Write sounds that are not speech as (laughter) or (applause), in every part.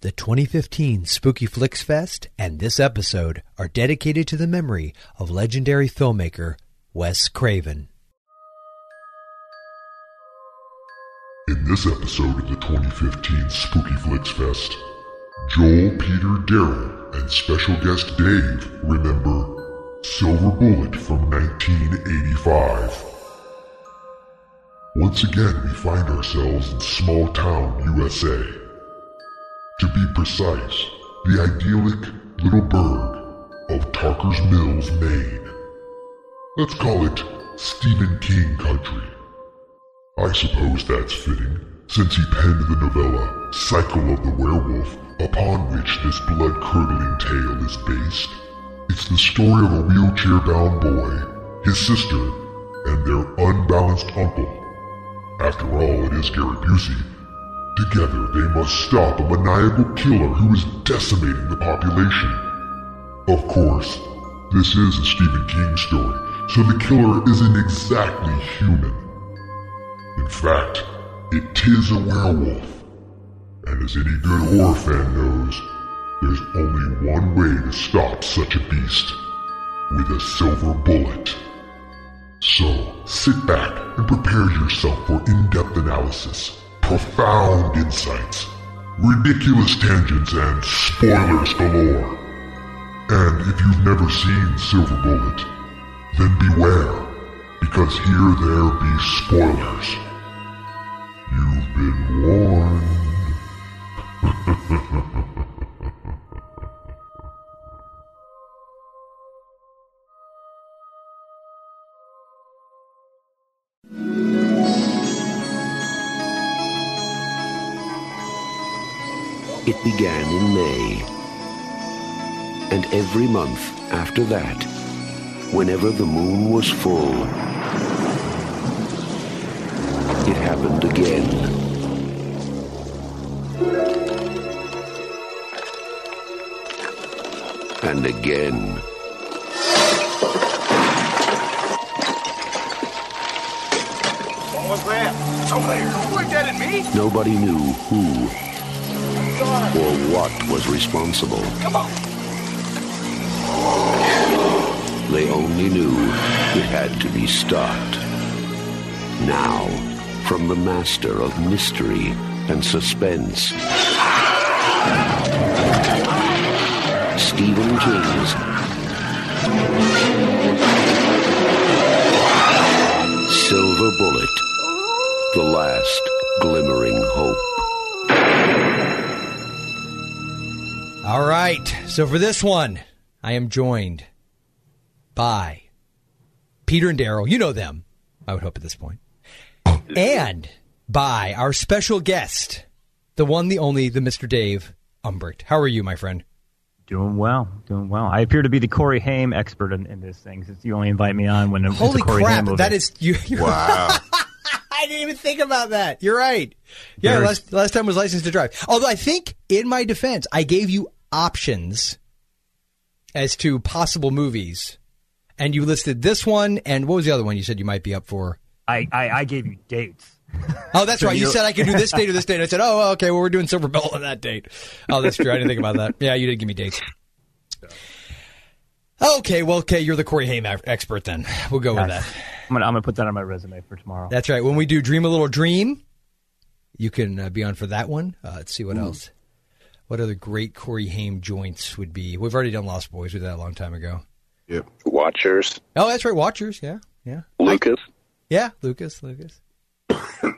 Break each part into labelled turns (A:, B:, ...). A: The 2015 Spooky Flicks Fest and this episode are dedicated to the memory of legendary filmmaker Wes Craven.
B: In this episode of the 2015 Spooky Flicks Fest, Joel, Peter, Daryl, and special guest Dave remember Silver Bullet from 1985. Once again, we find ourselves in small town USA. To be precise, the idyllic little burg of Tarker's Mills, Maine. Let's call it Stephen King country. I suppose that's fitting, since he penned the novella Cycle of the Werewolf, upon which this blood-curdling tale is based. It's the story of a wheelchair-bound boy, his sister, and their unbalanced uncle. After all, it is Gary Busey. Together, they must stop a maniacal killer who is decimating the population. Of course, this is a Stephen King story, so the killer isn't exactly human. In fact, it is a werewolf. And as any good horror fan knows, there's only one way to stop such a beast. With a silver bullet. So, sit back and prepare yourself for in-depth analysis, profound insights, ridiculous tangents, and spoilers galore. And if you've never seen Silver Bullet, then beware, because here there be spoilers. You've been warned.
C: It began in May. And every month after that, whenever the moon was full, it happened again. And again.
D: What was that? Over there. Don't point that at me.
C: Nobody knew who or what was responsible.
D: Come on.
C: They only knew it had to be stopped. Now, from the master of mystery and suspense, Stephen King's Silver Bullet, the last glimmering hope.
A: All right, so for this one, I am joined by Peter and Daryl. You know them, I would hope at this point. And by our special guest, the one, the only, the Mr. Dave Umbricht. How are you, my friend?
E: Doing well, doing well. I appear to be the Corey Haim expert in, in this thing, since you only invite me on when it's
A: Holy
E: a Corey Haim
A: crap,
E: movie.
A: that is you. You're,
F: Wow.
A: (laughs) I didn't even think about that. You're right. Yeah,
E: There's-
A: last, last time was license to drive. Although I think, in my defense, I gave you options as to possible movies, and you listed this one and what was the other one you said you might be up for?
E: I, I, I gave you dates.
A: Oh, that's right. You said I could do this date or this date. I said, oh, well, okay, well, we're doing Silver Bell on that date. Oh, that's true. I didn't think about that. Yeah, you did give me dates. Okay, well, okay, you're the Corey Haim ex- expert then. We'll go with that.
E: I'm gonna, I'm gonna put that on my resume for tomorrow.
A: That's right. When we do Dream a Little Dream, you can uh, be on for that one. Uh, let's see what else. What other great Corey Haim joints would be? We've already done Lost Boys. We did that a long time ago.
F: Yep.
G: Watchers,
A: Oh, that's right. Watchers. Yeah. Yeah.
G: Lucas.
A: Yeah. Lucas. Lucas.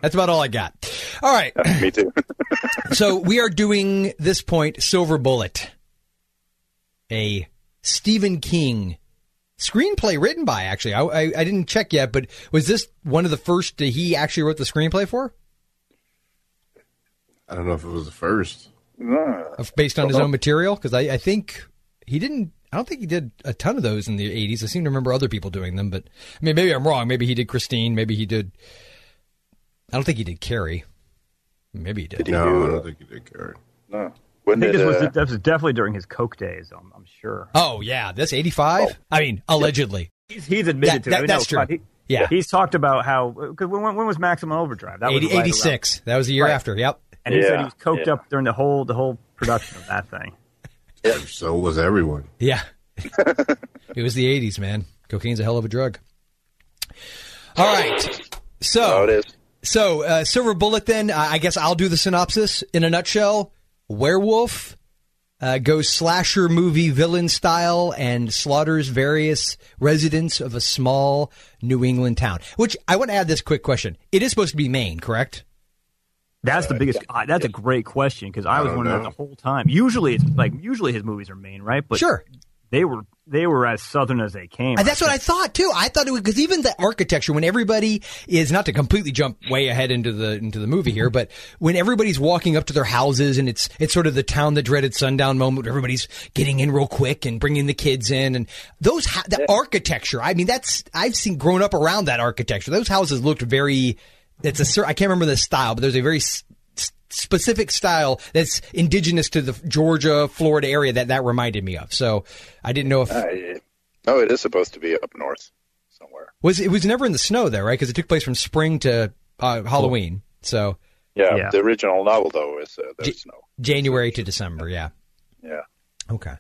A: that's about all I got. All right.
G: Me too.
A: (laughs) so we are doing this point Silver Bullet, a Stephen King screenplay written by. Actually, I, I, I didn't check yet, but was this one of the first that he actually wrote the screenplay for,
F: I don't know if it was the first.
A: Of- based on his own material? Because I, I think he didn't. I don't think he did a ton of those in the '80s. I seem to remember other people doing them, but I mean, maybe I'm wrong. Maybe he did Christine. Maybe he did. I don't think he did Carrie. Maybe he did.
F: no,
G: do,
F: I
G: uh,
F: don't think it did Carrie.
G: no.
E: I
G: When
E: think
G: did,
E: this was,
G: uh,
E: this was definitely during his Coke days. I'm, I'm sure.
A: Oh yeah, that's '85. I mean, allegedly.
E: He's, he's
A: That-
E: admitted to
A: that-
E: it.
A: that's
E: No,
A: true.
E: he-
A: Yeah.
E: he's talked about how because when, when was Maximum Overdrive? That was
A: 80,
E: right around-
A: 86. That was the year
E: Right.
A: after. Yep.
E: and he said
G: Yeah,
E: he was coked
G: yeah.
E: up during the whole the whole production of that thing.
F: So was everyone.
A: Yeah. it was the 80s, man. Cocaine's a hell of a drug. All right.
G: Oh, it
A: So,
G: is.
A: so uh, Silver Bullet, then, I I guess I'll do the synopsis in a nutshell. Werewolf uh, goes slasher movie villain style and slaughters various residents of a small New England town. Which I want to add this quick question. It is supposed to be Maine, correct?
E: That's the biggest. God, that's a great question because I was
F: don't
E: wondering
F: know.
E: that the whole time. Usually, it's like usually his movies are Maine, right? But
A: Sure.
E: they were they were as southern as they came.
A: And that's what I thought too. I thought it was because even the architecture, when everybody is not to completely jump way ahead into the into the movie here, but when everybody's walking up to their houses and it's it's sort of the town that dreaded sundown moment, where everybody's getting in real quick and bringing the kids in, and those ha- the architecture. I mean, that's I've seen grown up around that architecture. Those houses looked very. It's a cer- I can't remember the style, but there's a very s- s- specific style that's indigenous to the Georgia Florida area that that reminded me of. So I didn't know if.
G: I- no, it is supposed to be up north somewhere.
A: Was it was never in the snow though, right? Because it took place from spring to uh, Halloween, so
G: Yeah,
E: Yeah.
G: the original novel though is uh, there's no.
A: January to December. Yeah.
G: Yeah,
A: Okay.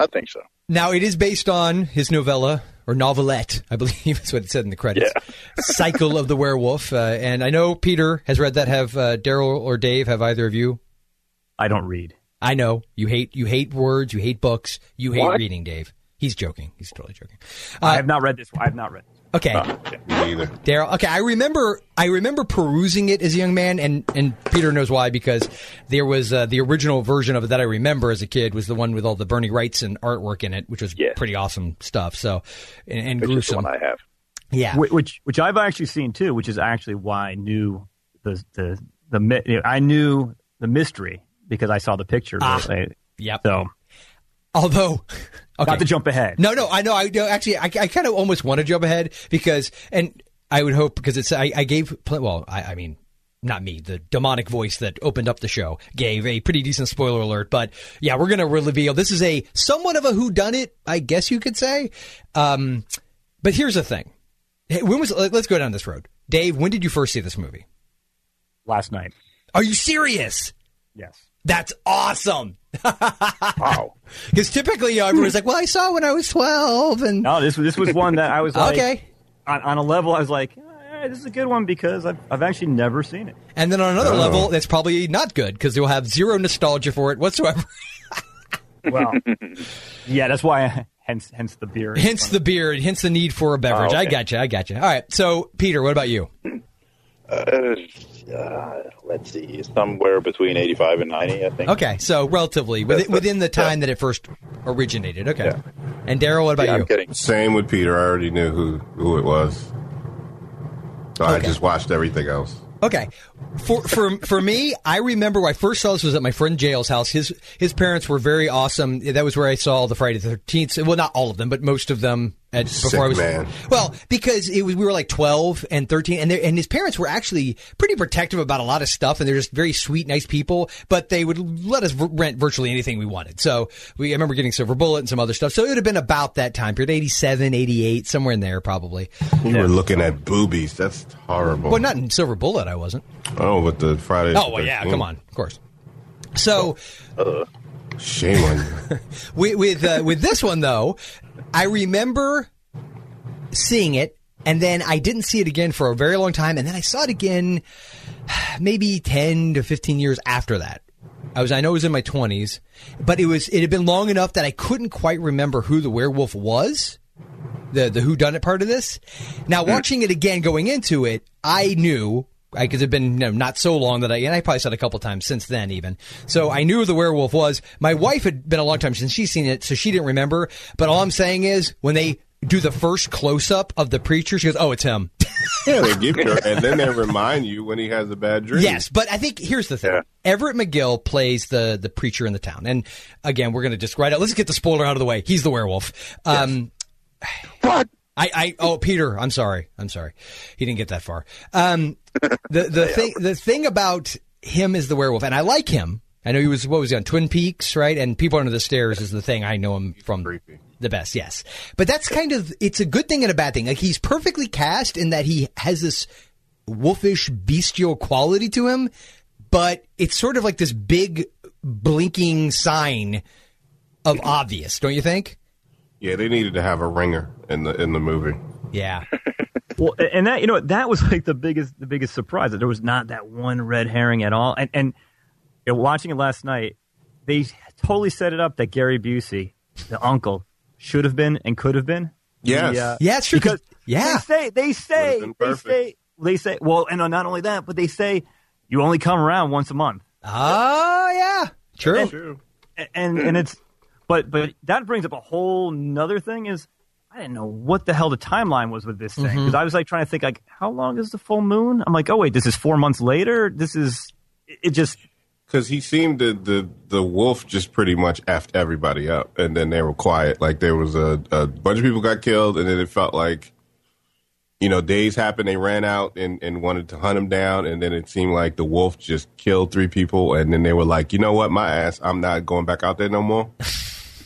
G: I think so.
A: Now it is based on his novella or novelette, I believe (laughs) is what it said in the credits.
E: (laughs)
A: Cycle of the Werewolf, uh, and I know Peter has read that. Have uh, Daryl or Dave? Have either of you?
E: I don't read.
A: I know you hate you hate words, you hate books, you hate reading, Dave. He's joking. He's totally joking. Uh,
E: I have not read this. one. I have not read. This. one.
A: Okay.
F: Me neither.
A: Daryl. Okay, I remember. I remember perusing it as a young man, and and Peter knows why because there was uh, the original version of it that I remember as a kid was the one with all the Bernie Wrightson artwork in it, which was
G: Yeah.
A: pretty awesome stuff. So, and, and
G: Which is the
A: gruesome.
G: one I have.
A: yeah,
E: Wh- Which which I've actually seen too, which is actually why I knew the the the mi- you know, I knew the mystery because I saw the picture.
A: Ah.
E: but I-
A: yep.
E: so
A: Although, (laughs) okay.
E: not to jump ahead.
A: No, no, I know. I no, actually, I, I kind of almost want to jump ahead because, and I would hope because it's. I, I gave pl- well, I, I mean, not me, the demonic voice that opened up the show gave a pretty decent spoiler alert. But yeah, we're gonna reveal this is a somewhat of a whodunit, I guess you could say. Um, but here's the thing: Hey, when was let- let's go down this road, Dave? When did you first see this movie?
E: Last night,
A: Are you serious?
E: yes.
A: That's awesome. (laughs) wow. Because typically you know, everyone's like, well, I saw it when I was 12. And
E: No, this this was one that I was
A: (laughs)
E: like,
A: okay.
E: on, on a level. I was like, eh, this is a good one because I've I've actually never seen it.
A: And then on another
G: Oh.
A: level, that's probably not good because you'll have zero nostalgia for it whatsoever. (laughs)
E: Well,
F: (laughs)
E: yeah, that's why. (laughs) I, hence hence the beer.
A: hence the beer, and hence the need for a beverage.
G: Oh,
A: I
G: okay.
A: gotcha, I gotcha. All right, so Peter, what about you?
G: Uh, uh, let's see, somewhere between 85 and 90, I think.
A: Okay, so relatively within,
G: That's-
A: within
G: (laughs)
A: the time that it first originated. Okay, and Daryl, what about
G: Yeah,
A: you?
G: I'm kidding.
F: Same with Peter. I already knew who who it was. So I
A: Okay.
F: just watched everything else.
A: Okay. For for for me, I remember when I first saw this was at my friend Jail's house. His his parents were very awesome. That was where I saw the Friday the Thirteenth. Well, not all of them, but most of them. At, before
F: Sick
A: I was
F: man.
A: well, because it was we were like twelve and thirteen, and they, and his parents were actually pretty protective about a lot of stuff, and they're just very sweet, nice people. But they would let us v- rent virtually anything we wanted. So we I remember getting Silver Bullet and some other stuff. So it would have been about that time period, 87, 88, somewhere in there probably.
F: You were looking at boobies. That's horrible.
A: Well, not in Silver Bullet, I wasn't.
F: oh, with the Friday.
A: Oh well, yeah, come on, of course. So.
F: Shame on you.
A: (laughs) with with, uh, with this one though, I remember seeing it, and then I didn't see it again for a very long time, and then I saw it again, (sighs) maybe ten to fifteen years after that. I was I know it was in my twenties, but it was it had been long enough that I couldn't quite remember who the werewolf was. The the who done it part of this. Now watching it again, going into it, I knew because it had been you know, not so long that I and I probably saw it a couple times since then even. So I knew who the werewolf was. My wife had been a long time since she's seen it, so she didn't remember. But all I'm saying is when they do the first close up of the preacher, she goes, "Oh, it's him."
F: Yeah, they give you, and then they remind you when he has a bad dream.
A: Yes, but I think here's the thing. Everett McGill plays the the preacher in the town, and again, we're going to just right out. Let's get the spoiler out of the way. He's the werewolf. Um,
G: What?
A: I, I oh Peter, I'm sorry, I'm sorry, he didn't get that far. Um, the the thing the thing about him is the werewolf, and I like him. I know he was what was he on Twin Peaks, right? And People Under the Stairs is the thing I know him from the best, yes. But that's kind of it's a good thing and a bad thing. Like he's perfectly cast in that he has this wolfish bestial quality to him, but it's sort of like this big blinking sign of obvious, don't you think?
F: Yeah, they needed to have a ringer in the in the movie.
A: Yeah.
E: Well, and that you know that was like the biggest the biggest surprise that there was not that one red herring at all. And and you know, watching it last night, they totally set it up that Gary Busey, the uncle, should have been and could have been.
F: Yes.
E: The, uh,
A: Yeah, it's true, 'cause-
E: Because
A: yeah.
E: they say they say
F: been
E: they
F: perfect.
E: say they say well, and not only that, but they say you only come around once a month,
A: Oh yeah. True.
F: True.
E: A- and and it's but but that brings up a whole nother thing is. I didn't know what the hell the timeline was with this thing
A: Mm-hmm.
E: because I was like trying to think like how long is the full moon? I'm like, oh wait, this is four months later. This is it, it just
F: Because he seemed to, the the wolf just pretty much effed everybody up, and then they were quiet. Like there was a, a bunch of people got killed, and then it felt like, you know, days happened. They ran out and, and wanted to hunt him down, and then it seemed like the wolf just killed three people, and then they were like, you know what, my ass, I'm not going back out there
A: (laughs)
F: no more.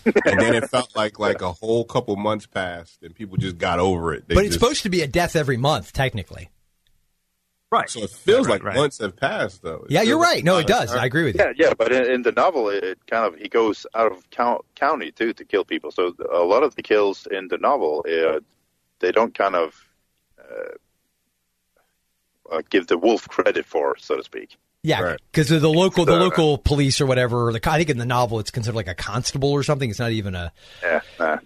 F: and then it felt like like a whole couple months passed, and people just got over it. They
A: But it's
F: just-
A: supposed to be a death every month, technically.
E: right.
F: So it feels
E: Right,
F: like
E: right.
F: months have passed, though. It
A: Yeah,
F: feels
A: you're
F: like
A: right. No,
F: a
A: it
F: lot of
A: does.
F: time.
A: I agree with you.
G: Yeah, yeah, but in, in the novel, it, it kind of he goes out of count, county too to kill people. So a lot of the kills in the novel, uh, they don't kind of uh, uh, give the wolf credit for, so to speak.
A: Yeah,
F: Right.
A: because the local the
G: So-
A: local police or whatever. Or the, co- I think in the novel it's considered like a constable or something. It's not even a.
G: Yeah, nah.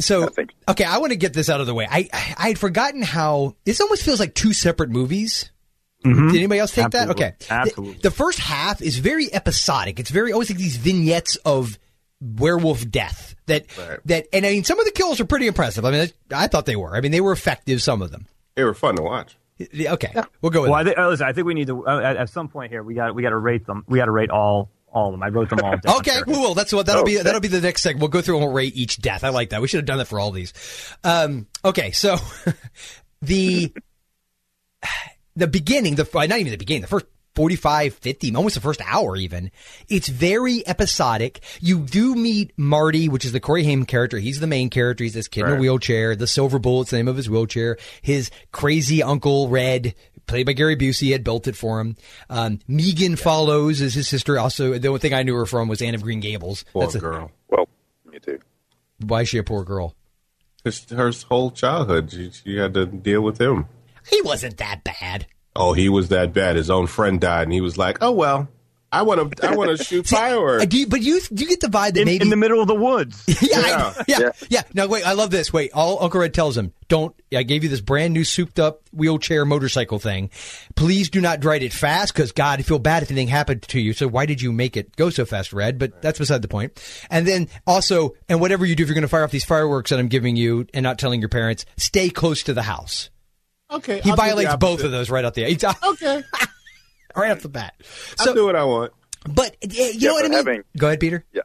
A: So
G: I think-
A: okay, I want to get this out of the way. I I I had forgotten how this almost feels like two separate movies. Did anybody else think
E: Absolutely.
A: that? Okay, The-
E: Absolutely.
A: The, first half is very episodic. It's very always like these vignettes of werewolf death that
F: Right.
A: that and I mean some of the kills are pretty impressive. I mean it- I thought they were. I mean they were effective. Some of them.
F: They were fun to watch.
A: Okay, we'll go with.
E: Well,
A: that.
E: I think, oh, listen, I think we need to uh, at, at some point here. We got we got to rate them. We got to rate all all of them. I
A: (laughs)
E: wrote them all down.
A: Okay,
E: here.
A: we will. That's what that'll be.
G: Okay.
A: That'll be the next segment. We'll go through and we'll rate each death. I like that. We should have done that for all these. Um, okay, so (laughs) the the beginning, the not even the beginning, the first 45, 50, almost the first hour, even. It's very episodic. You do meet Marty, which is the Corey Haim character. He's the main character. He's this kid in a wheelchair. The Silver Bullet's the name of his wheelchair. His crazy uncle, Red, played by Gary Busey, had built it for him. Um, Megan follows as his sister. Also, the only thing I knew her from was Anne of Green Gables.
F: Poor
A: a-
F: girl.
G: Well, me too.
A: why is she a poor girl?
F: It's her whole childhood. She, she had to deal with him.
A: He wasn't that bad.
F: Oh, he was that bad. His own friend died, and he was like, "Oh well, I want to,
A: (laughs)
F: I want to shoot
A: Uh,
F: fireworks."
A: Do you, but you do you get the vibe that
E: In,
A: maybe
E: in the middle of the woods.
A: (laughs) Yeah, I-
F: Yeah.
A: yeah, yeah,
G: Yeah.
A: No, wait, I love this. Wait, all Uncle Red tells him, don't, I gave you this brand new souped up wheelchair motorcycle thing. Please do not ride it fast because God, I feel bad if anything happened to you. So why did you make it go so fast, Red? But that's beside the point. And then also, and whatever you do, if you're going to fire off these fireworks that I'm giving you and not telling your parents, stay close to the house.
F: Okay,
A: He
F: I'll do the
A: violates both
F: opposite.
A: of those right out the, (laughs) it's-
F: Okay,
A: right off the bat.
F: I'll
A: So,
F: do what I want.
A: but eh, you know
G: Yeah,
A: what I
G: but
A: mean?
G: having-
A: go ahead, Peter.
G: Yeah,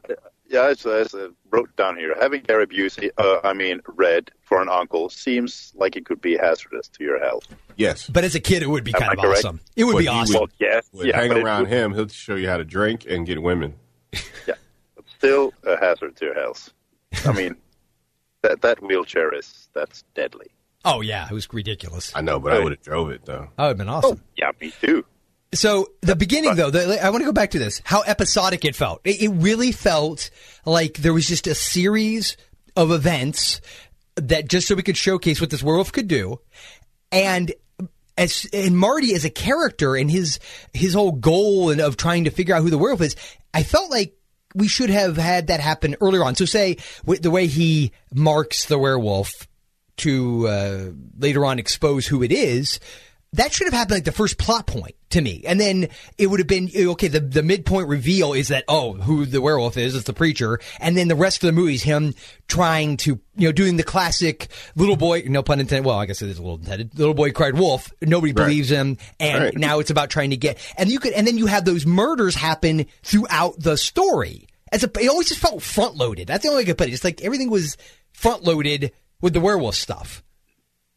G: yeah. As, as I wrote down here, having Gary Busey, uh, I mean Red, for an uncle seems like it could be hazardous to your health.
F: Yes,
A: But as a kid, it would be
G: Am
A: kind
G: I
A: of
G: correct?
A: awesome. It would
F: But
A: be
F: he
A: awesome.
G: Well, yes,
F: But
G: yeah,
F: hang
G: but it
F: around
G: would-
F: him. He'll show you how to drink and get women.
G: Yeah, but still a hazard to your health.
F: (laughs)
G: I mean, that that wheelchair is that's deadly.
A: Oh yeah, it was ridiculous.
F: I know, but I would have drove it though.
A: Oh, it'd been awesome.
G: Yeah, me too.
A: So the beginning, though, the, I want to go back to this. How episodic it felt. It, it really felt like there was just a series of events that just so we could showcase what this werewolf could do, and as and Marty as a character and his his whole goal and of trying to figure out who the werewolf is. I felt like we should have had that happen earlier on. So say with the way he marks the werewolf to uh, later on expose who it is. That should have happened like the first plot point to me, and then it would have been eh, okay. The the midpoint reveal is that oh, who the werewolf is? It's the preacher, and then the rest of the movie is him trying to you know doing the classic little boy, no pun intended. Well, I guess it is a little intended. Little boy cried wolf. Nobody believes him, and
F: Right.
A: now it's about trying to get and you could and then you have those murders happen throughout the story. As a, it always just felt front loaded. That's the only way I could put it. It's like everything was front loaded with the werewolf stuff.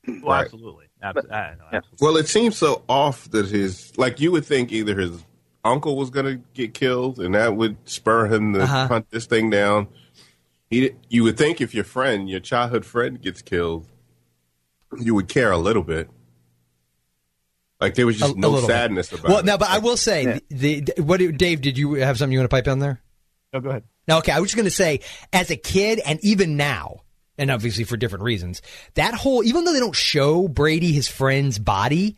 E: Well, absolutely. Ab- I don't know. Absolutely.
F: Well, it seems so off that his like you would think either his uncle was going to get killed, and that would spur him to
A: Uh-huh.
F: hunt this thing down. He, you would think if your friend, your childhood friend, gets killed, you would care a little bit. Like there was just
A: a
F: no
A: little bit.
F: sadness about
A: Well,
F: it.
A: now, but I will say, the, the- what Dave, did you have something you want to pipe in there?
E: No, go ahead.
A: Now, okay, I was just going to say, as a kid and even now, and obviously for different reasons, that whole, even though they don't show Brady his friend's body,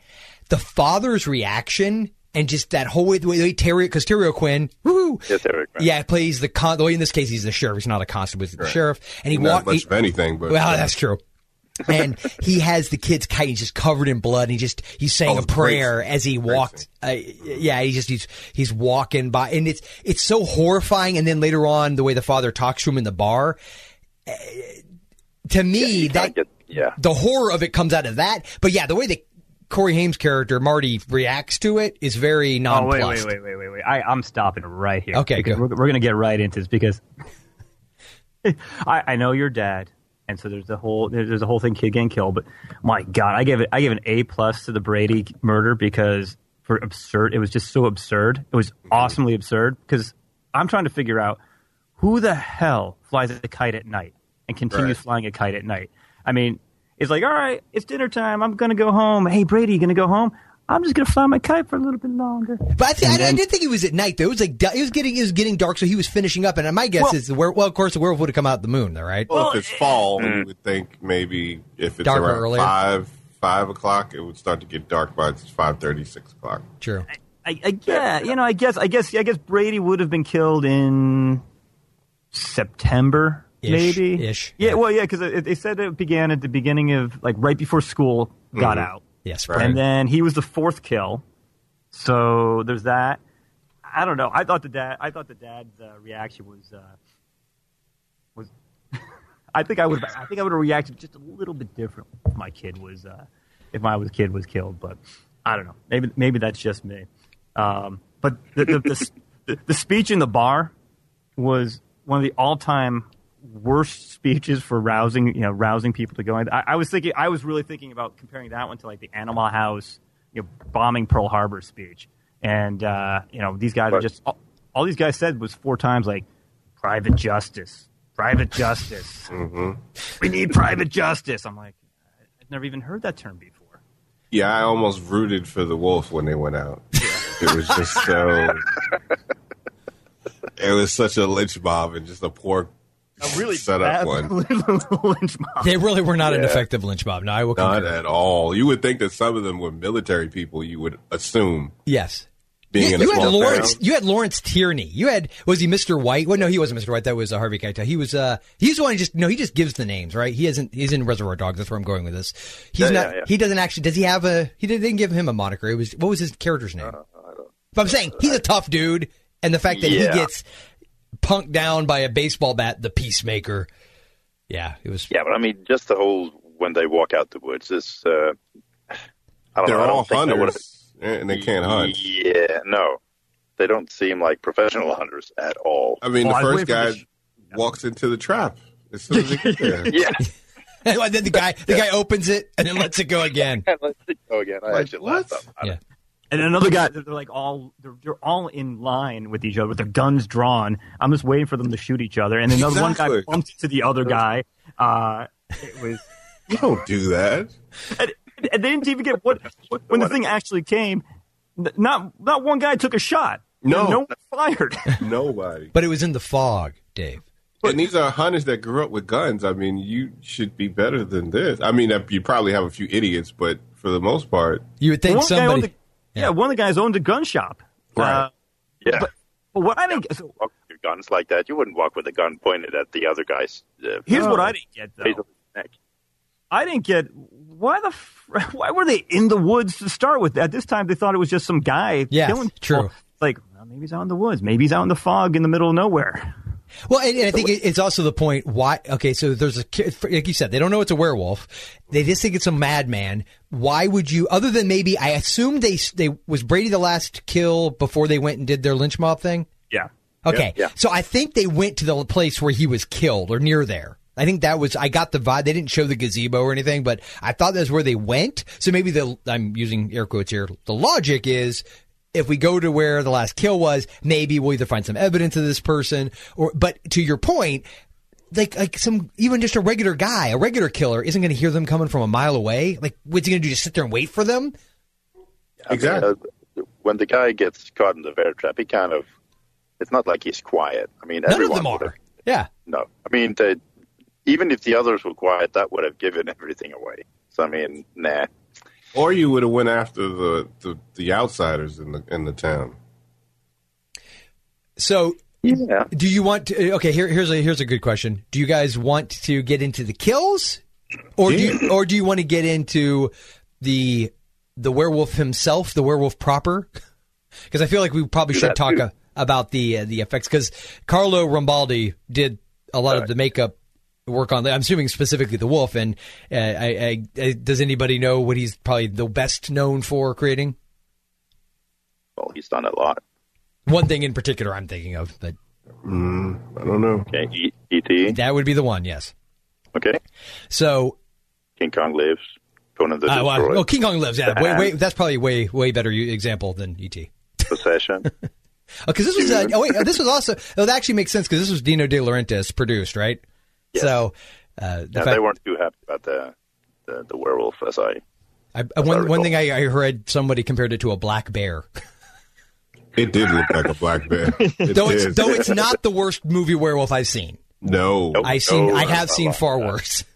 A: the father's reaction and just that whole way, the way Terry, because Terry O'Quinn, woo,
G: Yes, Eric. Right?
A: yeah, plays the con, well, in this case, he's the sheriff. He's not a constable, he's the sheriff. And he walked,
F: not much of anything, but
A: well, that's true. And he has the kid's kite. He's just covered in blood. And he just he's saying
F: Oh,
A: a
F: it's crazy.
A: prayer as he walked. Uh, yeah, he just he's he's walking by, and it's it's so horrifying. And then later on, the way the father talks to him in the bar, uh, to me
G: You
A: that
G: can't get- yeah.
A: the horror of it comes out of that. But yeah, the way that Corey Haim's character Marty reacts to it is very
E: Oh
A: nonplussed.
E: wait, wait, wait, wait, wait, wait! I, I'm stopping right here.
A: Okay,
E: because
A: go.
E: we're, we're gonna get right into this because (laughs) I, I know your dad, and so there's the whole there's, there's the whole thing kid getting killed. But my God, I give it I give an A plus to the Brady murder because for absurd, it was just so absurd. It was
A: Mm-hmm.
E: awesomely absurd because I'm trying to figure out who the hell flies a kite at night and continues
F: Right.
E: flying a kite at night. I mean, it's like all right, it's dinner time. I'm gonna go home. Hey Brady, you gonna go home? I'm just gonna fly my kite for a little bit longer.
A: But I, thi- I, I
E: then-
A: did think it was at night though. It was like du- it was getting it was getting dark, so he was finishing up. And my guess
E: Well-
A: is the were- well, of course, the werewolf would have come out the moon, though, right?
F: Well, if it's fall, you would think maybe if it's
A: Darker
F: around
A: earlier.
F: five five o'clock, it would start to get dark by five thirty, six o'clock.
A: True.
E: I, I yeah, you know, I guess, I guess, I guess Brady would have been killed in September,
A: Ish,
E: maybe.
A: ish.
E: Yeah, well, yeah, because they said it began at the beginning of like right before school got out,
A: Yes,
F: Right.
A: Brandon.
E: and then he was the fourth kill. So there's that. I don't know. I thought the dad. I thought the dad's uh, reaction was uh, was. (laughs) I think I would. I think I would have reacted just a little bit different if my kid was uh, if my was- kid was killed. But I don't know. Maybe maybe that's just me. Um, but the the, the, (laughs) s- the the speech in the bar was one of the all time worst speeches for rousing you know rousing people to go. I, I was thinking. I was really thinking about comparing that one to like the Animal House you know bombing Pearl Harbor speech. And uh, you know these guys are
G: Right.
E: just all, all these guys said was four times like private justice, private justice. We need private justice. I'm like, I've never even heard that term before.
F: Yeah, I almost rooted for the wolf when they went out. it was just so. it was such a lynch mob and just a poor set up one.
E: (laughs) lynch mob.
A: They really were not an effective lynch mob. No, I will
F: Not
A: concur.
F: at all. You would think that some of them were military people. You would assume
A: Yes.
F: being
A: You,
F: in a
A: you had
F: small
A: Lawrence.
F: town.
A: You had Lawrence Tierney. You had was he Mr. White? Well, no, he wasn't Mr. White. That was uh, Harvey Keitel. He was. Uh, he's the one. Who just no. He just gives the names, right? He isn't. He's in Reservoir Dogs. That's where I'm going with this. He's
G: Yeah,
A: not.
G: yeah, yeah.
A: He doesn't actually. Does he have a? He didn't, they didn't give him a moniker. It was what was his character's name? but I'm saying he's a tough dude, and the fact that
G: Yeah.
A: he gets punked down by a baseball bat, the peacemaker. Yeah, it was.
G: Yeah, but I mean, just the whole when they walk out the woods. This, uh, I don't
F: They're
G: know. I don't
F: all
G: think that would've-
F: hunters, and they can't hunt.
G: Yeah, no, they don't seem like professional hunters at all.
F: I mean,
E: Well, I
F: the first
E: wait for
F: guy
E: this-
F: walks into the trap as soon as he gets there.
G: Yeah,
A: (laughs) And then the guy, the guy opens it and then lets it go again.
G: let's go Oh, again. I
F: Like,
G: actually
F: what?
G: laughed up. I
A: Yeah.
E: And another guy, they're, they're like all they're, they're all in line with each other with their guns drawn. I'm just waiting for them to shoot each other. And then another one
F: Exactly.
E: guy bumped into the other guy. Uh, it was.
F: You don't do that.
E: (laughs) and, and they didn't even get what when the thing actually came. n- Not not one guy took a shot.
F: No.
E: no one (laughs) fired.
F: Nobody.
A: But it was in the fog, Dave.
F: and these are hunters that grew up with guns. I mean, you should be better than this. I mean, you probably have a few idiots, but for the most part,
A: You would think
E: one guy
A: somebody.
E: owned a, yeah. one of the guys owned a gun shop.
F: Right.
E: Uh,
G: yeah.
E: but, but what I didn't get, so
G: walk with your guns like that. You wouldn't walk with a gun pointed at the other guy's. Uh,
E: here's what I didn't get
G: face of
E: though.
G: his neck.
E: I didn't get why the fr- (laughs) why were they in the woods to start with? At this time, they thought it was just some guy
A: Yes,
E: killing. people.
A: true.
E: Like well, maybe he's out in the woods. Maybe he's out in the fog in the middle of nowhere.
A: Well, and, and I think it- it's also the point why. Okay, so there's a ki- like you said, they don't know it's a werewolf. They just think it's a madman. Why would you? Other than maybe, I assume they they was Brady the last kill before they went and did their lynch mob thing.
E: Yeah.
A: Okay,
G: Yeah, yeah.
A: so I think they went to the place where he was killed or near there. I think that was I got the vibe. They didn't show the gazebo or anything, but I thought that's where they went. So maybe the I'm using air quotes here. The logic is if we go to where the last kill was, maybe we'll either find some evidence of this person or. But to your point, like like some even just a regular guy, a regular killer isn't going to hear them coming from a mile away. Like what's he going to do? Just sit there and wait for them?
G: I mean,
F: Exactly.
G: uh, when the guy gets caught in the bear trap, he kind of. It's not like he's quiet. I mean,
A: None of
G: everyone
A: them
G: would have-
A: are. Yeah.
G: No, I mean, they, even if the others were quiet, that would have given everything away. So I mean, nah.
F: Or you would have went after the, the, the outsiders in the in the town.
A: So
G: Yeah.
A: do you want to? uh, Okay, here, here's a here's a good question. Do you guys want to get into the kills, or do you, or do you want to get into the the werewolf himself, the werewolf proper? Because I feel like we probably should
G: that
A: talk
G: too.
A: a, about the uh, the effects. Because Carlo Rambaldi did a lot of the makeup work on that. I'm assuming specifically the wolf. And uh, I, I, I, does anybody know what he's probably the best known for creating?
G: Well, he's done a lot.
A: One thing in particular, I'm thinking of, but
F: I don't know.
G: Okay, E- E.T.
A: that would be the one. Yes.
G: Okay,
A: So
G: King Kong lives. Conan the
A: Uh, well,
G: Destroyer.
A: well, (laughs) King Kong lives. Yeah, way,
G: Batman.
A: way, that's probably way way better u- example than ET.
G: Possession.
A: Because this was uh,
G: Dude.
A: oh wait, this was also oh, that actually makes sense because this was Dino De Laurentiis produced, right? So uh, the
G: yeah,
A: fact-
G: they weren't too happy about the the, the werewolf as I.
A: I, I- one one
G: recall.
A: thing I, I heard somebody compared it to a black bear. (laughs)
F: It did look like a black bear. It
A: though it's
F: did.
A: though it's not the worst movie werewolf I've seen.
F: no.
A: I seen
G: no,
A: I
G: no,
A: have
G: no,
A: seen
G: no,
A: far
G: no.
A: worse.
G: (laughs)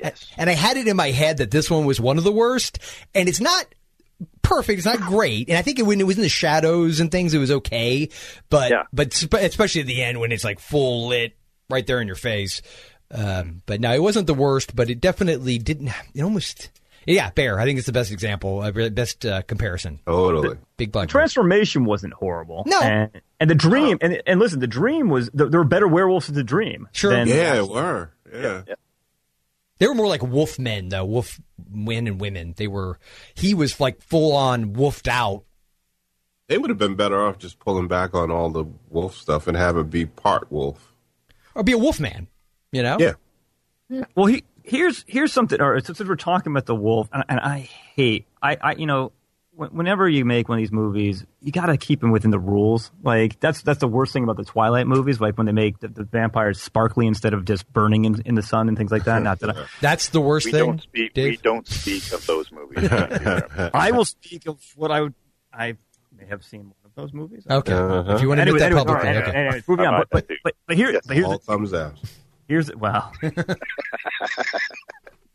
G: Yes.
A: And I had it in my head that this one was one of the worst, and it's not perfect. It's not great, and I think it, when it was in the shadows and things, it was okay. But
G: Yeah.
A: but sp- especially at the end when it's like full lit right there in your face. Um, but no, it wasn't the worst, but it definitely didn't. It almost yeah, bear. I think it's the best example, uh, re- best uh, comparison.
F: Totally.
A: Big black. bear.
E: Transformation wasn't horrible.
A: No.
E: and, and the dream, and, and listen, the dream was th- there were better werewolves in the dream.
A: Sure.
E: than-
F: Yeah, it were. Yeah.
A: They were more like wolf men, though. Wolf men and women. They were. He was like full on wolfed out.
F: They would have been better off just pulling back on all the wolf stuff and have it be part wolf.
A: or be a wolf man. You know?
F: Yeah.
E: Well, he, here's here's something. Or since we're talking about the wolf, and, and I hate, I, I you know, wh- whenever you make one of these movies, you got to keep them within the rules. Like that's that's the worst thing about the Twilight movies. Like when they make the, the vampires sparkly instead of just burning in, in the sun and things like that. Not that (laughs) I,
A: That's the worst
G: We
A: thing.
G: don't speak. We
A: Dave.
G: don't speak of those (laughs)
F: (laughs)
G: movies. That's
E: I will speak of what I would. I may have seen one of those movies.
A: Okay.
F: Uh-huh.
A: If you want to admit that
E: anyway,
A: publicly,
E: all right,
A: okay.
E: anyways, moving on.
G: All right,
E: But,
G: I see.
E: but, but, but here,
G: Yes.
E: but here's
F: all
E: the,
F: thumbs out.
E: here's the, well,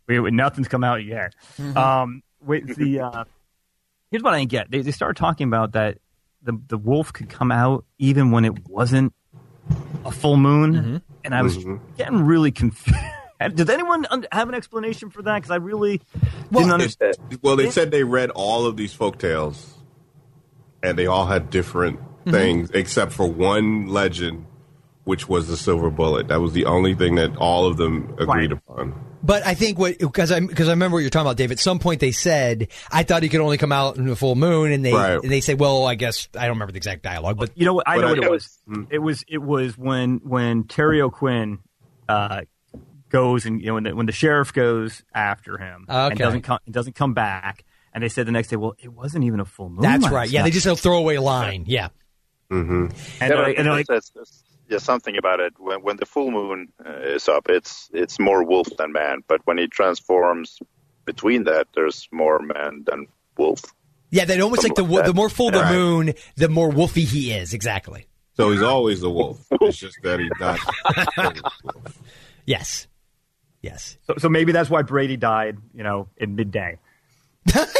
E: we, we- nothing's come out yet. Um, wait, the uh, here's what I didn't get. They, they started talking about that the the wolf could come out even when it wasn't a full moon, and I was getting really (laughs) confused. Did anyone un- have an explanation for that? Because I really didn't understand.
F: It- well, they said they read all of these folk tales, and they all had different things, except for one legend, which was the silver bullet. That was the only thing that all of them
E: Right.
F: agreed upon.
A: But I think what because I because I remember what you're talking about, Dave. At some point, they said I thought he could only come out in the full moon, and they
F: Right.
A: and they say, well, I guess I don't remember the exact dialogue, but
E: You know what? I
F: But
E: know
F: I- Hmm.
E: what it was. It was it was when when Terry O'Quinn uh, goes and you know when the, when the sheriff goes after him
A: Okay.
E: and doesn't come doesn't come back, and they said the next day, well, it wasn't even a full moon.
A: that's
E: last
A: right. Yeah, they
E: night.
A: just a throwaway line. Yeah,
E: and they're like, and they're like
G: yeah, something about it. When when the full moon uh, is up, it's it's more wolf than man. But when he transforms between that, there's more man than wolf.
A: yeah. That almost like the wo- the more full the
F: Right.
A: moon, the more wolfy he is. Exactly.
F: So he's always a wolf. It's just that he's not.
A: Yes. Yes. (laughs)
E: so, so maybe that's why Brady died, you know, in midday.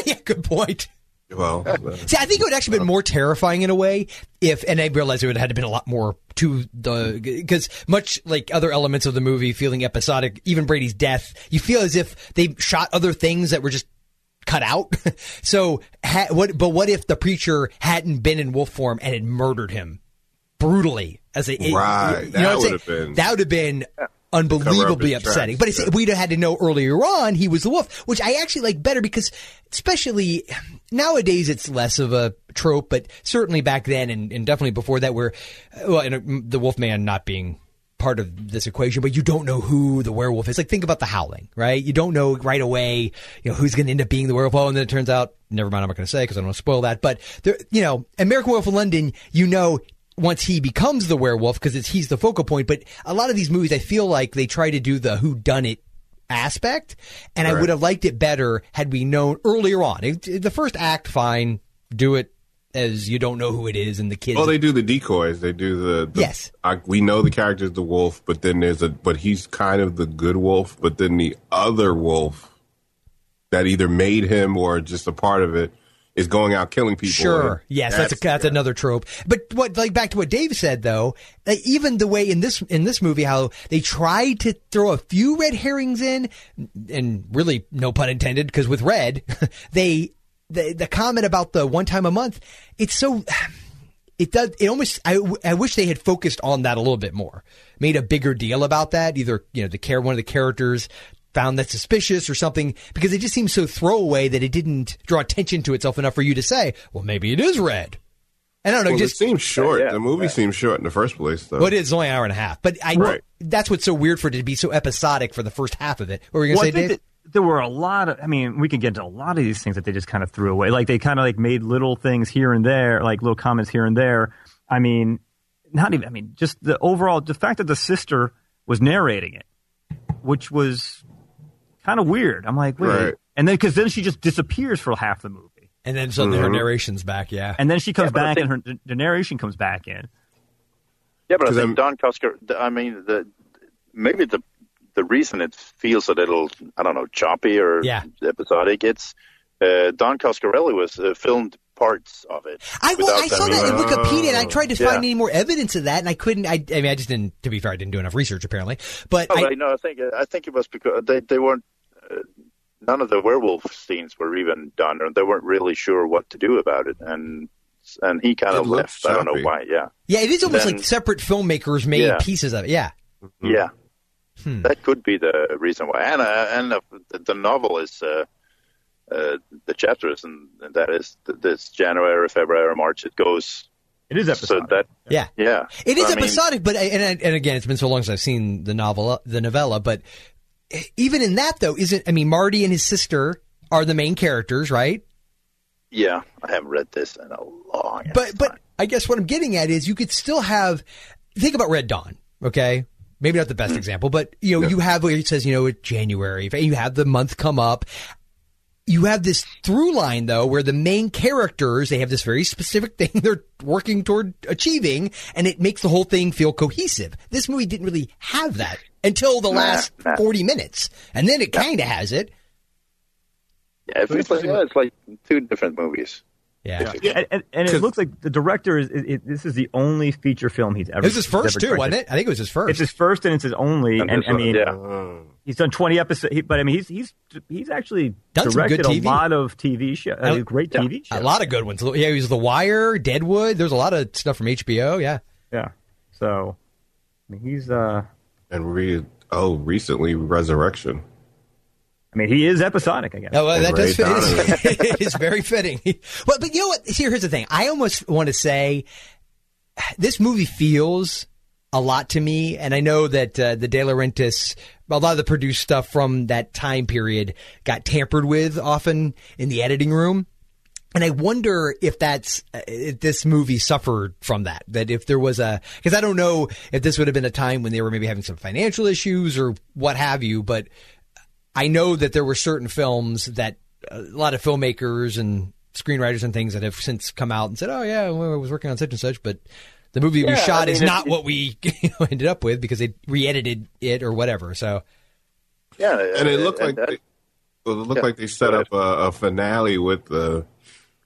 A: yeah. Good point.
F: well, uh,
A: See, I think it would actually been more terrifying in a way if, and I realize it would have had been a lot more to the because much like other elements of the movie, feeling episodic, even Brady's death, you feel as if they shot other things that were just cut out. (laughs) so, ha, what? But what if the preacher hadn't been in wolf form and had murdered him brutally? As a it-
F: Right.
A: you know
F: That
A: what I'm saying?
F: would have been-
A: that would have been
F: Cover up
A: unbelievably
F: his tracks,
A: upsetting. But it's,
F: yeah.
A: we'd have had to know earlier on he was the wolf, which I actually like better because, especially nowadays, it's less of a trope. But certainly back then, and, and definitely before that, where well, and, uh, the Wolfman not being part of this equation, but you don't know who the werewolf is. Like think about the Howling, right? You don't know right away, you know, who's going to end up being the werewolf. Oh, and then it turns out, never mind, I'm not going to say because I don't want to spoil that. But there, you know, American Werewolf in London, you know once he becomes the werewolf because it's he's the focal point. But a lot of these movies, I feel like they try to do the who done it aspect, and I would have liked it better had we known earlier on. It- it- the first act, fine. do it as you don't know who it is and the kids.
F: Well, they do the decoys. They do the, the
A: Yes.
F: I, we know the character's the wolf, but then there's a but he's kind of the good wolf, but then the other wolf that either made him or just a part of it is going out killing people.
A: Sure.
F: And
A: Yes, that's that's, a, that's another trope. But what like back to what Dave said though, uh, even the way in this in this movie how they tried to throw a few red herrings in and really no pun intended because with red, (laughs) they the, the comment about the one time a month, it's so it does it almost I, I wish they had focused on that a little bit more made a bigger deal about that either you know the care one of the characters found that suspicious or something because it just seems so throwaway that it didn't draw attention to itself enough for you to say well maybe it is red and i don't know
F: Well, it
A: just
F: seems short.
G: Yeah, yeah,
F: the movie
G: right.
F: seems short in the first place, though.
A: well, it is only an hour and a half but i
F: Right.
A: that's what's so weird for it to be so episodic for the first half of it what were you
E: Well,
A: gonna say
E: I think
A: dave
E: that there were a lot of. I mean, we could get into a lot of these things that they just kind of threw away. Like they kind of like made little things here and there, like little comments here and there. I mean, not even. I mean, just the overall the fact that the sister was narrating it, which was kind of weird. I'm like, wait,
F: Right.
E: and then because then she just disappears for half the movie,
A: and then suddenly her narration's back yeah
E: and then she comes
G: but I
E: back and her the- the narration comes back in.
G: Yeah, but I
F: 'Cause
G: think
F: I'm-
G: Don Kusker. th- I mean, the maybe the the reason it feels a little, I don't know, choppy or
A: Yeah.
G: episodic. It's uh, Don Coscarelli was uh, filmed parts of it.
A: I well,
G: without
A: I saw
G: them
A: that in
G: even-
A: Wikipedia, and I tried to
G: Yeah.
A: find any more evidence of that, and I couldn't. I, I mean, I just didn't. To be fair, I didn't do enough research apparently. But
G: Oh,
A: I,
G: I, no, I think I think it was because they they weren't. Uh, none of the werewolf scenes were even done, or they weren't really sure what to do about it, and and he kind
F: It
G: of
F: looks
G: left. I don't know
F: choppy.
G: why. Yeah,
A: Yeah, it is almost
G: Then-
A: like separate filmmakers made
G: Yeah.
A: pieces of it. Yeah.
G: yeah,
A: Hmm.
G: that could be the reason why. And uh, and uh, the, the novel is. Uh, uh, the chapters and and that is th- this January, February, March. It goes
E: It is
G: so
E: episodic.
G: that
A: Yeah.
G: yeah.
A: It is
G: I mean,
A: episodic, but and and again, it's been so long since I've seen the novel, the novella. But even in that, though, isn't I mean, Marty and his sister are the main characters, right?
G: yeah, I haven't read this in a long.
A: But but I guess what I'm getting at is you could still have think about Red Dawn, okay? Maybe not the
G: Hmm.
A: best example, but you know, you have where it says, you know, it's January, you have the month come up. You have this through line though where the main characters they have this very specific (laughs) thing they're working toward achieving and it makes the whole thing feel cohesive. This movie didn't really have that until the last
G: nah.
A: 40 minutes. And then it kind of has it.
G: yeah, it feels like yeah, it's like two different movies.
A: Yeah.
E: And, and, and it looks like the director is. It, it, this is the only feature film he's ever.
A: It was his
E: he's ever
A: first too,
E: directed.
A: wasn't it? I think it was his first.
E: It's his first and it's his only. And,
G: And this
E: I
G: one,
E: mean,
G: yeah.
E: he's done twenty episodes, but I mean, he's he's he's actually
A: Done some good
E: directed a
A: TV.
E: lot of TV shows,
A: Uh,
E: great TV shows.
A: A lot of good ones. Yeah, he was The Wire, Deadwood. There's a lot of stuff from HBO. Yeah.
E: Yeah. So, I mean, he's uh,
F: And re oh, recently Resurrection.
E: I mean, he is episodic, I guess.
A: Oh, well, that does
F: Ray
A: fit.
F: Donovan.
A: It is, (laughs) it is very fitting. Well, but you know what? Here, here's the thing. I almost want to say this movie feels a lot to me, and I know that uh, the De Laurentiis, a lot of the produced stuff from that time period got tampered with often in the editing room. And I wonder if that's uh, if this movie suffered from that. That if there was a because I don't know if this would have been a time when they were maybe having some financial issues or what have you. But I know that there were certain films that uh, a lot of filmmakers and screenwriters and things that have since come out and said, "Oh yeah, well, I was working on such and such," but the movie we shot is not what we (laughs) you know, ended up with because they re-edited it or whatever. So
G: Yeah,
F: And it looked
G: uh,
F: like
G: that-
F: they, well, it looked
G: yeah,
F: like they set
G: go
F: up a, a finale with the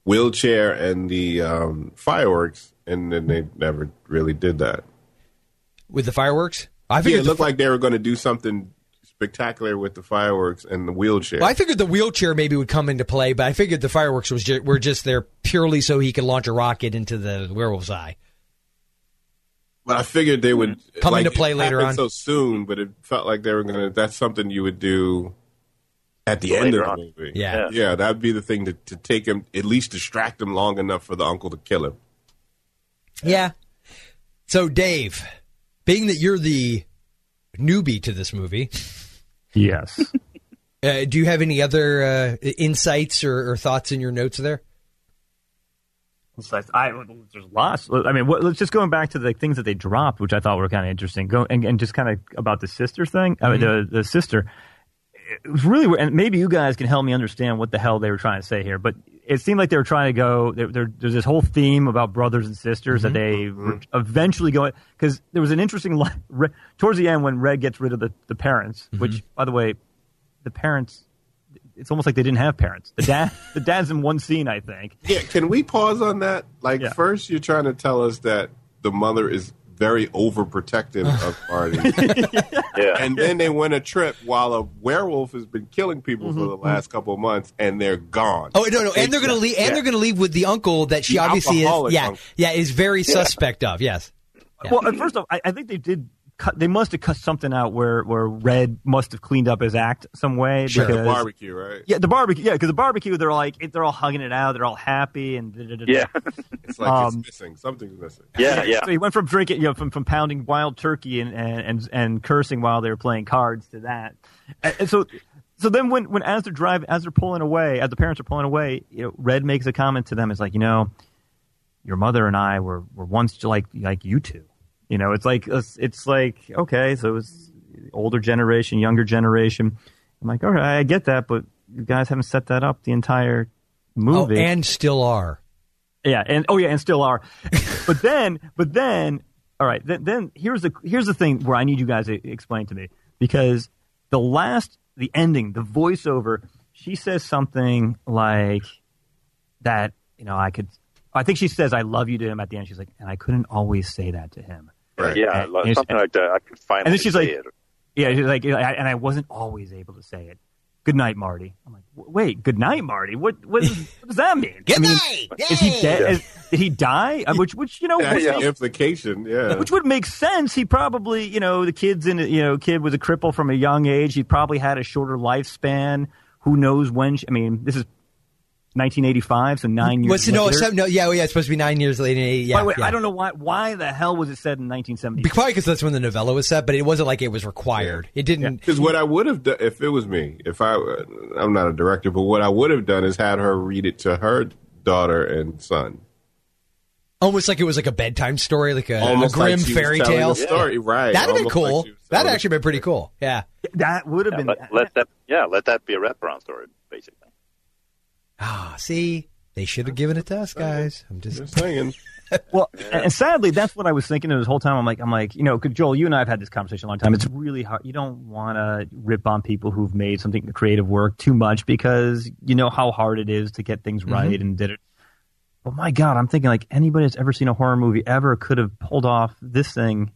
F: wheelchair and the um, fireworks, and then they never really did that.
A: with the fireworks, I
F: Yeah,
A: figured
F: it
A: the
F: looked like they were going to do something spectacular with the fireworks and the wheelchair.
A: Well, I figured the wheelchair maybe would come into play, but I figured the fireworks was ju- were just there purely so he could launch a rocket into the werewolf's eye.
F: But I figured they would
A: Mm-hmm. Come into
F: it
A: play later
F: happened
A: on.
F: so soon. But it felt like they were going to. That's something you would do at the end of
G: Later
F: the
G: on.
F: movie.
A: Yeah.
F: yeah, that'd be the thing to, to take him at least distract him long enough for the uncle to kill him.
A: Yeah. So, Dave, being that you're the newbie to this movie,
E: Yes.
A: uh, do you have any other uh, insights or, or thoughts in your notes there?
E: It's like, I, there's lots. I mean, what, let's just going back to the things that they dropped, which I thought were kind of interesting. Go and, and just kind of about the sister thing. I mean, the the sister. It was really, weird, and maybe you guys can help me understand what the hell they were trying to say here. But it seemed like they were trying to go. There, there, there's this whole theme about brothers and sisters that they were eventually going because there was an interesting line Re- towards the end when Red gets rid of the, the parents, which by the way, the parents. It's almost like they didn't have parents. The dad, the dad's in one scene, I think.
F: Yeah, can we pause on that? Like,
E: Yeah.
F: first you're trying to tell us that the mother is very overprotective
A: (laughs)
F: of Artie,
G: Yeah.
F: and then they win a trip while a werewolf has been killing people for the last couple of months, and they're gone.
A: Mm-hmm, Oh no no, and they're gonna leave, and they're gonna leave with the uncle that she
F: The
A: obviously is,
F: alcoholic
A: yeah,
F: uncle.
A: yeah, is very suspect of. Yes, Yeah.
E: Well, uh, first off, I, I think they did. Cut, they must have cut something out where where Red must have cleaned up his act some way.
A: Sure.
E: because,
F: The barbecue, right?
E: Yeah, the barbecue. Yeah, because the barbecue, they're like it- they're all hugging it out. They're all happy and da, da, da, da. (laughs)
G: Yeah.
F: It's like
E: Um,
F: it's missing. Something's missing.
G: Yeah, yeah.
E: So he went from drinking, you know, from, from pounding wild turkey and, and, and, and cursing while they were playing cards to that. And, and so, so then when, when as they're driving, as they're pulling away, as the parents are pulling away, you know, Red makes a comment to them. It's like, you know, your mother and I were, were once like like you two. You know, it's like it's, it's like okay, so it's older generation, younger generation. I'm like, all right, I get that, but you guys haven't set that up the entire
A: oh,
E: movie.
A: and still are.
E: Yeah, and oh yeah, and still are. but then, but then, all right. Then, then here's the here's the thing where I need you guys to explain to me because the last, the ending, the voiceover, she says something like that. You know, I could. I think she says, "I love you" to him at the end. She's like, "And I couldn't always say that to him."
F: Right.
G: Yeah,
E: And-
G: like,
E: and-
G: something like that. I could finally
E: and then she's
G: say
E: like-
G: it.
E: Yeah, she's like, I, and I wasn't always able to say it. Good night, Marty. I'm like, "W- wait, good night, Marty. What what, is, what does that mean? I mean, Is he dead? Is, did he die? Uh, Which which you know
F: That's
E: which
F: the implication. Yeah.
E: which would make sense. He probably, you know, the kid's in, a- you know, kid was a cripple from a young age. He probably had a shorter lifespan. Who knows when? She, I mean, this is 1985, so nine years.
A: What's no,
E: later.
A: seven, no, yeah, well, yeah, it's supposed to be nine years later. Yeah,
E: By the way,
A: yeah.
E: I don't know why. Why the hell was it said in 1970?
A: Be- Probably because that's when the novella was set, but it wasn't like it was required. It didn't.
F: Because what I would have done, if it was me, if I, I'm not a director, but what I would have done is had her read it to her daughter and son.
A: Almost like it was like a bedtime story, like a, a
F: Almost like
A: grim
F: she was
A: fairy
F: telling
A: tale.
F: a story, right.
A: That'd have been
F: Almost
A: cool.
F: like she was
A: That'd
F: telling-
A: actually been pretty cool. Yeah.
E: that would have
G: Yeah,
E: been.
G: let, let that yeah, let that be a wraparound story, basically.
A: Ah, see, they should have given it to us guys. I'm just.
F: Just saying.
E: well, and sadly, that's what I was thinking of this whole time. I'm like, I'm like, you know, 'cause Joel, you and I have had this conversation a long time. It's really hard. You don't want to rip on people who've made something creative work too much because you know how hard it is to get things right and did it. But my God, I'm thinking like anybody that's ever seen a horror movie ever could have pulled off this thing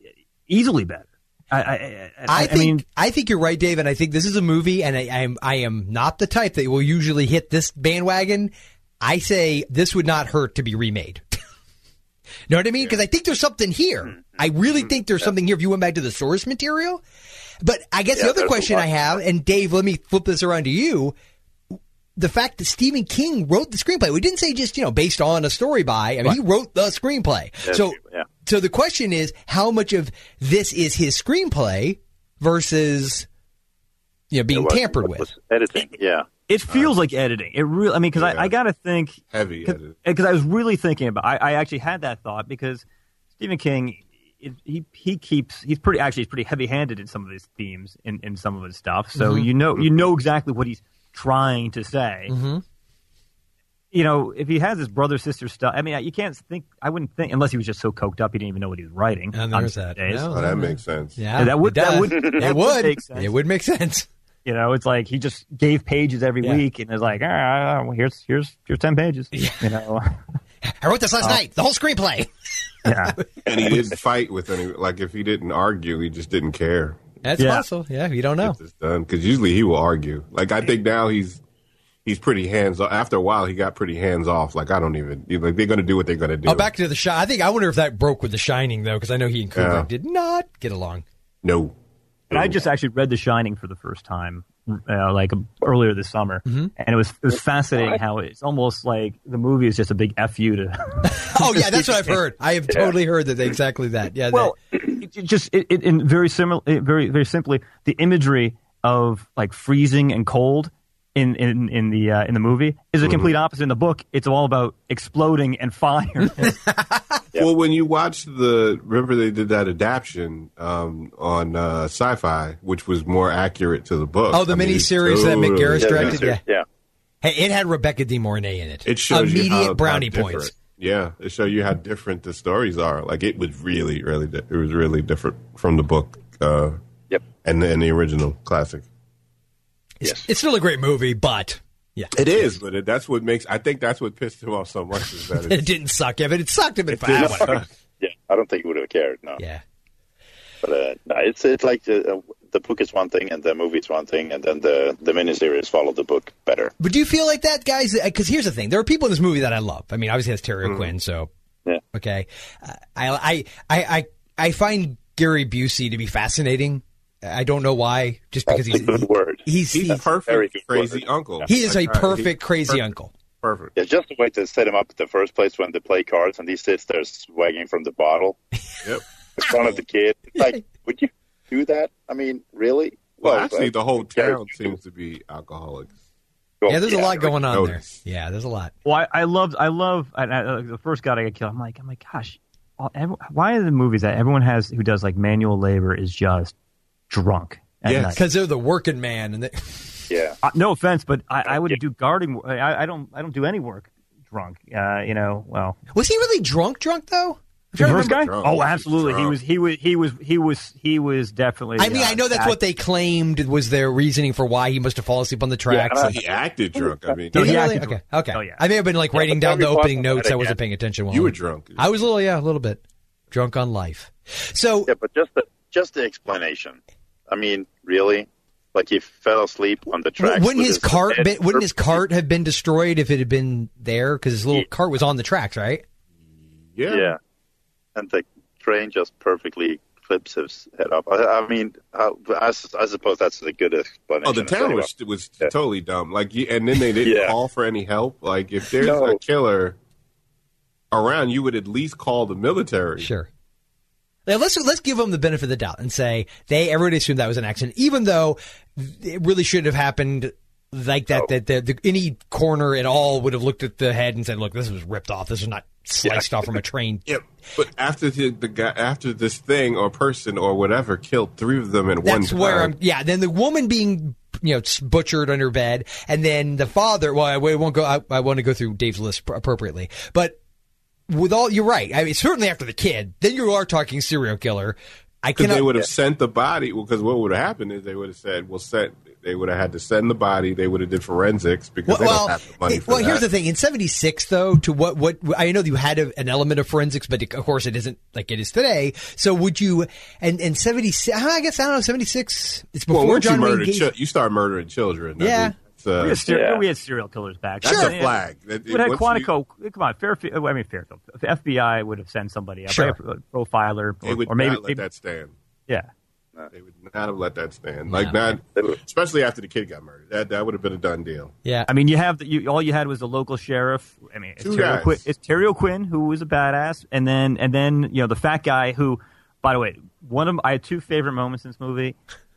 E: e-, easily better. I, I, I,
A: I
E: I
A: think I,
E: mean,
A: think you're right, Dave, and I think this is a movie, and I, I am I am not the type that will usually hit this bandwagon. I say this would not hurt to be remade. (laughs) know what I mean? Because I think there's something
G: Mm-hmm.
A: here. I really think there's something here. If you went back to the source material, but I guess the other
G: there's a
A: question
G: lot.
A: I have, and Dave, let me flip this around to you. The fact that Stephen King wrote the screenplay, we didn't say just you know based on a story by. I mean, he wrote the screenplay. so
G: yeah.
A: so the question is, how much of this is his screenplay versus you know being
G: What-
A: tampered with?
G: what was editing. Yeah.
E: it feels like editing. It really, I mean, because
F: Yeah.
E: I, I got to think
F: Heavy edit.
E: because eh, I was really thinking about. I, I actually had that thought because Stephen King, it, he he keeps he's pretty actually he's pretty heavy handed in some of his themes in, in some of his stuff. So
A: Mm-hmm.
E: you know you know exactly what he's trying to say. You know, if he has his brother sister stuff, I mean, you can't think. I wouldn't think unless he was just so coked up he didn't even know what he was writing.
A: And
E: on
A: there's
E: some
A: that.
E: days.
A: No.
F: Oh, that makes sense.
A: Yeah,
E: Yeah, that would-
A: it does.
E: that would-
A: it
E: that would
A: would
E: make sense.
A: it would make (laughs) sense.
E: You know, it's like he just gave pages every
A: Yeah.
E: week, and it's like, all right, well, here's here's here's ten pages. You know,
A: I wrote this last night. The whole screenplay.
E: yeah.
A: (laughs)
F: And he didn't fight with any. Like, if he didn't argue, he just didn't care.
A: That's
E: Yeah.
A: possible. Yeah, you don't know.
F: Get this done. Because usually he will argue. Like, I think now he's. He's pretty hands off. After a while, he got pretty hands off. Like I don't even like they're gonna do what they're gonna do.
A: Oh, back to the shine. I think I wonder if that broke with the Shining though, because I know he and Kubrick
F: Yeah.
A: did not get along.
F: no,
E: And I just actually read The Shining for the first time, uh, like um, earlier this summer, and it was it was fascinating how it's almost like the movie is just a big f you to. (laughs)
F: (laughs)
A: Oh yeah, that's what I've heard. I have totally heard that exactly that. Yeah.
E: well, it, it just it, it in very similar, it, very very simply, the imagery of like freezing and cold. In, in, in the uh, in the movie is the complete opposite in the book. It's all about exploding and fire.
F: Well, when you watch the remember they did that adaptation um, on uh, Sci-Fi, which was more accurate to the book.
A: that, oh, the
F: I mean,
A: miniseries that
F: totally-
A: McGarris
G: Yeah,
A: directed.
G: yeah.
A: Yeah. Hey, it had Rebecca De Mornay in it.
F: It shows
A: immediate
F: you how, how
A: brownie
F: different-
A: points.
F: Yeah, it shows you how different the stories are. Like it was really, really, di- it was really different from the book uh,
G: Yep.
F: and the, and the original classic.
A: It's, it's still a great movie, but yeah, (laughs)
F: It is, but it, that's what makes. I think that's what pissed him off so much is that
A: it
F: it,
A: didn't suck. If it had sucked, it'd been
F: it didn't
A: fine.
F: suck.
G: Yeah, I don't think he would have cared. No,
A: Yeah.
G: but uh, no, it's it's like the, uh, the book is one thing and the movie is one thing, and then the the miniseries followed the book better.
A: But do you feel like that, guys? Because here's the thing: there are people in this movie that I love. I mean, obviously that's Terry
F: Mm.
A: O'Quinn, so
G: Yeah.
A: okay. Uh, I, I I I I find Gary Busey to be fascinating. I don't know why, just (laughs) because
G: That's (laughs)
A: he's
G: a good word.
A: he's
F: (laughs) He's
A: he's-
G: very
F: perfect,
G: good
F: crazy
G: word.
F: uncle.
A: he is a
F: Like, uh,
A: perfect
F: he's
A: crazy
F: perfect,
A: uncle.
F: Perfect.
G: Yeah, just the way to set him up in the first place when they play cards and he sits there swagging from the bottle
F: Yep.
G: in front of the kid.
A: (laughs)
G: It's like, would you do that? I mean, really?
F: Well, actually,
G: uh,
F: the whole
G: Gary
F: town
G: Busey-
F: seems to be alcoholics. Oh,
G: well,
A: Yeah, there's a lot
G: right.
A: going on there.
F: notice.
A: Yeah, there's a lot.
E: Well, I, I loved, I love, I, I, the first guy that got killed. I'm like, I'm like, gosh, all, every, why are the movies that everyone has who does like manual labor is just drunk? At
F: Yes.
E: night?
A: Because they're the working man, and they, (laughs)
G: Yeah.
E: Uh, no offense, but I, I would do guarding. wo- I, I don't, I don't do any work drunk. Uh, you know, well,
A: was he really drunk? Drunk though? I'm trying to
E: first
A: remember-
E: guy.
F: drunk.
E: Oh, absolutely. He
F: Drunk.
E: was, he was, he was, he was, he was definitely.
A: I mean,
E: uh,
A: I know that's
E: act-
A: what they claimed was their reasoning for why he must have fallen asleep on the tracks.
G: I-
A: Like,
F: He acted drunk. I mean,
E: No,
A: did he
E: yeah, I
A: really?
E: could-
A: Okay, okay.
E: Oh, yeah.
A: I may have been like writing
G: but
A: down the
G: Terry
A: opening
G: Fox
A: notes.
G: had
A: I
G: it,
A: wasn't
G: yeah.
A: paying attention. While
F: you were drunk.
A: I was a little, yeah, a little bit drunk on life. So,
G: Yeah, but just the just the explanation. I mean, really? Like he fell asleep on the
A: w-
G: track.
A: wouldn't his cart, been, wouldn't his cart have been destroyed if it had been there? Because his little
G: Yeah.
A: cart was on the tracks, right?
F: yeah.
G: Yeah, and the train just perfectly clips his head off. I, I mean, I, I s- I suppose that's the good explanation.
F: Oh, the town was was
G: Yeah.
F: totally dumb. Like, you, and then they didn't
G: Yeah.
F: call for any help. Like, if there's
G: No.
F: a killer around, you would at least call the military.
A: Sure. Now let's let's give them the benefit of the doubt and say they everybody assumed that was an accident, even though it really should have happened like
F: Oh.
A: that. That the, the, any coroner at all would have looked at the head and said, "Look, this was ripped off. This is not sliced off from a
F: (laughs)
A: train."
F: Yep. But after the, the guy, after this thing or person or whatever killed three of them at
A: That's
F: one
A: where
F: time.
A: I'm. Yeah. Then the woman being you know butchered on her bed, and then the father. Well, I, we won't go. I, I want to go through Dave's list pr- appropriately, but with all you're right. I mean, certainly after the kid, then you are talking serial killer. I
F: Because
A: cannot.
F: they would have sent the body. Because what would have happened is they would have said, "Well, sent." They would have had to send the body. They would have did forensics because they don't have the money
A: it-
F: for
A: well,
F: that.
A: here's the thing. In '76, though, to what what I know you had a, an element of forensics, but of course it isn't like it is today. So would you? And and '76, I guess I don't know. '76. It's
F: Well,
A: before
F: once you
A: John Wayne
F: murder,
A: Gacy.
F: chi- you start murdering children. I
A: Yeah.
F: mean, it's, uh,
E: We had, ser-
G: Yeah.
E: we had serial killers back.
F: That's
E: then.
F: a
E: Yeah.
F: flag. That-
E: We had
F: once you-
E: Quantico. Come on, Fairfield. I mean Fairfield. The FBI would have sent somebody, a
A: Sure.
E: profiler,
F: They
E: or,
F: would
E: or maybe,
F: not let
E: maybe-
F: that stand.
E: yeah.
A: Uh,
F: They would not have let that stand. Like not, especially after the kid got murdered. That that would have been a done deal.
A: yeah,
E: I mean, you have the, you, all you had was the local sheriff. I mean, it's
F: Two
E: Terry,
F: guys.
E: O'Quinn, it's Terry O'Quinn who was a badass, and then and then you know the fat guy who, by the way, one of I had two favorite moments in this movie.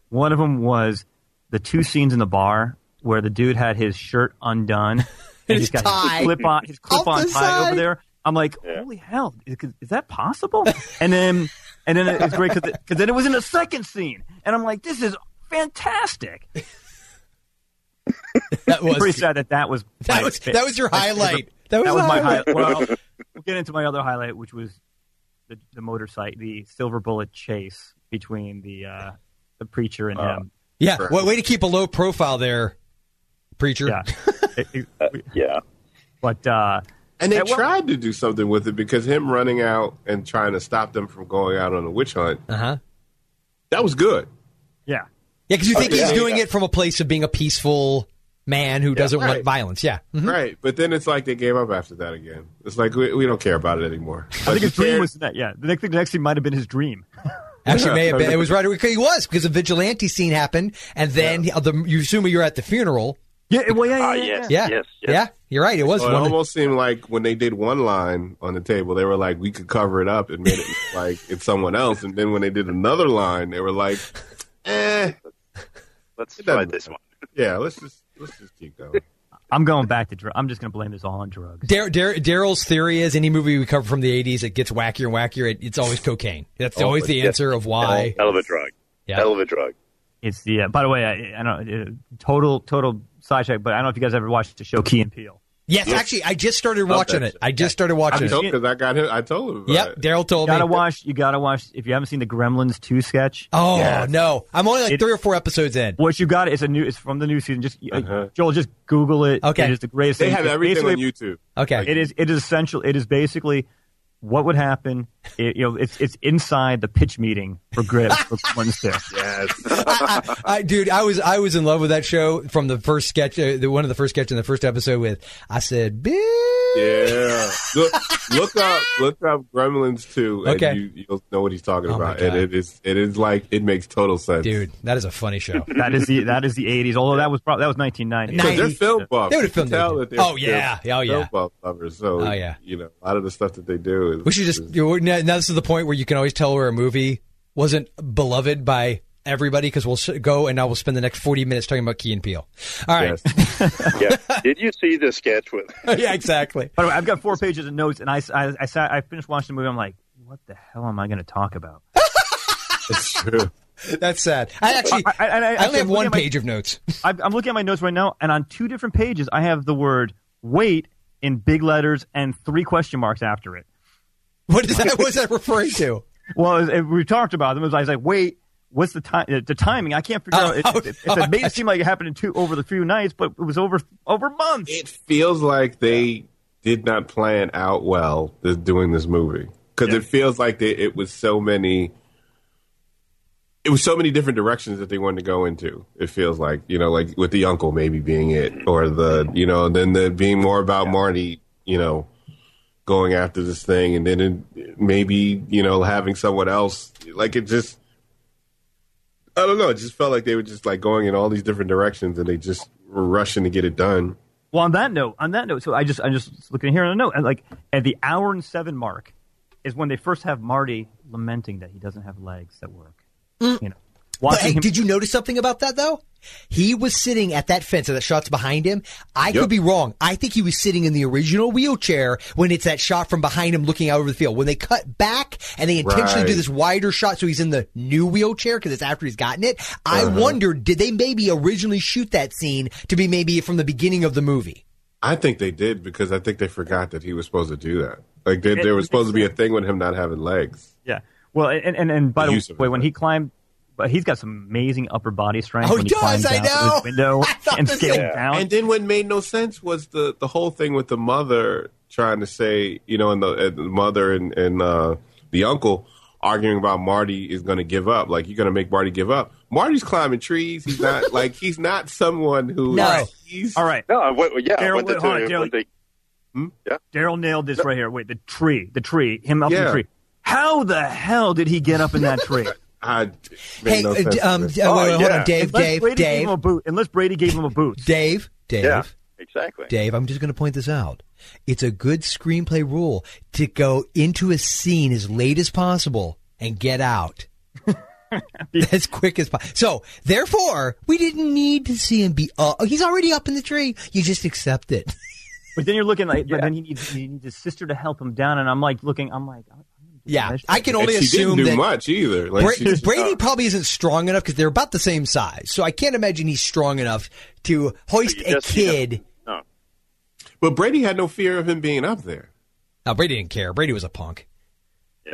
E: One of them was the two scenes in the bar where the dude had his shirt undone and
A: (laughs) His
E: he's got
A: tie.
E: his clip on his clip
A: Off
E: on tie
A: the side.
E: over there. I'm like,
G: Yeah.
E: holy hell, is, is that possible? and then and then it's great because then it was in the second scene, and I'm like, this is fantastic.
A: (laughs) that
F: (laughs)
A: was
E: Pretty sad that that was
A: that
E: my
A: was
E: fa-
A: that was your
E: my favorite
A: highlight. That was,
E: that was
A: the
E: my
A: highlight.
E: highlight. Well,
G: (laughs)
E: we'll get into my other highlight, which was the, the motorcycle, the silver bullet chase between the uh, the preacher
G: Oh.
E: and him.
A: Yeah, well, way to keep a low profile there, preacher. (laughs)
E: Yeah, It- it-
G: Yeah.
E: but uh,
F: And they
E: At what-
F: tried to do something with it because him running out and trying to stop them from going out on a witch hunt.
A: Uh huh.
F: That was good.
E: yeah,
A: Yeah, because you think
F: Oh, yeah.
A: he's doing it from a place of being a peaceful man who doesn't want
F: right.
A: violence. Yeah. Mhm.
F: Right. But then it's like they gave up after that again. It's like we, we don't care about it anymore.
G: Oh,
E: I think his dream was that. Yeah, the next thing, the next thing might have been his dream.
A: Actually, may have been. It was right. away- He was because a vigilante scene happened, and then he- the, you assume you're at the funeral.
E: Yeah, well, yeah, yeah,
G: Ah,
E: yeah,
G: yes.
A: Yeah.
G: Yes, yes.
A: Yeah. You're right. It was
F: Well, it
A: one. of-
F: almost seemed like when they did one line on the table, they were like, "We could cover it up and made it look like it's someone else." And then when they did another line, they were like, "Eh,
G: Let's
F: doesn't
G: try this one.
F: yeah, let's just let's just keep going."
E: I'm going back to. Dr- I'm just going to blame this all on drugs.
A: Dar- Dar- Daryl's theory is any movie we cover from the 80s, it gets wackier and wackier. It, it's always cocaine. That's always the answer of why.
G: Oh, Hell of a drug.
A: Yeah.
G: Hell of a drug.
E: It's the. Uh, by the way, I, I don't. Uh, total, total sidetrack, but I don't know if you guys ever watched the show Key and Peele.
A: Yes, actually, I just started watching
F: that
A: it. I just started watching
F: I told
A: it.
F: because I got him. I told him. About
A: Yep,
F: it.
A: Daryl
E: You
A: told
E: gotta
A: me.
E: watch. You gotta watch. If you haven't seen the Gremlins two sketch,
A: Oh no, I'm only like
E: It-
A: three or four episodes in.
E: what you got is a new. It's from the new season. Just uh, Joel, just Google it.
A: Okay.
E: it is the greatest.
F: Uh-huh. They
E: thing.
F: have
E: It's
F: everything on
E: basically-
F: YouTube.
A: Okay,
E: It is. It is essential. It is basically what would happen. It, you know, it's it's inside the pitch meeting for Grit for (laughs) Gremlins two.
F: Yes.
A: I, I, dude, I was I was in love with that show from the first sketch, uh, the, one of the first sketch in the first episode. With I said, "Bitch."
F: yeah. Look, look up, look up Gremlins two, and
A: Okay.
F: you, you'll know what he's talking
A: Oh, my
F: about. And
A: God.
F: it is, it is like it makes total sense.
A: dude, that is a funny
E: (laughs)
A: show.
E: That is the that is the eighties. Although that was probably that was nineteen ninety.
A: Nice.
F: Because they're film buffs.
A: They would've
F: You can
A: filmed
F: tell
A: it.
F: that they're
A: Oh, yeah.
F: film-
A: Oh, yeah.
F: Film buff lovers. So
A: Oh, yeah.
F: you know, a lot of the stuff that they do is
A: We should just you know, now, now this is the point where you can always tell where a movie wasn't beloved by everybody because we'll s- go and I will spend the next forty minutes talking about Key and Peele. All (laughs) right,
F: Yes.
A: (laughs)
G: Yeah. Did you see the sketch with?
A: yeah, exactly.
E: By the way, I've got four pages of notes, and I I, I, sat, I finished watching the movie. I'm like, what the hell am I going to talk about?
F: it's true.
A: That's sad. I actually,
E: I-
A: I,
E: I- I-
A: only have
E: I'm looking
A: one
E: at my-
A: page of notes. (laughs)
E: I, I'm looking at my notes right now, and on two different pages, I have the word "wait" in big letters and three question marks after it.
A: What is that? What is that referring to?
E: Well, it, it- we talked about them. It was, I was like, "Wait, what's the time? The, the timing? I can't figure
A: Oh,
E: out." It,
A: oh, (laughs)
E: it, it, it made it seem like it happened in two over the few nights, but it was over over months.
F: It feels like they did not plan out well the, doing this movie because it feels like they, it was so many. It was so many different directions that they wanted to go into. It feels like you know, like with the uncle maybe being it, or the you know, then the being more about Marty, you know, going after this thing, and then it, maybe you know having someone else. Like it just, I don't know. It just felt like they were just like going in all these different directions, and they just were rushing to get it done.
E: Well, on that note, on that note, so I just I'm just looking here on a note, and like at the hour and seven mark is when they first have Marty lamenting that he doesn't have legs that work. You know,
A: Mm. But
E: watching
A: hey,
E: him.
A: did you notice something about that though? He was sitting at that fence, and that shot's behind him. I could
F: Yep.
A: be wrong. I think he was sitting in the original wheelchair when it's that shot from behind him, looking out over the field. When they cut back and they intentionally do
F: Right.
A: this wider shot, so he's in the new wheelchair because it's after he's gotten it. I
F: Uh-huh.
A: wondered, did they maybe originally shoot that scene to be maybe from the beginning of the movie?
F: I think they did because I think they forgot that he was supposed to do that. Like there, there was supposed to be a thing with him not having legs.
E: yeah. Well, and and, and by
F: The
E: the
F: use of
E: way,
F: it.
E: when he climbed. But he's got some amazing upper body strength.
A: Oh,
E: when
A: he
E: he climbs
A: does, I
E: down through
A: know. (laughs)
E: His window
A: I thought
E: and
A: the
E: scaled
A: same-
E: down.
F: And then what made no sense was the the whole thing with the mother trying to say, you know, and the, and the mother and and uh, the uncle arguing about Marty is going to give up. Like you're going to make Marty give up. Marty's climbing trees.
A: (laughs)
F: He's not like he's not someone who.
A: No.
F: He's,
E: All right,
G: No, wait, yeah.
E: Daryl,
G: when the
E: wait, hold on,
G: two-
E: Daryl.
G: when they-
E: Daryl nailed this right here. Wait, the tree, the tree, him up in the
F: Yeah.
E: tree. How the hell did he get up in that tree?
F: I, it made
A: Hey,
F: no
A: uh,
F: sense
A: d-
F: to
A: um,
F: me. Oh,
A: d- uh, wait, wait, hold on, Dave,
E: unless
A: Dave,
E: Brady gave
A: Dave,
E: him a boot. Unless Brady gave him a boot.
A: (laughs) Dave, Dave.
G: yeah, exactly.
A: Dave, I'm just going to point this out. It's a good screenplay rule to go into a scene as late as possible and get out as quick as possible. So, therefore, we didn't need to see him be. Uh, he's already up in the tree. You just accept it.
E: But then you're looking like, but then he needs, he needs his sister to help him down, and I'm like looking, I'm like, I'm gonna do
A: yeah,
E: this.
A: I can
F: And
A: only
F: she
A: assume
F: didn't do
A: that
F: much either. Like
A: Bra-
F: she just- uh,
A: Brady probably isn't strong enough because they're about the same size. So I can't imagine he's strong enough to hoist
G: You
A: a
G: just- you know,
A: kid.
G: no.
F: but Brady had no fear of him being up there.
A: No, Brady didn't care. Brady was a punk.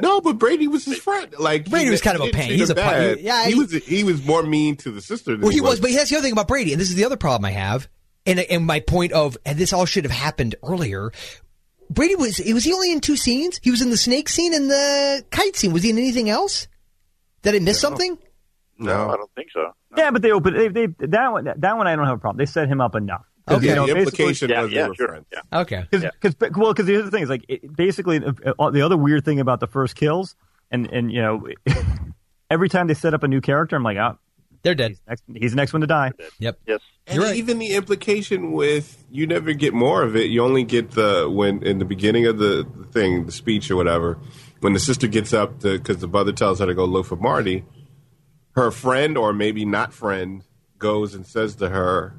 F: No, but Brady was his friend. Like
A: Brady
F: he
A: was kind of a
F: didn't
A: pain.
F: treat
A: He's
F: him
A: a pain.
F: bad.
A: He- yeah,
F: he,
A: he-
F: was. He was more mean to the sister. Than
A: Well, he was, but that's the other thing about Brady, and this is the other problem I have, and and my point of, and this all should have happened earlier. Brady was was he only in two scenes? He was in the snake scene and the kite scene. Was he in anything else? Did I miss something?
G: no, Oh, I don't think so. No.
E: Yeah, but they open they, they that one that one I don't have a problem. They set him up enough. Cause,
A: Okay.
E: you
F: yeah,
E: know,
F: the
E: basically-
F: implication
G: Yeah,
F: was they
G: Oh, yeah,
F: were
G: sure,
F: friends.
G: yeah.
A: Okay.
E: Cause, cause, but- well, because the other thing is like it, basically uh, uh, the other weird thing about the first kills, and and you know, (laughs) every time they set up a new character, I'm like, oh,
A: They're dead.
E: next, he's the next one to die.
A: Yep.
G: Yes.
F: And
A: You're right.
F: even the implication with you never get more of it. You only get the when in the beginning of the the thing, the speech or whatever, when the sister gets up because the mother tells her to go look for Marty. Her friend or maybe not friend goes and says to her,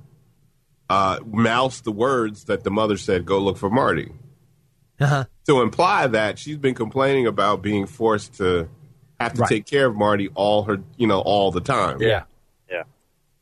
F: uh, mouths the words that the mother said, "Go look for Marty."
A: Uh-huh.
F: to imply that she's been complaining about being forced to have to
E: Right.
F: take care of Marty all her, you know, all the time.
G: Yeah.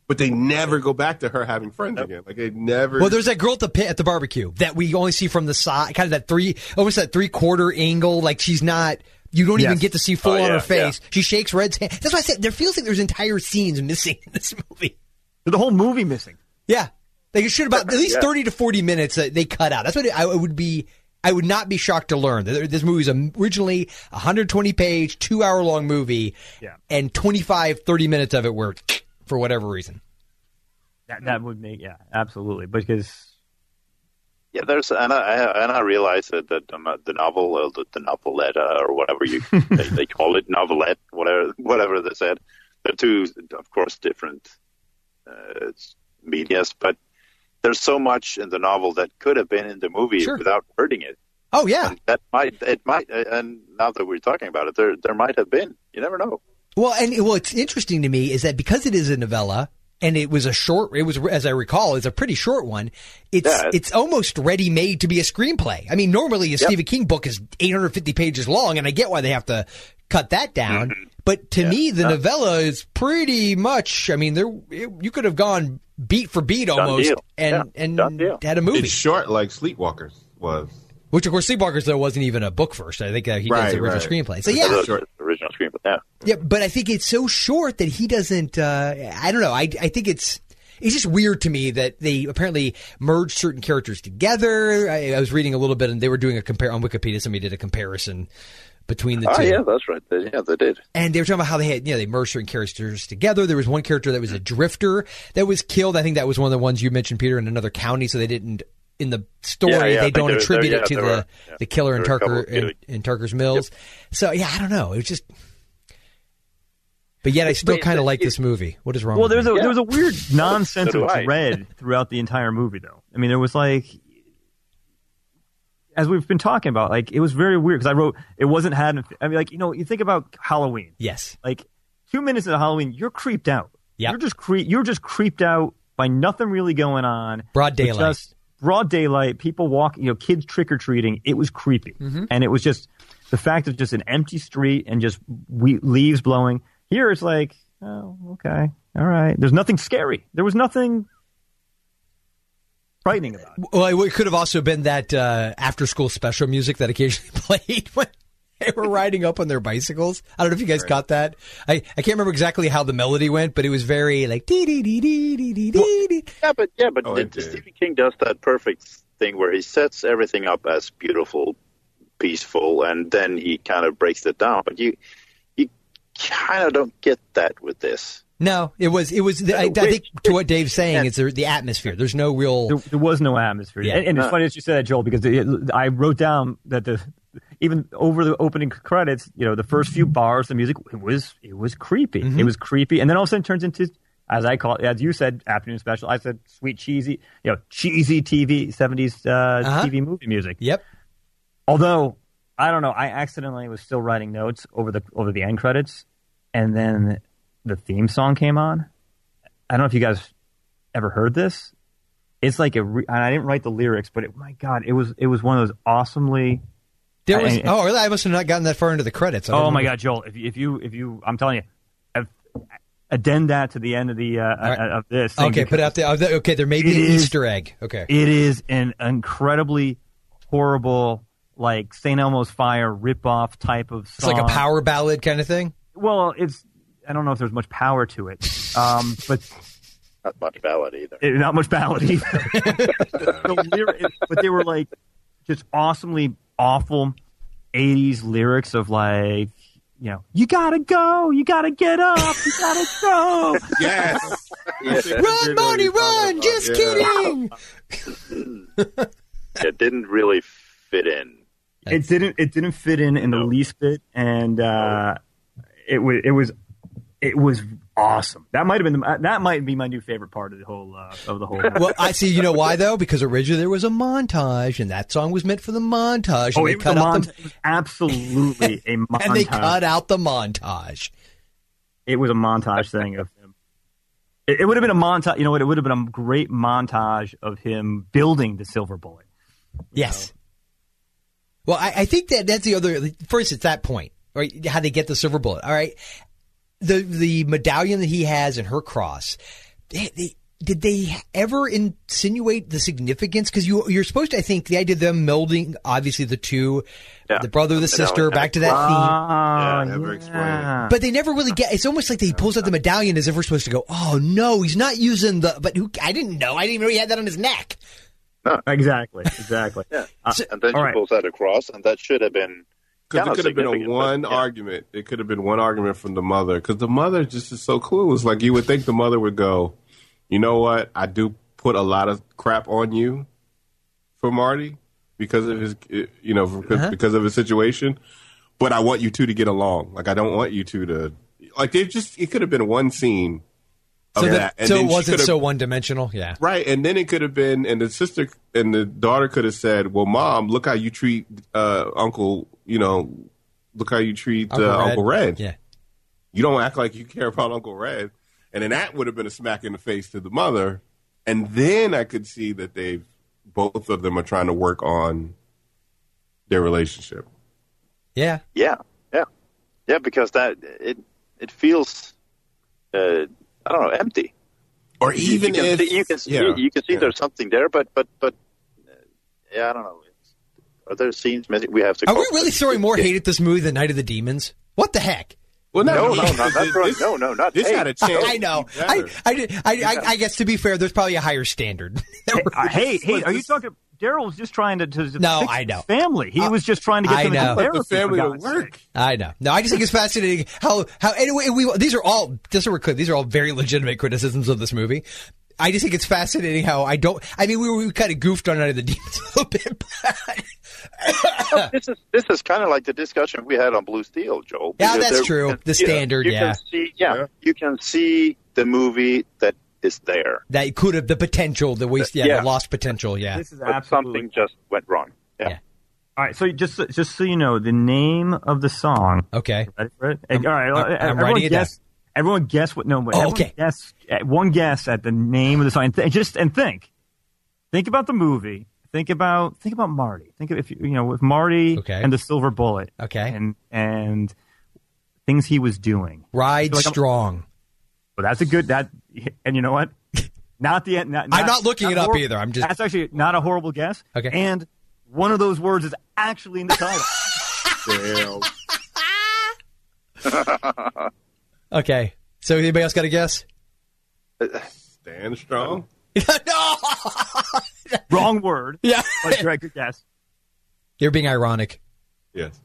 F: But they never go back to her having friends again. Like they never.
A: Well, there's that girl at the pit at the barbecue that we only see from the side, kind of that three, almost that three quarter angle. Like she's not, you don't even
E: Yes.
A: get to see full
G: Oh,
A: on
G: yeah,
A: her face. She shakes Red's hand. That's why I said there feels like there's entire scenes missing in this (laughs) movie.
E: The whole movie missing.
A: Yeah, they should about at least
G: Yeah.
A: thirty to forty minutes that they cut out. That's what I would be. I would not be shocked to learn that this movie is originally a 120 page, two hour long movie,
E: Yeah.
A: and 25, 30 minutes of it were for whatever reason.
E: That that would make yeah, absolutely. Because
G: Yeah, there's and I- I and I realize that the the novel or the, the noveletta or whatever you they, they call it novelette whatever whatever they said they're two of course different uh, s- medias but there's so much in the novel that could have been in the movie
A: Sure.
G: without hurting it
A: Oh yeah.
G: and that might it might uh, and now that we're talking about it there there might have been you never know
A: Well, and it- what's interesting to me is that because it is a novella and it was a short, it was as I recall, it's a pretty short one. It's
G: Yeah.
A: it's almost ready made to be a screenplay. I mean, normally a Stephen King book is 850 pages long, and I get why they have to cut that down. But to me, the novella is pretty much. I mean, there it, you could have gone beat for beat almost,
G: deal.
A: and
G: Yeah, done
A: and
G: deal.
A: had a movie.
F: it's short like Sleepwalkers was.
A: Which of course, Sleepwalkers though wasn't even a book first. I think uh, he does
F: Right,
A: the original
F: right.
A: screenplay. So
F: It's
A: yeah,
F: a
G: the,
F: Sure.
G: the original screenplay yeah
A: yeah, but I think it's so short that he doesn't. Uh, I don't know. I, I think it's it's just weird to me that they apparently merged certain characters together. I, I was reading a little bit, and they were doing a compare on Wikipedia. Somebody did a comparison between the
G: oh
A: two,
G: yeah that's right They- yeah they did
A: and they were talking about how they had you know they merged certain characters together. There was one character that was a drifter that was killed. I think that was one of the ones you mentioned, Peter, in another county. So they didn't in the story
G: Yeah, yeah, I
A: they
G: think
A: don't
G: there-
A: attribute
G: there- yeah,
A: it to the
G: there were- yeah.
A: the killer in
G: There were a couple
A: Tucker
G: of
A: in,
G: dudes.
A: in Tucker's Mills. So yeah, I don't know. It was just. But yet, I still
G: but-
A: kind of
G: but
A: like
G: it-
A: this movie. What is wrong?
E: well,
A: with
E: there's
A: me?
E: a
G: Yeah.
E: there was a weird nonsense
G: (laughs) So do
E: of
G: I.
E: dread throughout the entire movie, though. I mean, there was like, as we've been talking about, like it was very weird because I wrote it wasn't had. I mean, like you know, you think about Halloween,
A: yes,
E: like two minutes into Halloween, you're creeped out.
A: Yeah.
E: you're just cre- you're just creeped out by nothing really going on.
A: broad
E: With
A: daylight.
E: Just broad daylight, people walk, you know, kids trick or treating. It was creepy,
A: Mm-hmm.
E: and it was just the fact of just an empty street and just we- leaves blowing. Here it's like, oh, okay, all right. There's nothing scary. There was nothing frightening about it.
A: Well, it could have also been that uh, after school special music that occasionally (laughs) played when they were riding up on their bicycles. I don't know if you guys got that. I, I can't remember exactly how the melody went, but it was very like dee dee dee dee dee dee dee. dee.
G: Yeah, but yeah, but
F: Oh,
G: the-
F: it did.
G: Stephen King does that perfect thing where he sets everything up as beautiful, peaceful, and then he kind of breaks it down. But you, you kind of don't get that with this.
A: No, it was it was. I, I think to what Dave's saying is the, the atmosphere. There's no
E: There,
A: real.
E: there was no atmosphere,
A: Yeah. Uh,
E: and, and it's funny that you said that, Joel, because it, I wrote down that the even over the opening credits, you know, the first few bars, the music it was it was creepy.
A: Mm-hmm.
E: It was creepy, and then all of a sudden it turns into as I call as you said, afternoon special. I said sweet cheesy, you know, cheesy TV seventies uh,
A: Uh-huh.
E: TV movie music.
A: Yep.
E: Although I don't know, I accidentally was still writing notes over the over the end credits, and then the theme song came on. I don't know if you guys ever heard this. It's like a re- and I didn't write the lyrics, but it, my God, it was it was one of those awesomely.
A: There was.
E: I- I-
A: oh, really? I must have not gotten that far into the credits. I don't
E: Oh my
A: remember.
E: God, Joel! If you, if you if you, I'm telling you, I've, addend that to the end of the uh,
A: right.
E: uh, of this. thing
A: Okay,
E: because
A: put out the. oh, the- Okay, there may be
E: It
A: an
E: is-
A: Easter egg. Okay.
E: It is an incredibly horrible, like St. Elmo's Fire ripoff type of
A: It's
E: song.
A: like a power ballad kind of thing.
E: Well, it's I don't know if there's much power to it, um, but
G: Not much ballad either.
E: it, not much ballad either. (laughs) The lyri- but they were like just awesomely awful '80s lyrics of like, you know, you gotta go, you gotta get up, you gotta
A: (laughs)
E: go.
F: Yes.
A: Run, Marty, run! Just
F: Yeah.
A: kidding.
G: It didn't really fit in.
E: it didn't it didn't fit in in the least bit, and uh, it was it was it was awesome. That might have been the, that might be my new favorite part of the whole uh, of the whole.
A: (laughs) Well, I see. You know why though? Because originally there was a montage, and that song was meant for the montage. And
E: Oh,
A: they
E: it was,
A: cut
E: a
A: out
E: mont-
A: the,
E: it was absolutely a
A: (laughs)
E: montage.
A: and they cut out the montage.
E: It was a montage thing of him. It, it would have been a montage. You know what? It would have been a great montage of him building the silver bullet.
A: Yes. Well, I, I think that that's the other. First, it's that point, right? How they get the silver bullet. All right, the the medallion that he has and her cross. they, they- did they ever insinuate the significance? Because you you're supposed to, I think, the idea of them melding obviously the two,
G: Yeah.
A: the brother, the
G: They don't
A: sister,
G: have
A: back to that theme.
E: Ah,
F: Yeah, (laughs) never explained it.
E: yeah.
A: But they never really get. It's almost like they pulls out the medallion as if we're supposed to go, "Oh no, he's not using the." But who? I didn't know. I didn't even know he had that on his neck.
E: exactly,
F: (laughs)
E: exactly.
G: Yeah.
E: Uh,
G: and then she
E: all right.
G: pulls out a cross, and that should have been.
F: Because
G: kind
F: it
G: of
F: could have been a
G: significant, but,
F: one
G: yeah.
F: argument. It could have been one argument from the mother. Because the mother just is so clueless. Like you would think the mother would go, you know what? I do put a lot of crap on you for Marty because of his, you know, because,
A: Uh-huh.
F: because of his situation. But I want you two to get along. Like I don't want you two to, like they just. It could have been one scene. Of
A: So
F: that.
A: that,
F: And
A: so
F: then
A: it
F: she
A: wasn't
F: could have-
A: so one dimensional. Yeah.
F: Right, and then it could have been, and the sister and the daughter could have said, "Well, mom, look how you treat uh, Uncle. You know, look how you treat Uncle, uh, Red. Uncle Red.
A: Yeah.
F: You don't act like you care about Uncle Red." And then that would have been a smack in the face to the mother, and then I could see that they, both of them, are trying to work on their relationship.
A: Yeah.
G: Yeah, yeah, yeah. Because that it it feels uh, I don't know empty.
F: Or even
G: you can
F: if
G: see, you can see,
F: yeah,
G: you can see
F: yeah.
G: there's something there, but but but uh, yeah, I don't know. It's, are there scenes missing? We have to.
A: Are we
G: cope
A: really
G: with.
A: throwing more
G: Yeah.
A: hate at this movie than Night of the Demons? What the heck?
F: Well,
G: No,
A: (laughs)
G: no, no, not throwing-
F: this-
G: no, no, not
F: this
G: hate.
F: had a chance.
A: I know.
F: to be
A: I
F: better.
A: I, did- I, I, I guess to be fair, there's probably a higher standard. (laughs)
E: Hey, uh, hey, hey,
F: But
E: are you
F: this-
E: talking? Daryl was just trying to, to, to
A: No,
E: fix
A: I
E: his
A: know.
E: family. He
A: Uh,
E: was just trying to get
A: I
E: them
A: know.
E: into
A: But
E: therapy.
F: the
E: for
F: family to
E: God's
F: work.
E: sake.
A: I know. No, I just think it's fascinating how how anyway we these are all just so we're clear, these are all very legitimate criticisms of this movie. I just think it's fascinating how I don't. I mean, we were we kind of goofed on Night of the Demons (laughs) a little bit, but
G: this is this is kind of like the discussion we had on Blue Steel, Joel.
A: Yeah,
G: Because
A: that's
G: there-
A: true. The
G: you know,
A: standard,
G: you
A: yeah.
G: Can see, yeah,
F: Yeah.
G: you can see the movie that is there,
A: that could have the potential, the waste, yeah,
G: Yeah.
A: the lost potential, yeah.
E: This is
G: but
E: absolutely
G: something just went wrong. Yeah,
A: Yeah.
E: All right, so just just so you know, the name of the song.
A: Okay,
E: Ready for it? All right, uh,
A: I'm- I'm
E: everyone
A: writing it
E: guess. Everyone guess what? No, wait,
A: Oh,
E: everyone
A: okay.
E: Guess at one guess at the name of the song. And th- just and think, think about the movie. Think about think about Marty. Think of if you you know with Marty
A: Okay.
E: and the Silver Bullet.
A: Okay.
E: and and things he was doing.
A: ride
E: I feel like I'm-
A: strong.
E: Well, that's a good that. And you
A: (laughs)
E: know what? Not the end. Not,
A: I'm not looking it up
E: horrible-
A: either. I'm just-
E: That's actually not a horrible guess.
A: Okay.
E: And one of those words is actually in the
A: (laughs)
E: title.
F: Damn.
A: Okay, so anybody else got a guess? (laughs)
F: Stand strong.
A: no,
E: Wrong word.
A: yeah,
E: But Greg, good guess.
A: you're being ironic.
F: Yes.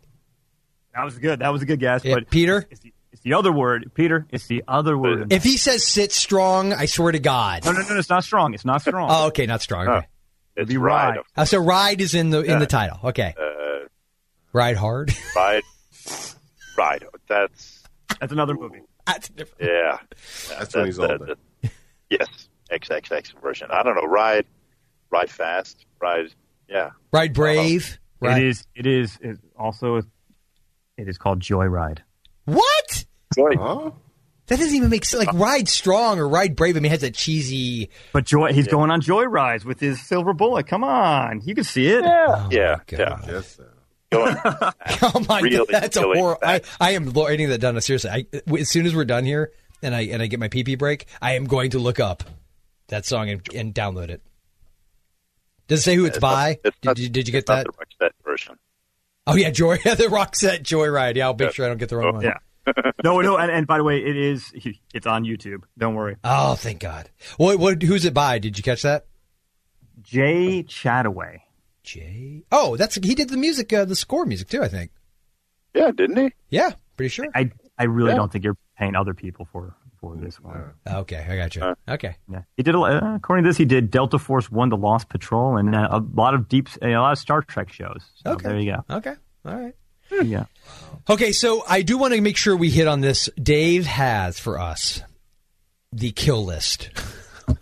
E: That was good. That was a good guess.
A: Yeah,
E: But
A: Peter,
E: it's the, it's the other word, Peter. It's the other word.
A: if he says sit strong, I swear to God.
E: no, no, no, no, it's not strong. It's not strong.
A: Oh, okay, not strong. Okay.
G: it's
E: be
G: (laughs) ride,
E: right.
A: Uh, so ride is in the in the title. Okay,
G: uh,
A: ride hard. (laughs)
G: ride, ride. That's
E: That's another movie.
A: That's different.
G: yeah.
F: That's when he's older.
G: yes, XXX version. I don't know. Ride, ride fast. Ride. Yeah.
A: Ride brave. Right.
E: It is. It is it also. It is called Joyride.
A: What?
F: Oh, Huh?
A: That doesn't even make sense.
G: Uh,
A: Like ride strong or ride brave. I mean, it has that cheesy.
E: But joy, he's going on joyrides with his silver bullet. Come on, you can see it.
A: Oh,
G: yeah.
A: my
G: Yeah.
A: God. (laughs)
F: Yes, sir.
G: Going.
A: Oh my
G: Really,
A: god, that's a
G: really
A: horror. I,
G: bad.
A: I am writing that down. No, Seriously, I, w- as soon as we're done here and I and I get my pee pee break, I am going to look up that song and, and download it. Does it say who it's by?
G: It's not-
A: did, you, did you get
G: it's not
A: that?
G: the Roxette version.
A: Oh yeah, Joy, (laughs) the Roxette Joyride. Yeah, I'll make sure I don't get the
G: Oh,
A: wrong one.
E: Yeah. (laughs) no, no, and, and by the way, it is. It's on YouTube. Don't worry.
A: Oh, thank God. What, what? Who's it by? Did you catch that?
E: Jay Chataway.
A: Jay. Oh, that's he did the music, uh, the score music too. I think.
G: Yeah, didn't he?
A: Yeah, pretty sure.
E: I I really don't think you're paying other people for for this one.
A: Okay, I got you. Okay,
E: Yeah, he did. A, lot- uh, according to this, he did Delta Force One, The Lost Patrol, and uh, a lot of deep, uh, a lot of Star Trek shows. So
A: Okay. Hmm.
E: Oh, there you go.
A: okay, all right.
E: Yeah.
A: Okay, so I do want to make sure we hit on this. Dave has for us the kill list
E: (laughs)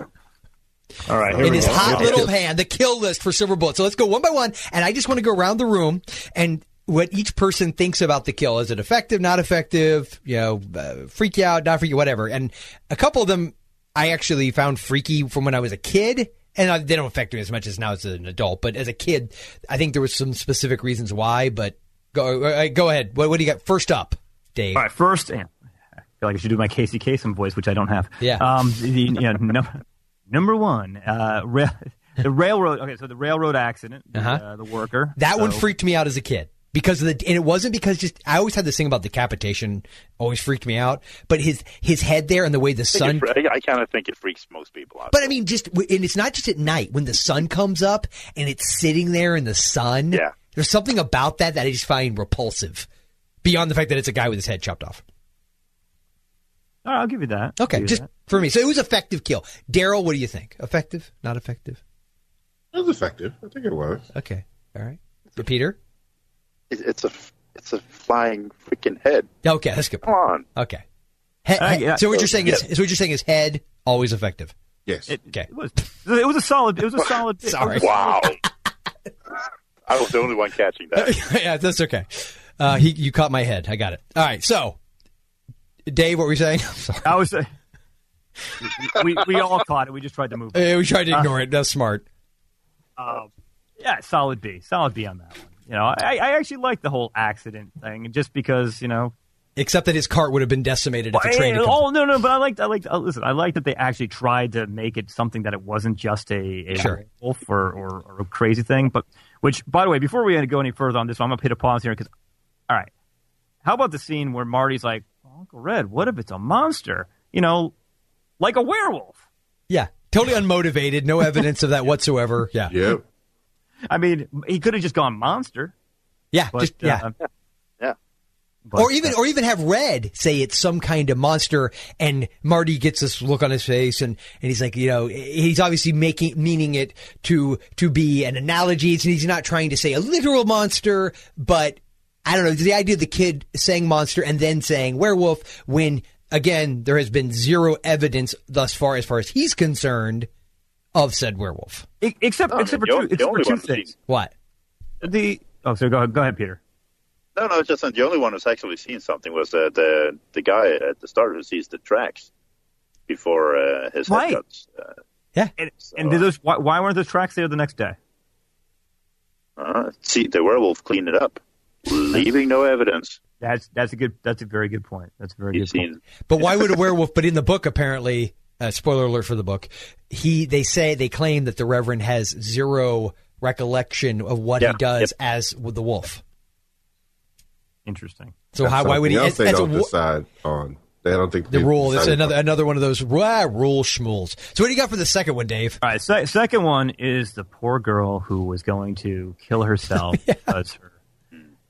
E: All right.
A: in his hot little hand. The kill list for Silver Bullet. So let's go one by one, and I just want to go around the room and what each person thinks about the kill. Is it effective? Not effective? You know, uh, freak you out? Not freak you? Whatever. And a couple of them I actually found freaky from when I was a kid. And uh, they don't affect me as much as now as an adult, but as a kid, I think there was some specific reasons why. But go, uh, go ahead. What, what do you got first up, Dave?
E: All right. First, and I feel feel like I should do my Casey Kasem voice, which I don't have.
A: Yeah.
E: Um, the, you know, num- number one, uh, ra- the railroad. Okay, so the railroad accident, the,
A: Uh-huh.
E: uh, the worker.
A: That one
E: So-
A: freaked me out as a kid because of the, and it wasn't because just I always had this thing about decapitation, always freaked me out. But his his head there and the way the
G: I,
A: sun.
G: kind of think it freaks most people out.
A: But I mean, just and it's not just at night when the sun comes up and it's sitting there in the sun.
G: Yeah.
A: there's something about that that I just find repulsive. Beyond the fact that it's a guy with his head chopped off.
E: All right, I'll give you that. I'll
A: Okay,
E: give you
A: just
E: that.
A: for me. So it was effective kill. Daryl, what do you think? Effective? Not effective?
F: It was effective. I think it was.
A: Okay, all right. For Peter.
G: It- it's a it's a flying freaking head.
A: Okay, let's go.
G: Come on.
A: Okay. He-
E: Uh,
A: he-
E: yeah.
A: so what you're saying is, so what you're saying is head always effective.
F: Yes.
E: It,
A: Okay.
E: it was it was a solid. It was a solid.
A: (laughs)
E: bid.
A: Sorry.
G: Wow. I was the only one catching that.
A: (laughs) yeah, that's okay. Uh, he, you caught my head. I got it. All right. So, Dave, what were you saying? (laughs) I'm sorry.
E: I was. Uh, we we all caught it. We just tried to move. on.
A: Uh, we tried to ignore it. That's smart.
E: Yeah, solid B, solid B on that one. You know, I, I actually like the whole accident thing, just because you know.
A: Except that his cart would have been decimated if the train.
E: Hey,
A: Had come.
E: oh no, no, but I liked, I liked. Uh, listen, I like that they actually tried to make it something that it wasn't just a, a
A: Sure.
E: wolf or, or, or a crazy thing. But which, by the way, before we go any further on this, one, I'm gonna hit a pause here because, all right, how about the scene where Marty's like, Uncle Red, what if it's a monster? You know, like a werewolf.
A: yeah, totally unmotivated. No evidence of that whatsoever. (laughs) Yeah, yeah,
F: Yep.
E: I mean, he could have just gone monster, but
A: just yeah.
E: uh,
G: Yeah.
E: but-
A: or even or even have Red say it's some kind of monster, and Marty gets this look on his face, and, and he's like, you know, he's obviously making meaning it to to be an analogy. It's, he's not trying to say a literal monster, but I don't know the idea of the kid saying monster and then saying werewolf when again there has been zero evidence thus far as far as he's concerned of said werewolf.
E: E- Except,
G: No, I mean,
E: except for
G: Oh, you're-
E: two, except
G: you're
E: for
G: the
E: two
G: one who's
E: things.
A: What?
E: The oh, so go ahead, go ahead, Peter.
G: No, no, it's just the only one who's actually seen something was uh, the the guy at the start who sees the tracks before uh, his head
E: Right.
G: cuts. Uh,
E: And,
G: So,
E: and did those why, why weren't those tracks there the next day?
G: uh, see, the werewolf cleaned it up, leaving no evidence.
E: That's that's a good that's a very good point. That's a very
G: He's
E: good point.
G: seen.
A: But why would a werewolf? But in the book, apparently, uh, spoiler alert for the book, he they say they claim that the Reverend has zero recollection of what
G: Yeah,
A: he does as with the wolf.
E: Interesting.
A: So how, why would he?
F: Something
A: As, as
F: else they
A: a,
F: don't
A: wo-
F: decide on. They don't think
A: the
F: they
A: rule. That's
F: decided
A: another
F: on.
A: another one of those rah, rule schmules. So what do you got for the second one, Dave?
E: All right. Se- second one is the poor girl who was going to kill
A: (laughs)
E: herself because her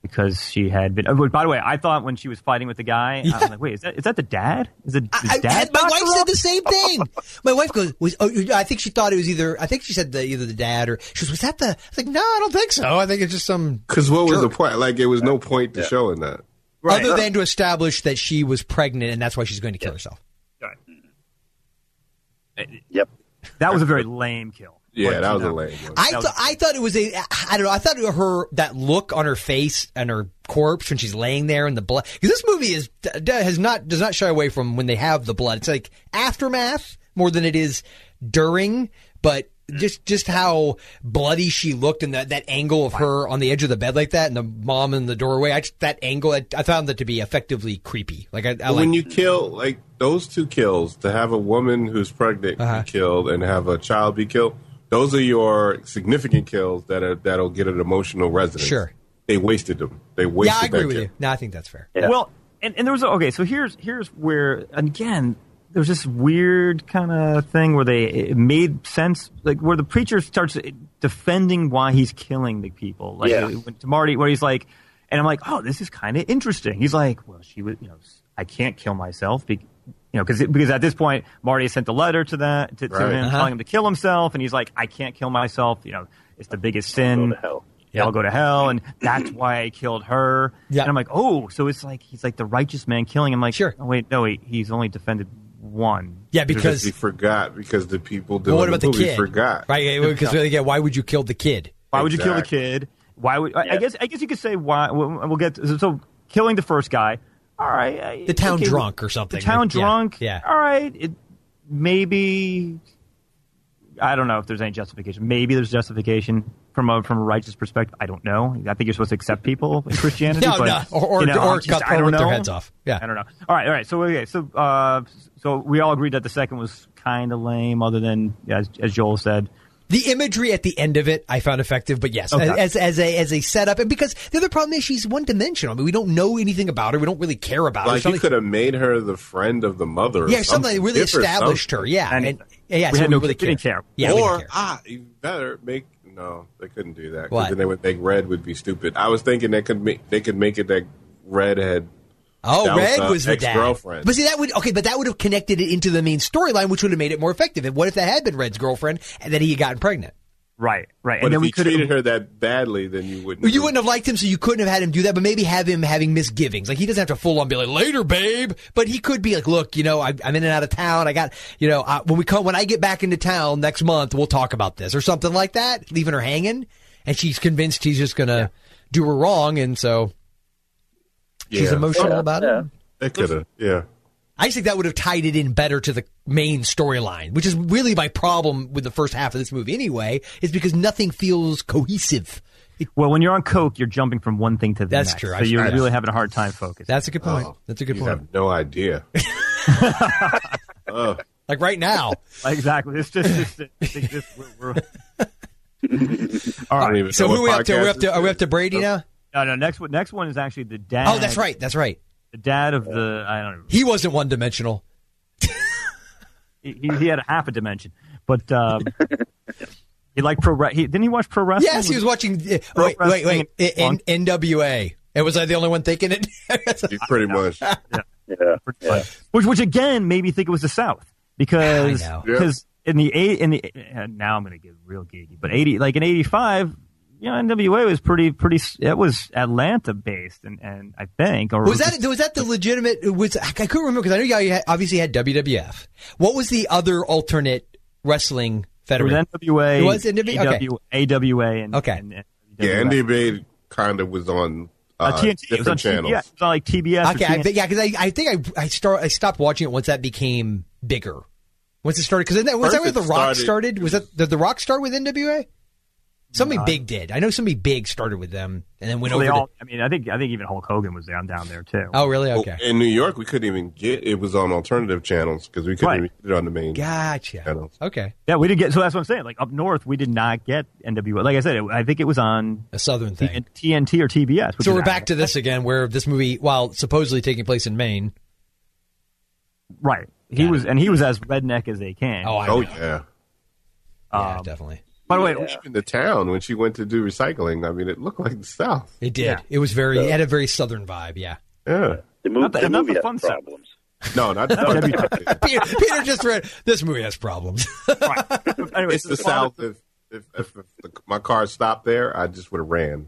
E: because she had been. Oh, by the way, I thought when she was fighting with the guy, I was like, wait, is that is that the dad? Is it is
A: I, I-
E: dad?
A: my
E: knocked
A: wife
E: her
A: said
E: off?
A: the same thing. My wife goes, was, oh, I think she thought it was either, I think she said the, either the dad or, she goes, was that the, I was like, no, I don't think so. I think it's just some,
F: Because what was the point? Like, it was no point to showing that.
E: Right.
A: other than to establish that she was pregnant and that's why she's going to kill herself.
G: Yep.
E: that was a very lame kill.
F: Yeah,
E: But,
F: that
E: you
F: was a
E: know,
F: lame one.
A: I thought I thought it was a I don't know I thought it- her that look on her face and her corpse when she's laying there in the blood because this movie is d- d- has not does not shy away from when they have the blood it's like aftermath more than it is during but just just how bloody she looked and that that angle of her on the edge of the bed like that and the mom in the doorway I just, that angle I, I found that to be effectively creepy like I, I
F: when
A: like
F: you kill, like, those two kills, to have a woman who's pregnant
A: Uh-huh.
F: be killed and have a child be killed, those are your significant kills that are, that'll get an emotional resonance.
A: Sure.
F: They wasted them. They wasted
A: yeah I agree
F: that
A: with
F: kill.
A: you no I think that's fair
G: Yeah.
E: Well, and, and there was okay. So here's here's where and again there's this weird kind of thing where they it made sense, like where the preacher starts defending why he's killing the people, like
G: Yeah.
E: when- to Marty, where he's like, and I'm like, oh, this is kind of interesting. He's like, well, she was, you know, I can't kill myself. Be- you know, because because at this point, Marty sent the letter to that to, to
F: Right.
E: him,
A: Uh-huh.
E: telling him to kill himself, and he's like, "I can't kill myself. You know, it's the biggest sin.
G: Go to hell.
E: They all go to hell, and that's why I killed her.
A: Yeah.
E: And I'm like, oh, so it's like he's like the righteous man killing. I'm like,
A: Sure.
E: Oh, wait, no, he, he's only defended one.
A: yeah
F: Because
A: because
F: he forgot because the people doing
A: well, what about
F: the
A: the
F: movie
A: kid
F: forgot.
A: right
F: (laughs)
A: because again why would you kill the kid
E: Why would you kill the
F: Exactly.
E: kid? Why would I, I
G: Yeah.
E: guess? I guess you could say why. We'll, we'll get so killing the first guy. All right, I-
A: the town
E: okay,
A: drunk or something.
E: The town
A: Like, yeah,
E: drunk.
A: Yeah.
E: All right. It, maybe I don't know if there's any justification. Maybe there's justification. from a from a righteous perspective. I don't know. I think you're supposed to accept people in Christianity.
A: (laughs) No,
E: but,
A: no. Or- or-
E: you know,
A: or
E: I'm
A: cut-
E: I
A: or
E: don't
A: rip their
E: know.
A: heads off. Yeah.
E: (laughs) I don't know. All right, all right. So okay, so uh, so we all agreed that the second was kind of lame, other than yeah, as, as Joel said.
A: The imagery at the end of it, I found effective, but yes,
E: Okay.
A: as as a as a setup, and because the other problem is she's one dimensional. I mean, we don't know anything about her. We don't really care about her.
F: Like you
A: Something-
F: could have made her the friend of the mother. or
A: yeah, something that really
F: Give her
A: established
F: something.
A: her. Yeah, and,
E: And
A: yeah, yeah,
E: we
A: so
E: had no-
A: really
E: we didn't care.
A: Yeah, we didn't
F: or
A: care.
F: ah, even better make no. They couldn't do that. 'cause
A: What?
F: Then they would think red would be stupid. I was thinking they could make they could make it that red had
A: Oh,
F: That was
A: Red
F: the
A: was the dad.
F: ex-girlfriend.
A: But see, that would okay, but that would have connected it into the main storyline, which would have made it more effective. And what if that had been Red's girlfriend and then he had gotten pregnant?
E: Right, right.
F: But
E: and then
F: if
E: we
F: you
E: could
F: treated her that badly, then you wouldn't.
A: You wouldn't have liked him, so you couldn't have had him do that. But maybe have him having misgivings. Like he doesn't have to full on be like later, babe. But he could be like, look, you know, I, I'm in and out of town. I got, you know, uh, when we come, when I get back into town next month, we'll talk about this or something like that. Leaving her hanging, and she's convinced he's just gonna do her wrong, and so she's
F: Yeah.
A: emotional about it.
F: They could have. Yeah.
A: I just think that would have tied it in better to the main storyline, which is really my problem with the first half of this movie anyway, is because nothing feels cohesive. It,
E: well, when you're on coke, you're jumping from one thing to the
A: That's
E: next.
A: true.
E: So
A: I-
E: you're
A: I-
E: really having a hard time focusing.
A: that's a good point. That's a good
F: Oh. You
A: point.
F: have no idea.
A: (laughs)
F: Ugh.
A: Like right now.
E: exactly. It's just, it's just, it's just we're, we're...
F: I don't even
A: so
F: know
A: who are we
F: what
A: up to? Are we up to,
F: podcast
A: are we up to
F: this
A: Brady now?
E: no, no. Next one. Next one is actually the dad.
A: Oh, that's right. That's right.
E: The dad of the I don't know.
A: He wasn't one dimensional.
E: He, he- he had a half a dimension, but um, (laughs) he liked pro. Re- he, didn't he watch pro wrestling?
A: Yes, he was watching. uh, Wait, wait, wait. N- N- NWA. And was I the only one thinking it? (laughs)
F: is.
A: oh.
F: Pretty much.
G: Yeah. yeah.
E: which which again made me think it was the South because
A: I know.
F: Yeah.
E: because in the eight in the uh, now I'm gonna get real geeky, but eighty like in eighty five. You know, NWA was pretty, pretty. s- It was Atlanta based, and, and I think, or
A: Was that was that the legitimate? Was I couldn't remember because I know you had- obviously had WWF. What was the other alternate wrestling
E: it was
A: federation?
E: NWA?
A: It was NWA? Okay.
E: AW, AWA, and
A: Okay.
E: and, and
F: Yeah,
E: NWA.
F: NDB kind of was on uh,
E: Uh, TNT. It was on
F: different
E: TBS.
F: channels.
E: It was on like TBS.
A: Okay,
E: or
A: I,
E: TNT.
A: think- yeah, because I, I think I I start I stopped watching it once that became bigger. Once it started, because was
F: First
A: that where
F: it
A: the Rock
F: started-
A: started? Was that did the Rock start with NWA? Somebody big did. I know somebody big started with them and then went over.
E: Well, they
A: to-
E: all, I mean, I think I think even Hulk Hogan was down down there too.
A: oh, really?
F: Well,
A: Okay,
F: In New York, we couldn't even get it was on alternative channels because we couldn't
E: Right.
F: even get it on the main. I
A: gotcha.
F: know.
A: Okay,
E: Yeah, we didn't get. So that's what I'm saying. Like up north, we did not get NWA. Like I said, it, I think it was on
A: a Southern
E: T-
A: thing.
E: TNT or TBS. which
A: So
E: is-
A: we're back to this again, where this movie, while supposedly taking place in Maine,
E: right. He
A: Got
E: was, and he was as redneck as they can.
A: oh, I
F: Oh
A: know.
F: yeah.
A: yeah,
E: um,
A: definitely.
E: by the way,
F: In the town when she went to do recycling, I mean it looked like the South.
A: It did.
E: yeah.
A: It was very. It had a very Southern vibe. Yeah.
F: Yeah.
G: The, mo-
E: Not the-
G: the
E: not
G: movie
E: the
G: has
E: fun stuff.
G: problems.
F: No, not the fucking-
A: Peter, Peter just read. This movie has problems. (laughs)
E: right. (laughs) anyway,
F: It's
E: so
F: the
E: father-
F: South. If if, if, if the, my car stopped there, I just would
A: (laughs)
F: have ran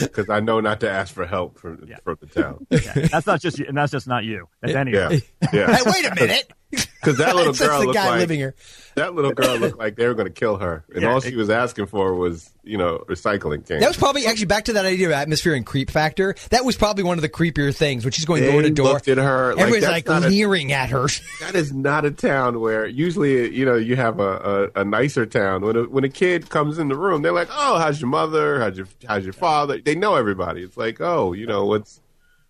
F: because I know not to ask for help from from the town.
E: yeah, that's not just you, and that's just not you. That's any.
F: Yeah, yeah.
A: hey, wait a minute.
F: Because that little
A: It's just
F: girl
A: the
F: looked
A: guy
F: like
A: living here.
F: that little girl looked like they were going to kill her, and
E: Yeah.
F: all she was asking for was you know recycling cans.
A: That was probably actually back to that idea of atmosphere and creep factor. That was probably one of the creepier things when she's going
F: They
A: door to door.
F: looked at her like,
A: Everyone's
F: that's
A: like
F: not a-
A: leering at her.
F: That is not a town where usually you know you have a, a, a nicer town. When a, when a kid comes in the room, they're like, "Oh, how's your mother? How's your how's your father?" They know everybody. It's like, "Oh, you know what's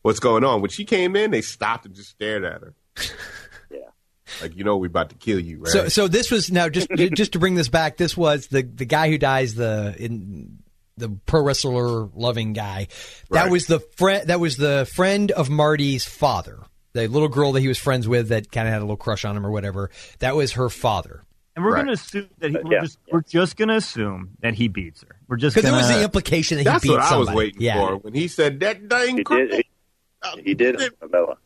F: what's going on." When she came in, they stopped and just stared at her.
G: (laughs) Yeah.
F: like you know we about to kill you, right?
A: So, so this was now just just to bring this back. This was the the guy who dies the in the pro wrestler loving guy. That
F: Right.
A: was the friend. That was the friend of Marty's father. The little girl that he was friends with that kind of had a little crush on him or whatever. That was her father.
E: And we're
F: Right.
E: gonna assume that he, we're,
G: yeah,
E: just, we're just gonna assume that he beats her. We're just
A: Because
E: gonna.
A: there
E: (laughs)
A: was the implication that he
F: That's
A: beat
F: what I was
A: somebody.
F: waiting
A: yeah.
F: for when he said that dang
G: He
F: cripple.
G: did. He, he did.
F: Get
G: Isabella.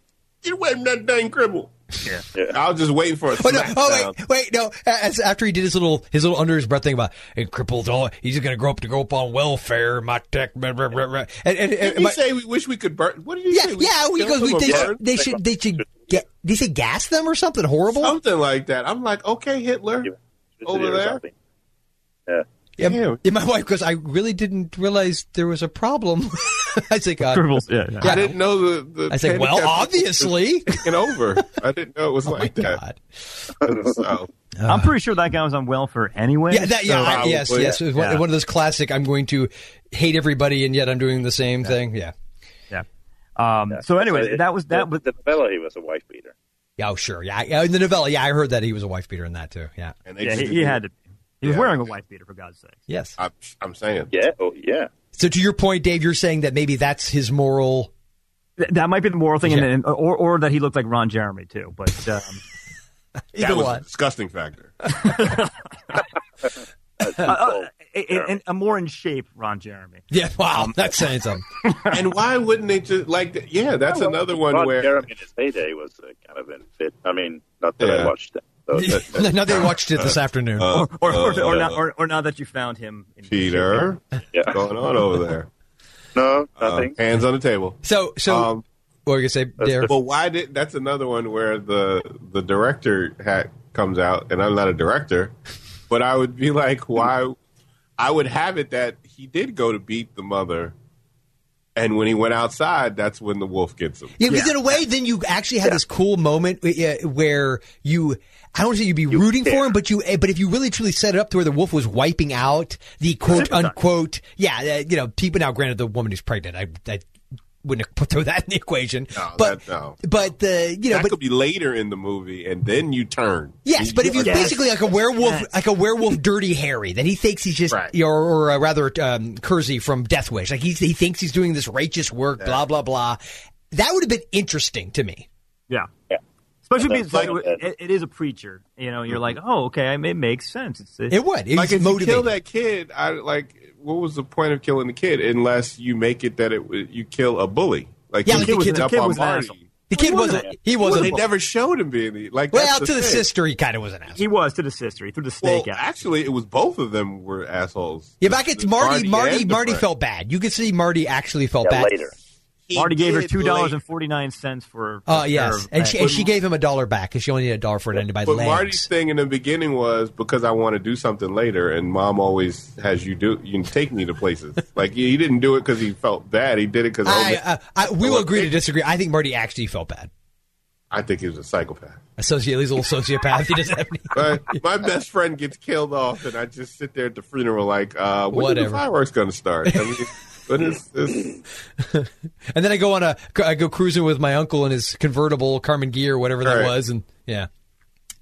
F: away from that dang cripple.
E: Yeah.
F: I was just waiting for a
A: Oh, no.
F: smackdown.
A: oh wait, wait, no. As, after he did his little his little under his breath thing about hey, crippled, all he's going to grow up to grow up on welfare. My tech, blah, blah, blah, blah." and, and,
F: Didn't
A: and
F: he
A: my-
F: say we wish we could burn? What did he
A: yeah,
F: say?
A: yeah,
F: could
A: because
F: kill
A: we
F: them or
A: they,
F: burn?
A: should- they should they should get they say gas them or something horrible.
F: something like that. I'm like, okay, Hitler. Over
G: Or
F: there?
G: something.
A: Yeah,
F: Damn.
A: yeah, my wife goes. I really didn't realize there was a problem. (laughs) I was like, uh,
E: Scribbles, yeah, yeah.
F: I didn't know the. the
A: I said, well,
F: (laughs) handicap was
A: obviously. (laughs)
F: taken over. I didn't know it was
A: Oh my
F: like that.
A: god!
F: So
E: I'm pretty sure that guy was on welfare anyway.
A: Yeah, that, yeah,
F: So-
A: I- yes,
F: Probably.
A: yes. It was one-
E: Yeah.
A: one of those classic. I'm going to hate everybody, and yet I'm doing the same thing. Yeah.
E: yeah. Um, so anyway,
G: So it-
E: that was that
G: the,
E: was
G: the fella. He was a wife beater.
A: Yeah, oh, sure. Yeah, I- yeah, in the novella, yeah, I heard that he was a wife beater in that too. Yeah.
F: And they
E: yeah, he,
F: just-
E: he had to. be. He was
F: Yeah.
E: wearing a wife beater for God's sake.
A: Yes.
F: I, I'm saying.
G: Yeah. Oh, yeah.
A: So to your point, Dave, you're saying that maybe that's his moral.
E: Th- That might be the moral thing, and
A: Yeah.
E: and, or or that he looked like Ron Jeremy too. But
G: (laughs)
E: um,
A: Either
F: that was a
A: one.
F: disgusting factor.
E: (laughs)
G: Oh,
E: uh, a- a, a- a more in shape Ron Jeremy. (laughs)
A: Yeah. Wow,
F: Um,
A: that's saying
F: (laughs)
A: something.
F: and why wouldn't they just like? Yeah, that's
G: Oh,
F: another one
G: Rod
F: where
G: Jeremy in his heyday was uh, kind of in fit. I mean, not that
F: Yeah.
G: I watched it. So
F: (laughs)
A: (laughs)
G: that-
A: now they watched it
F: Uh,
A: this afternoon.
E: Or or,
A: Oh,
E: or, or, not, or or now that you found him, in
F: Peter,
G: Yeah.
F: what's going on over there?
G: no,
F: Uh,
G: nothing.
F: hands on the table.
A: so, so
F: um,
A: what were you gonna say, Derek?
F: But why did? That's another one where the the director hat comes out, and I'm not a director, but I would be like, why? I would have it that he did go to beat the mother, and when he went outside, that's when the wolf gets him.
A: Yeah, because in a way, then you actually had this cool moment uh, where you. I don't say you'd be rooting for
G: care.
A: him, but you. eh, But if you really truly set it up to where the wolf was wiping out the quote
E: Sympathize.
A: unquote, yeah, uh, you know, people. Now, granted, the woman who's pregnant, I, I wouldn't (laughs) put throw that in the equation.
F: No,
A: but
F: that- no.
A: but the you know,
F: that
A: but
F: could be later in the movie, and then you turn.
A: Yes, but if you're
E: Yes.
A: basically like a werewolf,
E: Yes.
A: like a werewolf, Dirty Harry, that he thinks he's just,
F: Right.
A: or, or uh, rather, um, Kersey from Death Wish, like he, he thinks he's doing this righteous work, blah blah blah. That would have been interesting to me.
E: Yeah.
G: Yeah.
E: Especially because
G: That's Mm-hmm.
E: like,
G: what I said.
E: it, it is a preacher. You know, you're like, oh, okay, it makes sense. It's, it's
A: It would. It
F: like
A: was
F: if you kill
A: motivating.
F: that kid, I like. What was the point of killing the kid unless you make it that it you kill a bully? Like
A: Yeah,
F: he
A: like the
F: was
A: kid- the
F: up
E: kid
F: on
E: was an
F: Marty.
E: asshole.
A: the kid wasn't. He
F: Well,
A: wasn't.
F: they never showed him being the- like.
A: well,
F: that's
A: to the
F: thing.
A: sister, he kind of was an asshole.
E: He was to the sister. He threw the
F: Well,
E: snake out.
F: actually, it was both of them were assholes.
A: yeah, back at Marty.
F: and
A: Marty.
F: the
A: Marty
F: friend.
A: felt bad. You could see Marty actually felt
G: Yeah,
A: bad
G: later.
F: He
E: Marty gave her
F: did
E: two dollars
F: later.
E: and forty nine cents for.
A: Oh
E: for her
A: yes, and she, and
E: bag.
A: she gave him a dollar back because she only needed a dollar for it anybody.
F: But
A: legs.
F: Marty's thing in the beginning was because I want to do something later, and Mom always has you do you take me
A: (laughs)
F: to places. like he didn't do it because he felt bad. He did it because
A: I,
F: I,
A: uh, I, we will agree to disagree. I think Marty actually felt bad.
F: think he was a psychopath.
A: A soci- he's a little sociopath. He doesn't have
F: (laughs)
A: any. (laughs)
F: But my best friend gets killed off, and I just sit there at the funeral like, uh, when are the
A: Whatever.
F: fireworks going to start? I mean, but it's,
A: (laughs)
F: it's,
A: And then I go on a I go cruising with my uncle in his convertible Carmen Gear, whatever that
F: Right.
A: was, and yeah.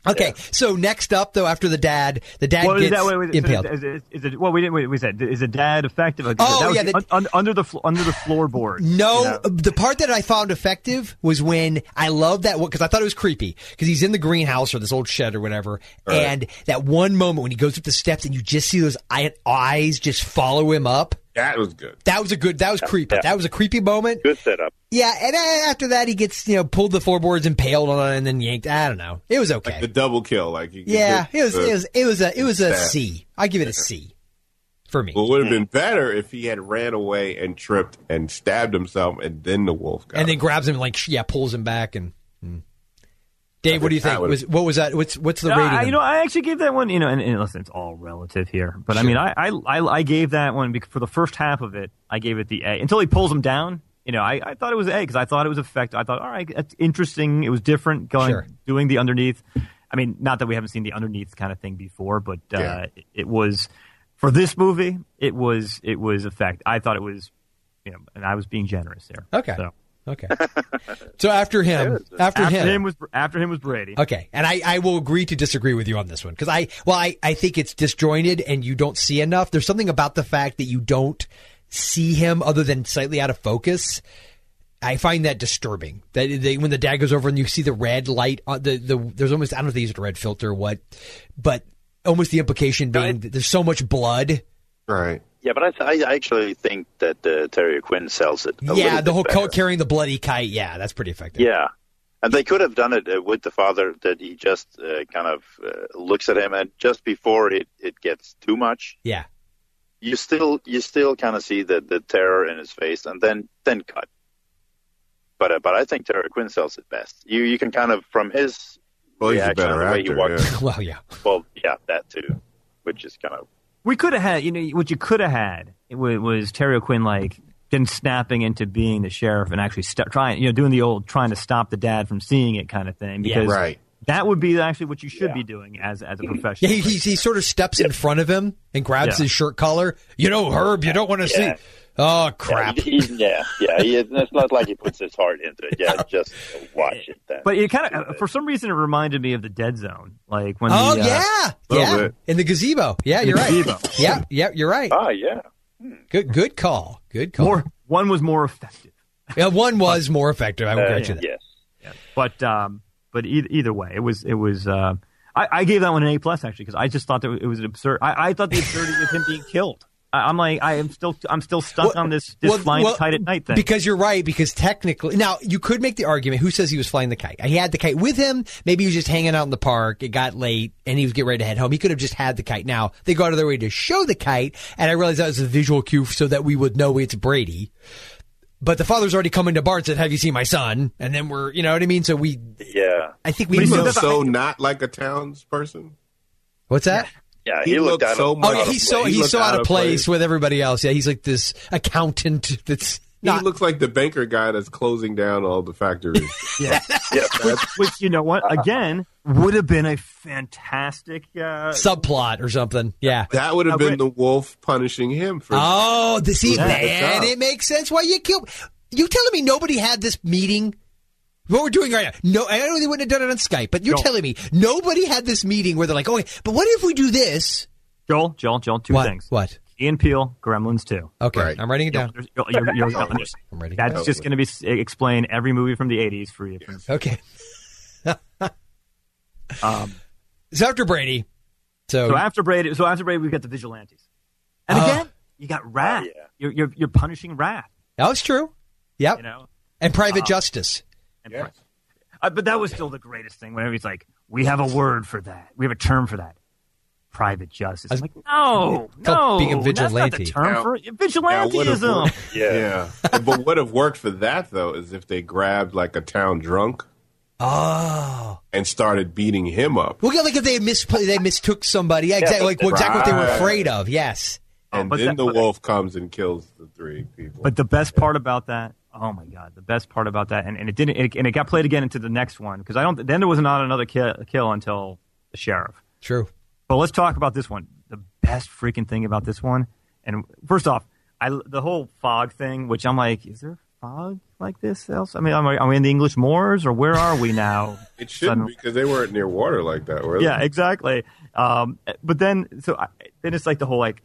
A: Okay, so next up though, after the dad, the dad
E: Well, is
A: gets
E: that what was it-
A: impaled.
E: Is, is, is it, well, we didn't. Wait, we said is a dad effective? Like,
A: Oh,
E: that was
A: yeah,
E: the-
A: that-
E: un- under the flo- under the floorboard.
A: no, the part that I found effective was when I love that because I thought it was creepy because he's in the greenhouse or this old shed or whatever, and that one moment when he goes up the steps and you just see those eye- eyes just follow him up.
F: that was good.
A: That was a good. That was creepy.
G: yeah.
A: That was a creepy moment.
G: Good setup.
A: Yeah, and then after that he gets you know pulled the floorboards impaled on it and then yanked. I don't know. It was okay.
F: The double kill, like he (laughs)
A: Yeah,
F: did
A: it was
F: the-
A: it was it was a it was a
F: Yeah.
A: C. I give it a C for me.
F: Well, it would have been better if he had ran away and tripped and stabbed himself, and then the wolf got
A: And then
F: him.
A: grabs him and like sh- yeah, pulls him back and. hmm. Dave, what do you
F: think
A: think?
F: I would've-
A: Was what was that? What's what's the
E: No,
A: rating?
E: I,
A: on
E: you know, I actually gave that one. You know, and, and listen, it's all relative here, but I mean, I, I I I gave that one because for the first half of it, I gave it the A until he pulls him down. You know, I, I thought it was A because I thought it was effective. I thought, all right, that's interesting. It was different going
A: Sure.
E: doing the underneath. I mean, not that we haven't seen the underneath kind of thing before, but uh,
F: Yeah.
E: it, it was for this movie. It was it was effect. I thought it was, you know, and I was being generous there.
A: that? okay,
E: So.
A: okay. So
E: (laughs)
A: after him, after,
E: After
A: him,
E: him was after him was Brady.
A: okay. And I, I will agree to disagree with you on this one because I well I I think it's disjointed and you don't see enough. There's something about the fact that you don't see him other than slightly out of focus. I find that disturbing. That they, when the dad goes over and you see the red light on the, the there's almost I don't know if they used a red filter or what, but almost the implication being that there's so much blood.
F: right.
G: Yeah, but I, th- I actually think that uh, Terry Quinn sells it. A
A: yeah,
G: little
A: the
G: bit
A: whole
G: better.
A: coat carrying the bloody kite. Yeah, that's pretty effective.
G: Yeah, and they could have done it uh, with the father that he just uh, kind of uh, looks at him, and just before it, it gets too much,
A: yeah,
G: you still you still kind of see the, the terror in his face, and then then cut. But uh, but I think Terry Quinn sells it best. You you can kind of from his
F: Well, he's a
G: reaction,
F: better
G: the way
F: actor.
G: he walks, (laughs)
F: yeah.
A: Well, yeah, (laughs)
G: well, yeah, that too, which is kind of
E: We could have had, you know, what you could have had it wa- was Terry O'Quinn like then snapping into being the sheriff and actually st- trying, you know, doing the old trying to stop the dad from seeing it kind of thing.
A: Yeah,
E: Because
F: Right.
E: That would be actually what you should be doing as as a
A: Yeah,
E: professional.
A: he, he, he sort of steps in front of him and grabs
E: Yeah.
A: his shirt collar. You know, Herb, you don't want to
G: Yeah.
A: see. Oh, crap.
G: Yeah, (laughs) he- yeah, yeah. He, it's not like he puts his heart into it. Yeah, just watch it then.
E: But it kind of, for some reason, it reminded me of the Dead Zone, like when
A: Oh,
E: the, uh,
A: yeah.
F: little
A: Yeah.
F: bit.
A: In the gazebo. Yeah, you're right.
E: gazebo.
A: Yeah, yeah, you're right.
G: ah, yeah.
A: Good good call. Good call.
E: more one was more effective.
A: Yeah, one was more effective. I will
G: Uh,
A: grant you that.
G: Yes.
E: But um, but e- either way, it was it was. Uh, I, I gave that one an A plus actually because I just thought that it was an absurd. I, I thought the absurdity of him being killed. I, I'm like I am still I'm still stuck
A: Well-
E: on this this
A: well-
E: flying
A: well,
E: tight at night thing.
A: Because you're right. Because technically, now you could make the argument: who says he was flying the kite? He had the kite with him. Maybe he was just hanging out in the park. It got late, and he was getting ready to head home. He could have just had the kite. Now they go out of their way to show the kite, and I realized that was a visual cue so that we would know it's Brady. But the father's already come into Bart and said, "Have you seen my son?" And then we're, you know what I mean. So we,
G: Yeah.
A: I think
E: But
A: we.
E: he
A: know-
E: said
F: Looked
E: that's-
F: so not like a townsperson.
A: what's that?
G: Yeah.
F: He
G: He,
F: looked
G: looked, out
F: so
G: of,
A: Oh,
F: much-
A: yeah,
F: Out of
A: he's so
F: place. He
A: he's
F: looked
A: so out,
F: out
A: of
F: of
A: place
F: place.
A: with everybody else. Yeah, he's like this accountant that's not
F: he looks like the banker guy that's closing down all the factories.
E: (laughs) Which you know what
A: Uh-huh.
E: again would have been a fantastic. Uh,
A: subplot or something. Yeah.
F: that would have been
E: wait.
F: the wolf punishing him for.
A: Oh, the see,
F: Yeah, good
A: man,
F: job.
A: it makes sense why you killed. You telling me nobody had this meeting? What we're doing right now? No, I know they wouldn't have done it on Skype, but you're
E: No.
A: telling me nobody had this meeting where they're like, "Oh, but what if we do this?"
E: Joel, Joel, Joel, two
A: what?
E: things.
A: What?
E: Ian Peel, Gremlins two.
A: Okay,
F: Right.
A: I'm writing it
E: You'll-
A: down.
E: you'll- you'll-
A: (laughs)
E: you'll- you'll understand.
A: I'm writing. it down.
E: That's just going to be s- explain every movie from the '80s for you.
A: Okay,
E: Um,
A: it's after Brady. So,
E: So after Brady, so after Brady, we've got the vigilantes, and
A: Oh.
E: again, you got Wrath.
G: Oh, yeah.
E: you're, you're you're punishing Wrath,
A: that was true. Yep,
E: you know.
A: and Private Justice.
E: And pri- uh, but that was still the greatest thing. Whenever he's like, "We have a word for that. We have a term for that." Private justice. I'm like, no, no,
A: called being a vigilante.
E: That's not the term
F: Now-
E: for it.
F: That would have
E: vigilanteism.
F: worked.
G: (laughs) yeah.
F: Yeah. but what have worked for that though is if they grabbed like a town drunk
A: Oh,
F: and started beating him up,
A: well, yeah, like if they mispla they mistook somebody. Yeah, exactly, like well, exactly what they were
F: Right.
A: afraid of. Yes.
F: and
E: but
F: then
E: that-
F: the
E: but-
F: wolf comes and kills the three people.
E: But the best part about that, oh my god, the best part about that, and, and it didn't, it, and it got played again into the next one because I don't. Then there was not another kill, kill until the sheriff.
A: True.
E: But let's talk about this one. The best freaking thing about this one, and first off, I the whole fog thing, which I'm like, is there fog like this else? I mean, am I, are we in the English Moors or where are we now?
A: (laughs)
F: it shouldn't
E: Suddenly-
F: because they weren't near water like that, were they?
E: yeah, exactly. Um, but then, so I, then it's like the whole like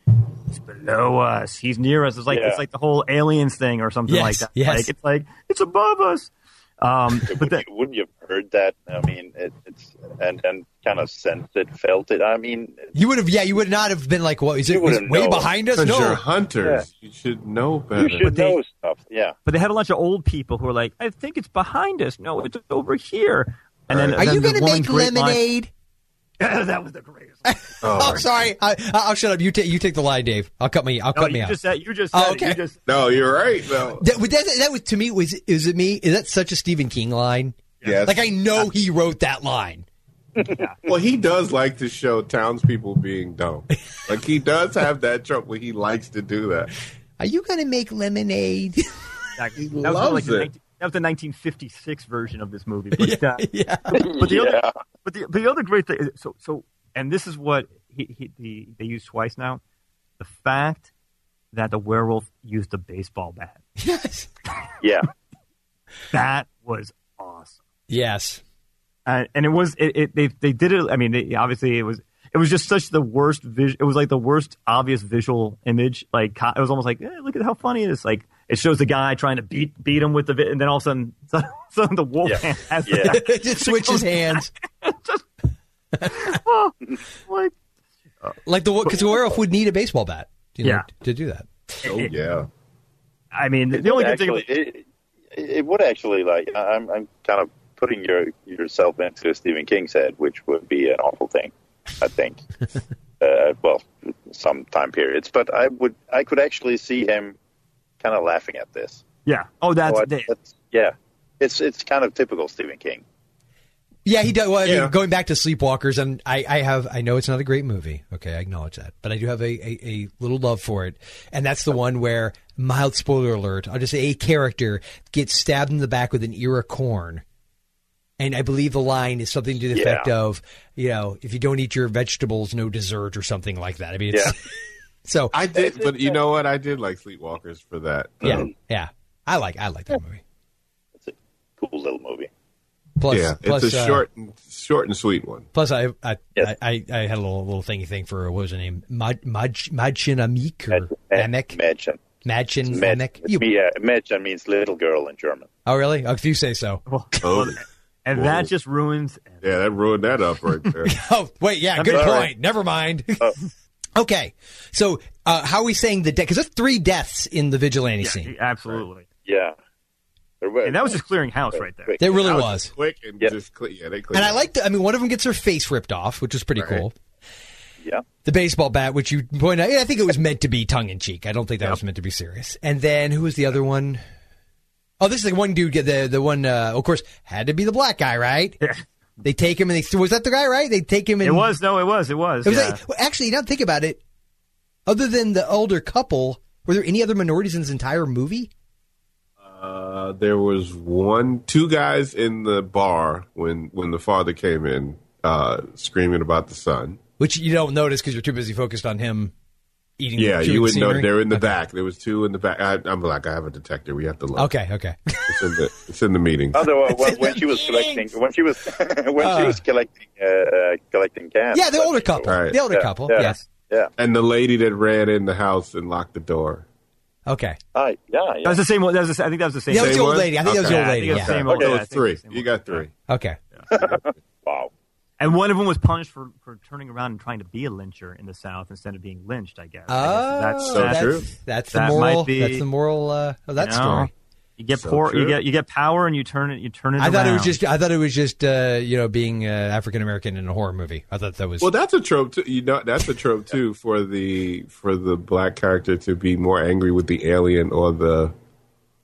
E: he's below us, he's near us. It's like
G: Yeah.
E: it's like the whole aliens thing or something
A: Yes,
E: like that.
A: yes.
E: Like, it's like it's above us. Um, but then,
G: Wouldn't you, wouldn't you have heard that? I mean, it, it's and and kind of sensed it, felt it. I mean,
A: You would have, yeah, you would not have been like, "What is it?
G: You
A: Was
G: wouldn't
A: it way
G: know.
A: behind us?"
F: Because
A: No,
F: you're hunters, you should know better.
G: you should
E: they-
G: know stuff. Yeah.
E: but they had a bunch of old people who were like, I think it's behind us. No, it's over here. And then,
F: Are
A: Are
E: then
A: you going
E: the
A: to
E: woman
A: make
E: great line-
A: lemonade?
E: (laughs) that was the greatest.
A: Oh, sorry. I, I- I'll shut up. You take you take the line, Dave. I'll cut me. I'll
E: No,
A: cut me
E: you
A: out.
E: just said you just
A: Oh,
E: said it.
A: okay.
E: you just
F: No, you're right though.
A: that, was- that, that was to me was is it me? Is that such a Stephen King line?
F: Yes.
A: Like I know he wrote that line.
F: well, he does like to show townspeople being
A: (laughs)
F: dumb. like he does have that trope where he likes to do that.
A: Are you going to make lemonade? (laughs)
E: that was
F: loves
E: like the
F: it.
E: 19 that was the 1956 version of
A: (laughs)
E: this movie. But, uh,
A: yeah.
E: but the
G: Yeah.
E: other but the, but the other great thing is, so so and this is what he, he the, they use twice now, the fact that the werewolf used a baseball bat.
A: Yes.
G: Yeah.
E: That was awesome.
A: Yes.
E: and, and it was it, it they they did it. I mean, they, obviously it was it was just such the worst vis- It was like the worst obvious visual image. Like co- it was almost like eh, look at how funny it is. Like it shows the guy trying to beat beat him with the vi- and then all of a sudden, (laughs) sudden the wolf
G: Yeah.
E: hand has
G: Yeah.
E: the
A: (laughs) It just switches hands.
E: guy. Oh, like
A: Like the because the werewolf would need a baseball bat. You know,
E: Yeah.
A: To do that.
F: Oh yeah.
E: I mean, (laughs) the only good thing.
G: actually, it, it it would actually like I- I'm I'm kind of putting your yourself into Stephen King's head, which would be an awful thing,
E: (laughs)
G: I think. uh, well, some time periods, but I would I could actually see him kind of laughing at this.
E: yeah. Oh, that's,
G: Oh, I-
E: they-
G: that's- yeah. It's it's kind of typical Stephen King.
A: Yeah, he does. Well, I mean,
F: Yeah.
A: going back to Sleepwalkers, and I, I have, I know it's not a great movie. Okay, I acknowledge that, but I do have a, a, a little love for it, and that's the one where mild spoiler alert. I'll just say a character gets stabbed in the back with an ear of corn, And I believe the line is something to the
G: Yeah.
A: effect of, you know, if you don't eat your vegetables, no dessert or something like that. I mean, it's, (laughs) so
F: I did, but you know what? I did like Sleepwalkers for that.
A: yeah,
F: Um,
A: yeah. I like I like that movie.
G: It's a cool little movie.
A: Plus,
F: yeah.
A: plus,
F: it's a
A: uh,
F: short, and- short and sweet one.
A: Plus, I I,
G: Yes.
A: I I I had a little little thingy thing for what was her name? Maj Maj Majin Amik or Amik
G: Mädchen.
A: Majin Amik. You-
G: Mädchen. Yeah, Mädchen uh, means little girl in German.
A: oh, really? Oh, if you say so. (laughs)
E: Well,
F: Oh,
E: and that just ruins.
F: yeah, that ruined that up
A: (laughs)
F: right there.
A: Oh, wait, yeah, good point.
G: sorry.
A: Never mind. (laughs) okay, so uh, how are we saying the death? Because there's three deaths in the vigilante scene.
E: Absolutely.
G: Yeah. There were-
E: And that was just clearing house right there.
A: There really
F: That
A: was.
F: quick and
G: Yeah.
F: just cle Yeah, they clean.
A: And I liked. I mean, one of them gets her face ripped off, which was pretty cool.
G: Yeah.
A: The baseball bat, which you point out, yeah, I think it was meant to be tongue in cheek. I don't think that was meant to be serious. And then who was the other one? Oh, this is the one dude. The the one, uh, of course, had to be the black guy, right?
E: Yeah.
A: They take him and they th- was that the guy, right? They take him and
E: It was no, it was, it was.
A: It was
E: yeah.
A: like- well, actually, now that I think about it. Other than the older couple, were there any other minorities in this entire movie?
F: Uh, there was one, two guys in the bar when when the father came in, uh, screaming about the son.
A: Which you don't notice because you're too busy focused on him eating.
F: Yeah,
A: chewing
F: you would know
A: scenery.
F: they're in the back. There was two in the back. I, I'm like, I have a detector. We have to look.
A: Okay, okay.
F: It's in the it's in the meeting.
G: Otherwise, uh, when, when she was collecting, when she was, (laughs) when she was collecting, uh, uh, collecting cans.
A: yeah, the
G: but-
A: older couple.
F: All right.
A: The older
G: Yeah,
A: couple.
G: yeah.
A: Yes.
G: Yeah.
F: And the lady that ran in the house and locked the door.
A: Okay.
G: Hi. Yeah.
E: That
G: Yeah.
E: was the same one. That was the, I think that was the same.
A: That was
F: Same
A: the old
F: one?
A: lady. I think that was the
F: Okay.
A: old
E: Yeah, I
A: lady.
E: think it was
A: Yeah.
E: the same
F: Oh,
E: old-
F: there
E: yeah, I
F: was
E: think it was
F: three.
E: the same
F: You
E: one.
F: got three.
A: Okay.
G: wow.
E: And one of them was punished for, for turning around and trying to be a lyncher in the South instead of being lynched. I guess.
A: Oh,
E: I guess that's,
F: So
E: that's-
F: true.
A: That's the
E: That
A: moral.
E: might be-
A: that's the moral uh, of that
E: you know,
A: story.
E: You get
F: So
E: poor. You
F: true.
E: get you get power, and you turn it. You turn it.
A: I thought it was
E: around.
A: just. I thought it was just. Uh, you know, being uh, African American in a horror movie. I thought that was.
F: Well, that's a trope too. You know, that's a trope too for the for the black character to be more angry with the alien or the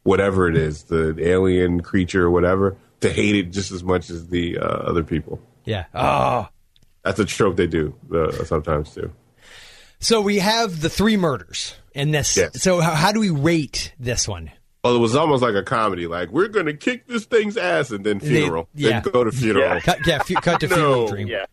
F: whatever it is, the alien creature or whatever, to hate it just as much as the uh, other people.
A: yeah. Oh.
F: That's a trope they do uh, sometimes too.
A: So we have the three murders and this.
F: Yes.
A: So how, how do we rate this one?
F: Well, it was almost like a comedy. Like we're gonna kick this thing's ass and then funeral,
A: yeah.
F: then go to funeral.
A: Cut, yeah, fu- cut to funeral dream.
G: Yeah.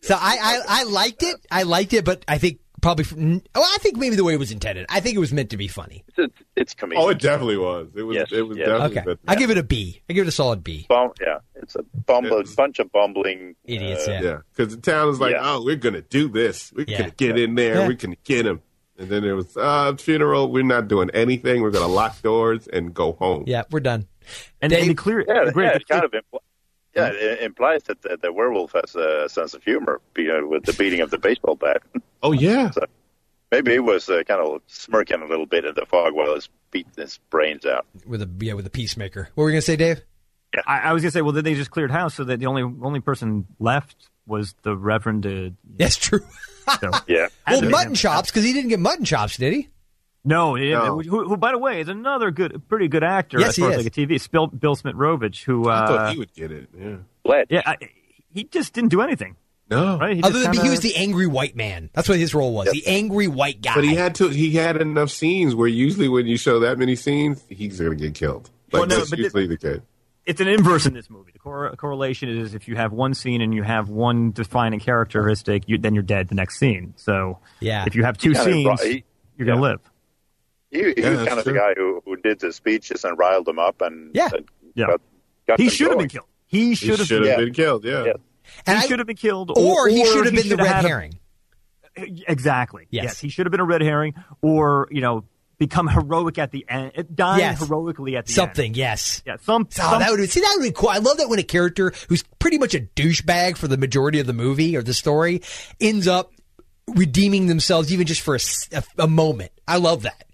A: So I, I, I liked it. I liked it, but I think probably. From, well, I think maybe the way it was intended. I think it was meant to be funny.
G: It's, it's, it's comedic.
F: Oh, it definitely was. It was.
G: Yes,
F: it was
G: yes.
F: definitely.
A: Okay,
F: better.
A: I give it a B. I give it a solid B.
G: Bum, yeah, it's a bumble,
F: It's-
G: bunch of bumbling
A: Idiots.
G: uh,
A: yeah.
F: Yeah, because the town is like,
G: Yeah.
F: oh, we're gonna do this. We're
A: Yeah.
F: gonna get in there.
A: Yeah.
F: We're gonna get him. And then it was uh, funeral. We're not doing anything. We're gonna lock doors and go home.
A: Yeah, we're done.
E: and,
A: Dave-
E: and the clear.
G: Yeah,
E: great,
G: yeah, it kind of impl- yeah, it implies that the, the werewolf has a sense of humor you know, with the beating of the baseball bat.
F: Oh yeah.
G: Maybe he was uh, kind of smirking a little bit in the fog while he's beating his brains out.
A: With a yeah, with a peacemaker. What were you gonna say, Dave?
E: I, I was gonna say, well, then they just cleared house, so that the only only person left was the Reverend. Uh,
A: That's true.
E: so-
G: Yeah,
E: (laughs) Had to
A: Well,
E: be
A: mutton
E: him.
A: chops because he didn't get mutton chops, did he?
E: No, it-
F: No.
E: it- Who, who, by the way, is another good, pretty good actor
A: Yes,
E: as
A: he
E: far
A: is.
E: as like a TV. It's Bill, Bill Smith Rovich, who
F: I
E: uh,
F: thought he would get it. Yeah.
G: Led.
E: yeah, I, he just didn't do anything.
F: No.
E: Right? He
A: Other
E: just
A: than
E: kinda-
A: he was the angry white man. That's what his role was. The angry white guy.
F: But he had to. He had enough scenes where usually when you show that many scenes, he's gonna get killed. Like
E: Well, no,
F: that's
E: but thi-
F: usually the case.
E: It's an inverse in this movie. The cor- correlation is if you have one scene and you have one defining characteristic, you, then you're dead the next scene. So
A: Yeah.
E: if you have two
G: Kinda
E: scenes,
G: right.
E: you're gonna
G: Yeah.
E: live.
G: He, he
F: Yeah,
G: was
F: that's
G: kind of the
F: true.
G: guy who, who did the speeches and riled them up and
A: Yeah.
G: and
E: Yeah.
G: got- got
E: He
G: them
E: should have been
G: going.
E: killed. He
F: He
E: should have.
F: should have
G: yeah.
F: been killed. Yeah.
G: Yeah.
A: And
E: he
A: I-
E: should have been killed,
A: or, he should have been the
E: should
A: red
E: had a-
A: herring.
E: Exactly.
A: Yes.
E: Yes. he should have been a red herring, or you know, become heroic at the end, die
A: Yes.
E: heroically at the end.
A: Something, yes.
E: Yeah, some,
A: Oh,
E: some-
A: that would see that would be cool. I love that when a character who's pretty much a douchebag for the majority of the movie or the story ends up redeeming themselves even just for a, s- a- a moment. I love that.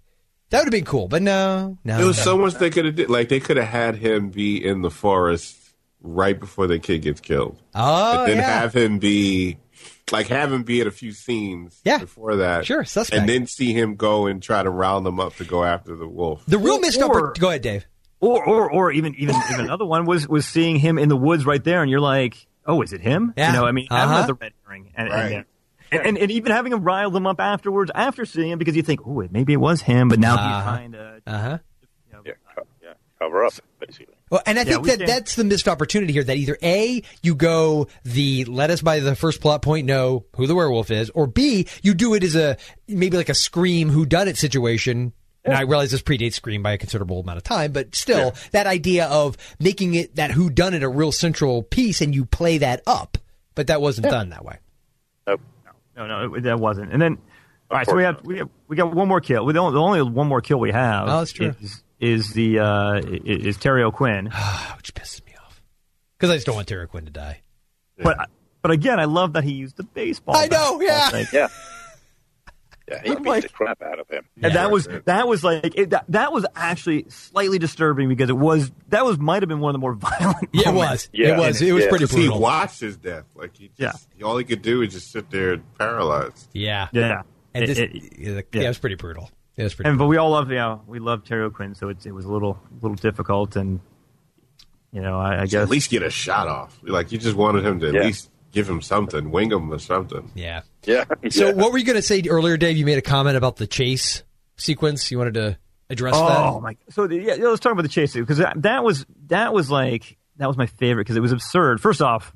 A: That would have been cool, but no, no.
F: There was
A: no.
F: so much they could have did. Like they could have had him be in the forest right before the kid gets killed.
A: oh
F: but then
A: yeah,
F: have him be like have him be at a few scenes
A: Yeah.
F: before that.
A: Sure, suspect.
F: And then see him go and try to round them up to go after the wolf.
A: the real
E: Or-
A: missed oppor-
E: or-
A: Go ahead, Dave.
E: or or or even even (laughs) even another one was was seeing him in the woods right there, and you're like, oh, is it him?
A: Yeah.
E: You know, I mean, I'm
A: Uh-huh.
E: not the red herring, and and,
F: Right.
E: and, and and even having him rile them up afterwards after seeing him because you think, oh, maybe it was him, but now
A: Uh-huh.
E: he's trying to.
A: Uh huh.
E: You know,
G: Yeah, co- yeah, cover up basically.
A: Well, and I think
E: we
A: that
E: can't-
A: that's the missed opportunity here. That either a you go the let us by the first plot point know who the werewolf is, or b you do it as a maybe like a scream who done it situation. And I realize this predates Scream by a considerable amount of time, but still, that idea of making it that who done it a real central piece, and you play that up, but that wasn't done that way.
G: Nope.
E: No, no, it, that wasn't. And then, all right, so we have we have, we got one more kill. We don't, the only one more kill we have.
A: Oh, that's true.
E: Is, is the uh, i- is Terry
A: (sighs)
E: O'Quinn?
A: Which Oh, pisses me off because I just don't want Tara Quinn to die.
E: But but again, I love that he used the baseball.
A: I
E: bat.
A: know, yeah.
E: Like,
G: Yeah. Yeah, he
E: I'm
G: beat the
E: like-
G: crap out of him. (laughs)
E: and that was that was like it, that, that was actually slightly disturbing because it was that was might have been one of the more (laughs) violent.
A: Yeah, it
E: moments.
A: was. It
G: Yeah.
A: was. It was
G: Yeah.
A: pretty
F: Because he
A: brutal.
F: watched his death. Like he just, all he could do is just sit there and paralyzed.
A: Yeah.
E: Yeah,
A: And
E: It-
A: this,
E: it-
A: yeah, the- yeah, it was pretty brutal. It was pretty.
E: and but we all love you know we love Terry O'Quinn, so it's, it was a little little difficult, and you know I, I guess
F: At least get a shot off. Like you just wanted him to at
G: Yeah.
F: least give him something, wing him or something.
A: yeah.
G: Yeah.
A: So
G: yeah.
A: what were you going to say earlier, Dave? You made a comment about the chase sequence. You wanted to address
E: Oh
A: that.
E: my! So the, yeah, let's talk about the chase because that, that was that was like that was my favorite because it was absurd. First off,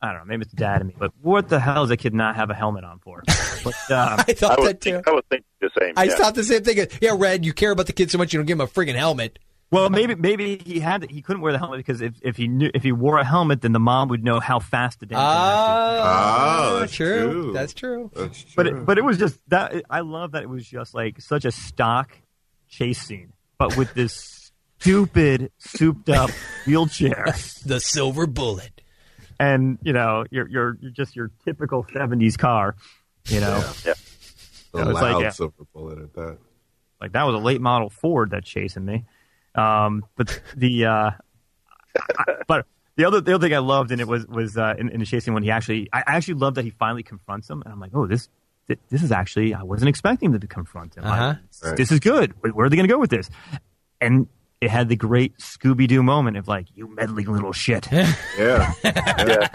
E: I don't know, maybe it's dad in me, but what the hell does that kid not have a helmet on for?
A: (laughs)
E: But, uh,
A: I
G: I
A: thought
G: would
A: that too.
G: think, I would think the same.
A: I
G: yeah.
A: thought the same thing. Yeah, Red, you care about the kid so much you don't give him a friggin' helmet.
E: well, maybe maybe he had he couldn't wear the helmet because if, if he knew if he wore a helmet, then the mom would know how fast the damn thing actually-
A: Ah,
F: Ah, that's
A: true.
F: true.
A: That's true.
F: That's true.
E: But it, but it was just that I love that it was just like such a stock chase scene, but with this stupid souped up wheelchair.
A: The silver bullet.
E: and you know your your your- just your typical seventies car. You know,
F: a
E: it was like,
F: loud
E: yeah.
F: silver bullet at that.
E: like that was a late model Ford that's chasing me. Um, but the uh, I- but the other the other thing I loved in it was was uh, in, in the chasing when he actually I I actually loved that he finally confronts him and I'm like oh this thi- this is actually I wasn't expecting him to confront him. I-
A: Uh-huh.
F: Right.
E: This is good. Where- Where are they going to go with this? And it had the great Scooby Doo moment of like you meddling little shit.
A: (laughs)
F: Yeah.
G: Yeah.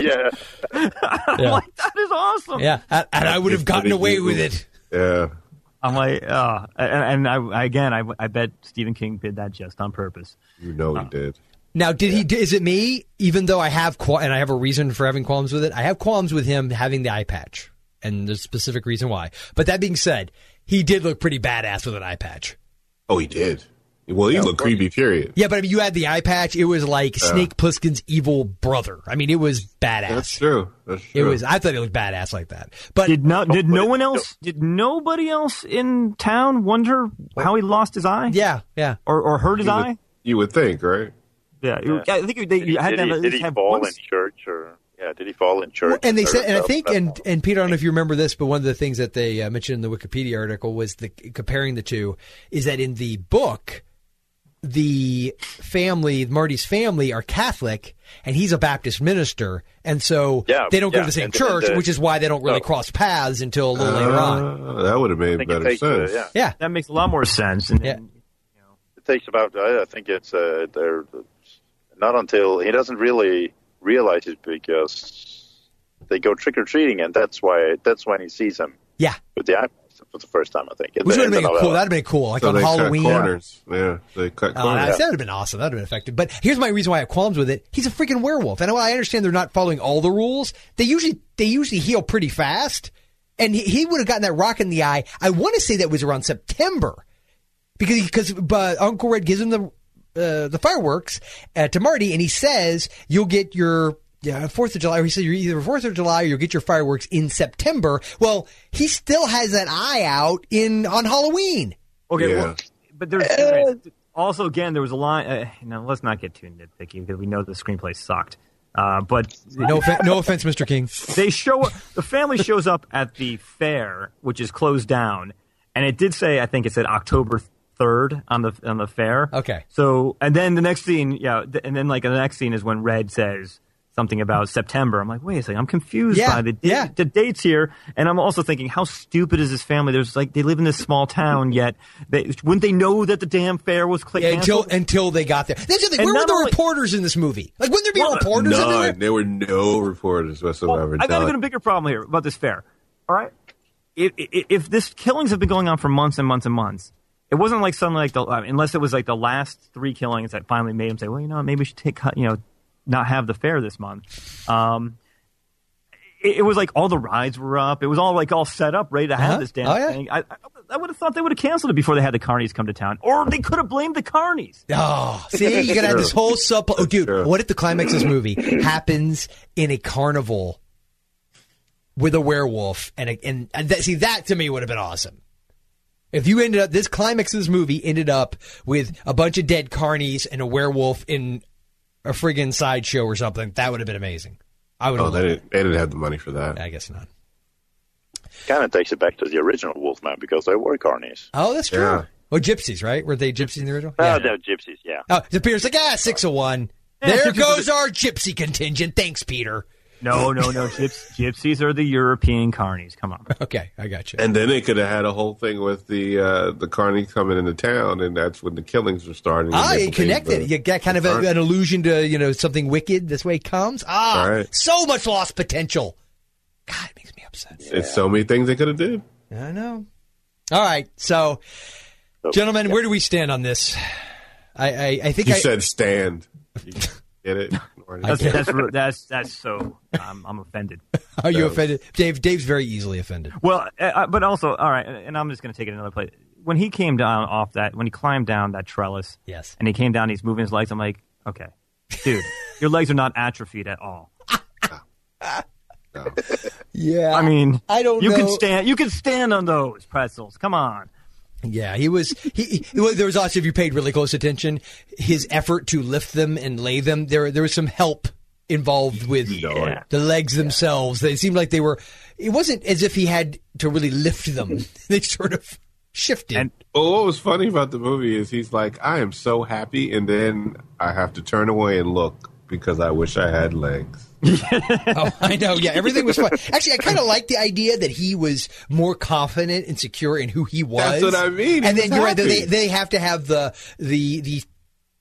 A: Yeah.
E: I'm like (laughs) that is awesome.
A: Yeah, and and I would have gotten away with it.
F: yeah.
E: I'm like, oh, and, and I again, I, I bet Stephen King did that just on purpose.
F: You know he did.
A: Now, did he? Is it me? Even though I have qual- and I have a reason for having qualms with it, I have qualms with him having the eye patch, and there's a specific reason why. But that being said, he did look pretty badass with an eye patch.
F: Oh, he did. Well, he looked creepy. Period.
A: Yeah, but I mean, you had the eye patch. It was like Snake Plissken's evil brother. I mean, it was badass.
F: That's true. That's
A: It
F: true.
A: was. I thought it looked badass like that. But
E: Did not? Did no
G: but-
E: one else? Did nobody else in town wonder how he lost his eye?
A: yeah, yeah.
E: or or hurt his
F: You
E: eye?
F: would, you would think, right?
E: Yeah, you- I think you, they,
G: Did he,
E: you had
G: did
E: to
G: he,
E: have, at
G: did
E: least
G: he
E: have
G: fall
E: once-
G: in church or? Yeah, did he fall in church?
A: And they
G: or-
A: said, and I
G: or-
A: think, and and Peter, I don't know if you remember this, but one of the things that they uh, mentioned in the Wikipedia article was the comparing the two is that in the book, the family, Marty's family, are Catholic, and he's a Baptist minister, and so
G: Yeah,
A: they don't go
G: yeah,
A: to the same
G: and the-
A: church,
G: the- Oh.
A: which is why they don't really
G: no.
A: cross paths until a little later on.
F: Uh, that would have made
E: Like, it
F: better
G: takes, uh,
F: sense.
G: yeah.
A: Yeah,
E: That makes a lot more sense. And then-
G: it takes about I I think it's uh, they're not until he doesn't really realize it because they go trick or treating and that's why that's when he sees him
A: yeah.
G: with the eye for the first time I think. in
A: Which
G: the-
A: would have
G: in
A: been
G: the
A: cool.
G: novella.
A: That'd have been cool, like
F: So
A: on
F: they
A: Halloween.
F: cut corners. Yeah, they cut
A: Oh,
F: corners.
A: That would have been awesome. That would have been effective. But here's my reason why I have qualms with it. He's a freaking werewolf, and while I understand they're not following all the rules. They usually they usually heal pretty fast, and he, he would have gotten that rock in the eye. I want to say that was around September, because because but Uncle Red gives him the uh, the fireworks uh, to Marty, and he says you'll get your. Yeah, Fourth of July. Or he said you're either Fourth of July or you'll get your fireworks in September. Well, he still has that eye out in on Halloween.
E: okay,
F: Yeah.
E: well, but there's okay, also again there was a line. Uh, now let's not get too nitpicky because we know the screenplay sucked. Uh, but
A: No, offen- no offense, Mr. King.
E: they show up the family shows up at the fair which is closed down and it did say i think it said october 3rd on the on the fair
A: Okay.
E: so and then the next scene yeah th- and then like the next scene is when red says something about september i'm like wait a second i'm confused
A: Yeah,
E: by the,
A: yeah.
E: the dates here and i'm also thinking how stupid is this family there's like they live in this small town yet they wouldn't they know that the damn fair was cl-
A: Yeah, until
E: canceled?
A: until they got there. That's the other thing.
E: And
A: Where were
E: not
A: the
E: only-
A: reporters in this movie? Like, wouldn't there be reporters in there?
F: None. There were no reporters whatsoever.
E: I've got
F: Don.
E: even a bigger problem here about this fair. All right, if, if, if this killings have been going on for months and months and months, it wasn't like suddenly like the uh, unless it was like the last three killings that finally made him say, well, you know, maybe we should take cut- you know, not have the fair this month. Um, it, it was like all the rides were up. It was all like all set up, ready to have
A: Uh-huh.
E: this damn
A: Oh, yeah.
E: thing. I, I, I would have thought they would have canceled it before they had the carnies come to town, or they could have blamed the carnies.
A: Oh, see, you gotta have this whole sub. Oh, dude, what if the climax of this
E: (clears throat)
A: movie happens in a carnival with a werewolf? And a, and, and that, see, that to me would have been awesome. If you ended up, this climax of this movie ended up with a bunch of dead carnies and a werewolf in a friggin' sideshow or something, that would have been amazing. I would
F: Oh,
A: have.
F: they
A: loved
F: didn't, they didn't have the money for that.
A: it. I guess not.
G: Kind of takes it back to the original Wolfman because they were carnies.
A: Oh, that's true.
F: Yeah.
A: Oh, gypsies, right? Were they gypsies in the original?
G: Oh,
A: Yeah.
G: they're gypsies, yeah.
A: Oh, the Peter's like, ah, 601.
E: Yeah,
A: There
E: gypsies are
A: goes our gypsy contingent. Thanks, Peter.
E: No, no, no. (laughs) Gyps, gypsies are the European carnies. Come on.
A: Okay, I got you.
F: And then they could have had a whole thing with the uh, the carney coming into town, and that's when the killings were starting. and
A: Ah,
F: they
A: you
F: believed
A: connected.
F: the-
A: you got kind of a,
F: Sorry.
A: an allusion to you know something wicked. This way it comes. Ah,
F: Right.
A: so much lost potential. God, it makes me upset.
F: It's so many things they could have did.
A: I know. All right, so
G: So,
A: gentlemen, where do we stand on this? I I, I think
F: You
A: I,
F: said stand. You
A: (laughs)
F: Get it?
E: That's that's ru- that's, that's so. I'm, I'm offended.
A: are you offended? Dave Dave's very easily offended.
E: Well, uh, uh, but also, all right, and I'm just going to take it another place. When he came down off that, when he climbed down that trellis,
A: Yes.
E: and he came down, he's moving his legs. I'm like, okay, dude, (laughs) your legs are not atrophied at all.
A: Yeah,
E: I mean,
A: I don't
E: You can
A: know.
E: stand, you can stand on those pretzels. Come on,
A: Yeah, he was. He, he well, there was also, if you paid really close attention, his effort to lift them and lay them. There, there was some help involved with
F: Yeah.
A: the legs themselves. They seemed like they were. It wasn't as if he had to really lift them. (laughs) they sort of shifted.
E: And-
F: Well, what was funny about the movie is he's like, I am so happy, and then I have to turn away and look because I wish I had legs.
A: oh, I know. Yeah, everything was fun. Actually, I kind of like the idea that he was more confident and secure in who he was.
F: That's what I mean. He
A: And then
F: was
A: you're right. then They
F: happy.
A: they have to have the the the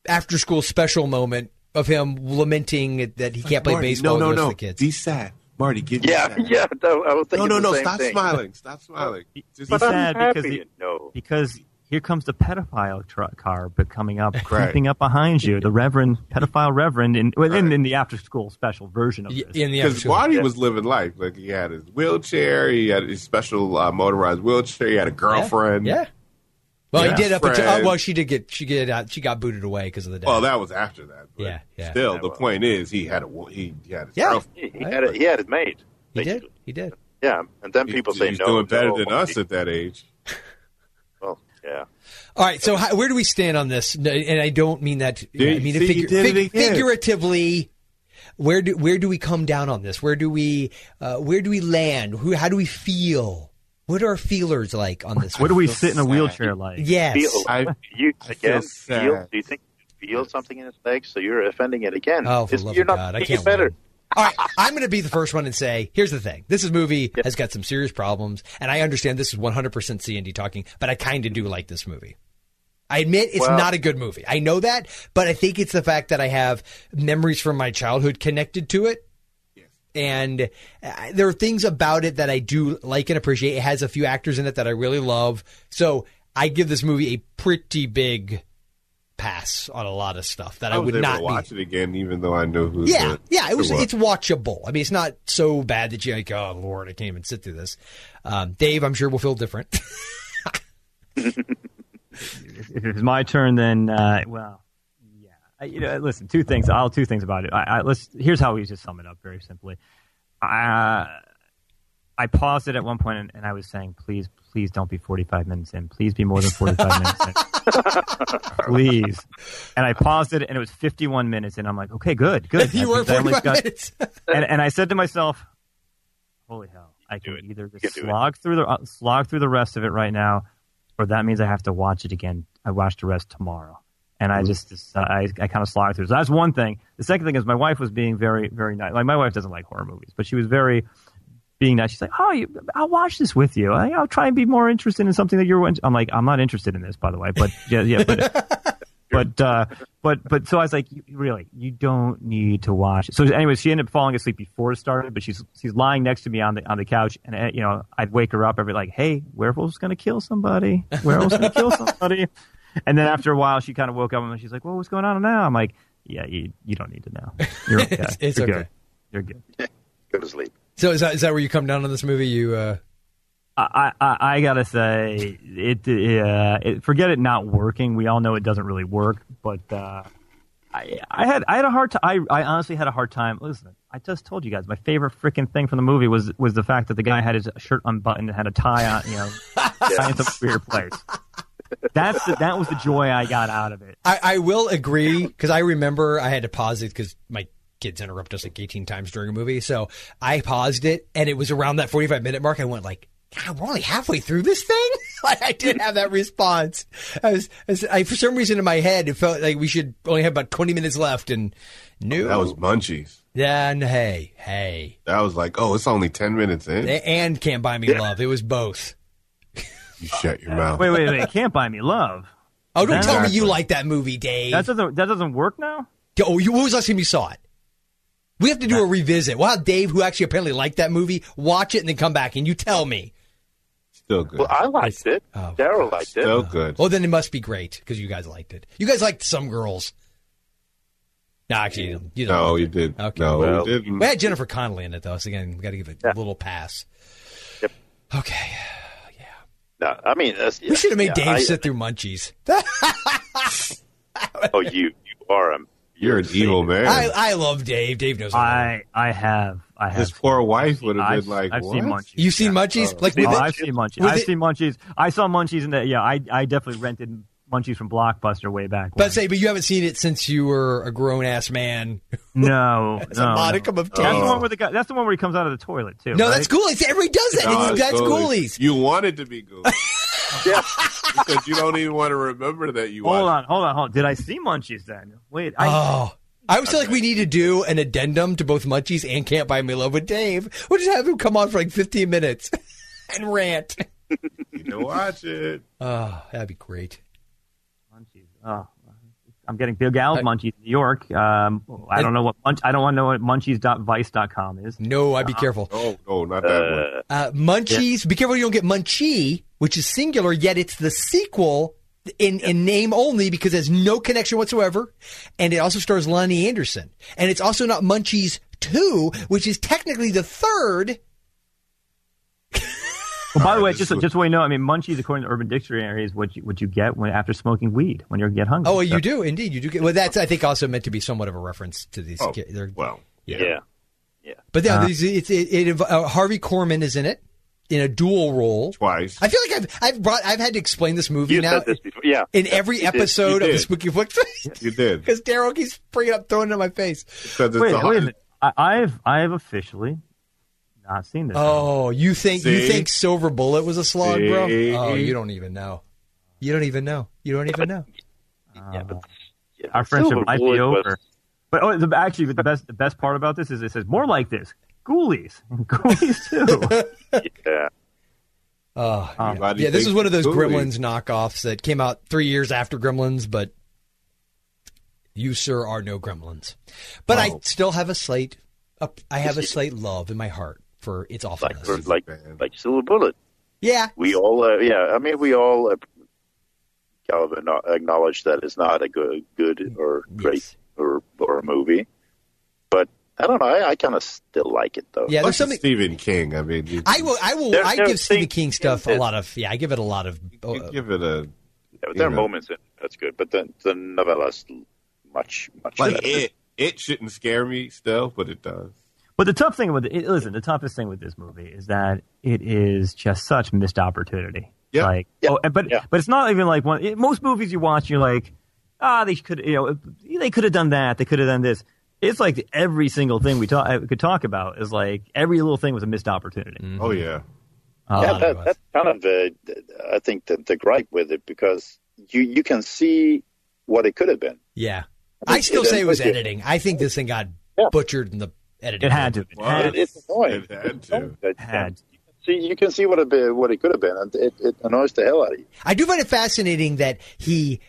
A: after school special moment of him lamenting that he can't play
F: Marty,
A: baseball. with
F: No, no,
A: the
F: no.
A: rest of The
F: Be
A: kids.
F: sad, Marty. Get
G: Yeah,
F: sad.
G: yeah, that, (laughs) I was
F: No,
G: thinking
F: no,
G: the
F: no.
G: same
F: Stop
G: thing.
F: smiling. Stop smiling. Just
E: But
G: I'm
E: sad
G: happy,
E: because he-
G: you know.
E: because here comes the pedophile tr- car but coming up, creeping
F: Right.
E: up behind you. The reverend, pedophile reverend, in well, in, in the after school special version of
A: Y-
E: this.
A: In the after
F: because
A: school.
F: Marty was living life. Like he had his wheelchair, he had his special uh, motorized wheelchair, he had a girlfriend.
A: Yeah. Well,
F: Yeah.
A: he did up until.
F: Friend.
A: oh, well, she did get she get out. She got booted away because of the death.
F: Well, that was after that. But
A: Yeah, yeah.
F: Still, the point is, he had a wo- he, he had his
A: Yeah.
F: girlfriend.
G: He, he had it, he had it made.
A: he did.
G: basically.
A: He did.
G: Yeah, and then people
F: He's-
G: say
F: he's
G: no.
F: doing better
G: no,
F: than
G: well,
F: us at that age.
G: Well, yeah.
A: All right. So, how, where do we stand on this? No, And I don't mean that.
F: Dude,
A: I mean
F: see, you did it again.
A: figuratively. Where do where do we come down on this? Where do we uh, where do we land? Who? How do we feel? What are our feelers like on this?
E: What do we
F: feel
E: sit in a
F: sad.
E: wheelchair like?
A: Yes.
G: Feel,
F: I-
G: you
F: I
G: again
F: feel
G: feel,
F: sad.
G: Do you think you feel something in his leg? So you're offending it again.
A: Oh, for
G: It's-
A: the love
G: you're
A: of
G: not
A: God! I
G: making
A: can't
G: it better.
A: win. All right, I'm going to be the first one and say, here's the thing: this is movie has got some serious problems, and I understand this is 100% C and D talking, but I kind of do like this movie. I admit it's
G: Well-
A: not a good movie. I know that, but I think it's the fact that I have memories from my childhood connected to it. And uh, there are things about it that I do like and appreciate. It has a few actors in it that I really love. So I give this movie a pretty big pass on a lot of stuff that I,
F: I, was
A: would
F: able
A: not
F: to
A: be-
F: watch it again, even though I knew who.
A: yeah,
F: the-
A: yeah, it
F: who
A: was. It's watchable. I mean, it's not so bad that you're like, oh lord, I can't even sit through this. Um, Dave, I'm sure will feel (laughs) different.
E: if it's my turn, then uh, well, yeah. I, you know, listen, two things. I'll two things about it. I, I, let's. Here's how we just sum it up very simply. I, I paused it at one point and, and I was saying, please, please don't be 45 minutes in. Please be more than 45 minutes in.
A: (laughs)
E: please. And I paused it and it was 51 minutes and I'm like, okay, good, good. I
A: you were
E: think that only
A: 45
E: got-
A: minutes.
G: (laughs)
E: and, and I said to myself, "Holy hell! I
G: do
E: can
G: it.
E: either
G: can
E: just
G: do it.
E: slog through the uh, slog through the rest of it right now, or that means I have to watch it again. I watch the rest tomorrow." And
G: Mm-hmm.
E: I just, just uh, I, I kind of slogged through. So that's one thing. The second thing is my wife was being very, very nice. Like my wife doesn't like horror movies, but she was very being nice. She's like, "Oh, you, I'll watch this with you.
A: (laughs)
E: I, I'll try and be more interested in something that you're." in-" I'm like, "I'm not interested in this, by the way." But yeah, yeah. But But uh, but but so I was like, "You- really, you don't need to watch it. So anyway, she ended up falling asleep before it started, but she's she's lying next to me on the on the couch, and uh, you know I'd wake her up every like, hey, werewolf's gonna kill somebody. Werewolf's gonna kill
A: (laughs)
E: somebody. And then after a while, she kind of woke up and she's like, well, what's going on now? I'm like, yeah, you you don't need to know.
A: (laughs)
E: You're okay.
A: It's- it's
E: You're
A: okay.
E: good. You're good.
G: Go to sleep.
A: (laughs) So is that is that where you come down on this movie? You uh,
E: I, I, I gotta say it, uh, it. Forget it not working. We all know it doesn't really work. But uh, I, I had I had a hard time. I, I honestly had a hard time. Listen, I just told you guys my favorite freaking thing from the movie was was the fact that the guy had his shirt unbuttoned and had a tie on. You know, tie in some weird place. That's the, that was the joy I got out of it.
A: I, I will agree because I remember I had to pause it because my kids interrupt us like 18 times during a movie. So I paused it, and it was around that 45 minute mark. I went like, "God, we're only halfway through this thing." (laughs) like I didn't have that response. I was, I was- I- for some reason in my head it felt like we should only have about 20 minutes left, and no,
F: That was munchies.
A: then hey, hey,
F: That was like, oh, it's only ten minutes in.
A: A- and can't buy me love. It was both.
F: You shut your mouth.
E: Wait, wait, wait! Can't buy me love.
A: Oh, don't tell me you
F: Exactly.
A: like that movie, Dave.
E: That doesn't that doesn't work now.
A: Oh, you, when was the last time you saw it? We have to do a revisit. We'll have Dave, who actually apparently liked that movie, watch it and then come back and you tell me.
F: Still good.
G: Well, I liked it.
A: Oh,
G: Daryl liked it.
F: Still good.
A: Oh, then it must be great because you guys liked it. You guys liked some girls. No, actually, you don't. You don't.
F: No, you did.
A: Okay.
F: No,
G: Well-
F: you didn't.
A: We had Jennifer Connelly in it though, so again, we got to give it a little pass. Yep. Okay.
G: No, I mean, that's,
A: We should have made
G: yeah,
A: Dave
G: I-
A: sit through Munchies.
G: Oh, you, you are um, him.
F: You're an evil man.
A: I, I love Dave. Dave knows. I love him.
E: I I have I have
F: His poor wife would have
E: I've,
F: been like,
E: I've
F: what?
E: seen
F: (laughs)
E: Munchies.
A: You've seen Munchies? Like with
E: Oh,
A: it-
E: I've seen Munchies.
A: with
E: I've
A: it-
E: seen Munchies. I saw Munchies in the yeah. I I definitely rented Munchies from Blockbuster way back. When.
A: But say, but you haven't seen it since you were a grown ass man.
E: no,
A: (laughs) It's
E: no,
A: a
E: no.
A: modicum of taste.
E: That's the one where the guy, that's the one where he comes out of the toilet too.
A: no,
E: right?
A: that's Ghoulies. Everybody does that.
F: No,
A: It's-
F: it's
A: that's
F: Ghoulies.
A: Ghoulies.
F: You wanted to be Ghoulies. (laughs) Because you don't even want to remember that you
E: Hold on,
F: watched.
E: hold on, hold on. Did I see Munchies then? Wait, I,
A: Oh. I always feel like we need to do an addendum to both Munchies and Can't Buy Me Love with Dave. We'll just have him come on for like 15 minutes (laughs) and rant.
F: You didn't watch it.
A: Oh, that'd be great.
E: Munchies. Oh, I'm getting Big Al's
A: I-
E: Munchies in New York. Um, I don't know what munch, I don't want to know what munchies.vice.com
A: (laughs)
E: is.
A: No, I'd be careful.
F: No, Oh, no, not that one.
A: Uh, munchies, be careful you don't get Munchie, which is singular, yet it's the sequel in, in name only because it has no connection whatsoever. And it also stars Lonnie Anderson. And it's also not Munchies 2, which is technically the third.
E: Well, by the
F: Alright,
E: way,
F: this
E: just
F: was-
E: just so we know, I mean, munchies according to Urban Dictionary is what you, what you get when after smoking weed when you get hungry.
A: Oh, you do. Indeed, you do. Get, well, that's, I think, also meant to be somewhat of a reference to these.
F: Oh,
A: ki- they're-
F: well, yeah.
G: Yeah.
A: But yeah, these it's, it, it, uh, Harvey Corman is in it in a dual role.
F: Twice.
A: I feel like I've I've brought I've had to explain this movie
G: You
A: now
G: said this before. Yeah.
A: in every episode of the
F: did.
A: Spooky (laughs) Flick
F: You did.
A: because Daryl keeps bringing it up, throwing it in my face.
F: Because it's
E: wait, wait
F: the
E: a
F: hardest-
E: minute. I, I've I have officially not seen this.
A: Oh, you think you
F: See?
A: think Silver Bullet was a slog, bro?
F: See?
A: Oh, you don't even know. You don't even know. You don't even
F: (laughs)
A: know.
G: yeah, but, yeah.
E: Our friendship
G: Silver
E: might be
G: Bullet was-
E: over. But oh, the, actually, the best the best part about this is it says more like this. Ghoulies, (laughs) Ghoulies
G: (laughs)
E: too.
G: yeah.
A: Oh,
E: Um,
A: yeah.
F: why do you
A: yeah, this
F: think
A: is one of those
F: Ghoulies?
A: Gremlins knockoffs that came out three years after Gremlins, but you, sir, are no Gremlins. But I
F: Oh.
A: still have a slate. Up, I have
F: (laughs)
A: a slate love in my heart for its
G: Like,
A: awfulness.
G: for, like,
F: Man.
G: like Silver Bullet.
A: yeah,
G: We all, uh, yeah, I mean, we all uh, kind of ano- acknowledge that it's not a good, good or
A: Mm,
G: great
A: Yes.
G: or, or a movie. But I don't know. I, I kind of still like it, though.
A: yeah.
F: Plus
A: There's something.
F: it's Stephen King. I mean, you,
A: I will. I will.
G: There-
A: I
G: there
A: give
G: are
A: Stephen
G: things
A: King stuff a
G: that-
A: lot of. Yeah, I give it a lot of.
F: you
A: uh,
F: give it a
G: Yeah, but there are
F: Yeah.
G: moments in it that's good, but the, the novella's much, much
F: like
G: better.
F: it. It shouldn't scare me still, but it does.
E: but the tough thing with it, listen, the toughest thing with this movie is that it is just such missed opportunity.
F: Yeah.
E: Like,
G: Yeah.
E: oh, and- but
G: Yeah.
E: but it's not even like one. It, most movies you watch, you're like, ah, they could, you know, they could have done that, they could have done this. It's like every single thing we talk could talk about is like every little thing was a missed opportunity.
A: Mm-hmm.
F: Oh yeah.
E: Um,
G: yeah,
A: lot of
G: that,
A: us.
G: that's kind of the, I think the, the gripe with it because you you can see what it could have been.
A: yeah,
G: I
A: I
G: think
A: still
G: it
A: say it was
G: is-
A: editing. I think this thing got
G: Yeah.
A: butchered in the editing.
E: It had to. It
F: Well,
E: had,
G: It, it's annoying.
F: It had to.
G: It
E: had.
G: See, you can see what it be, what it could have been, and it, it annoys the hell out of you.
A: I do find it fascinating that he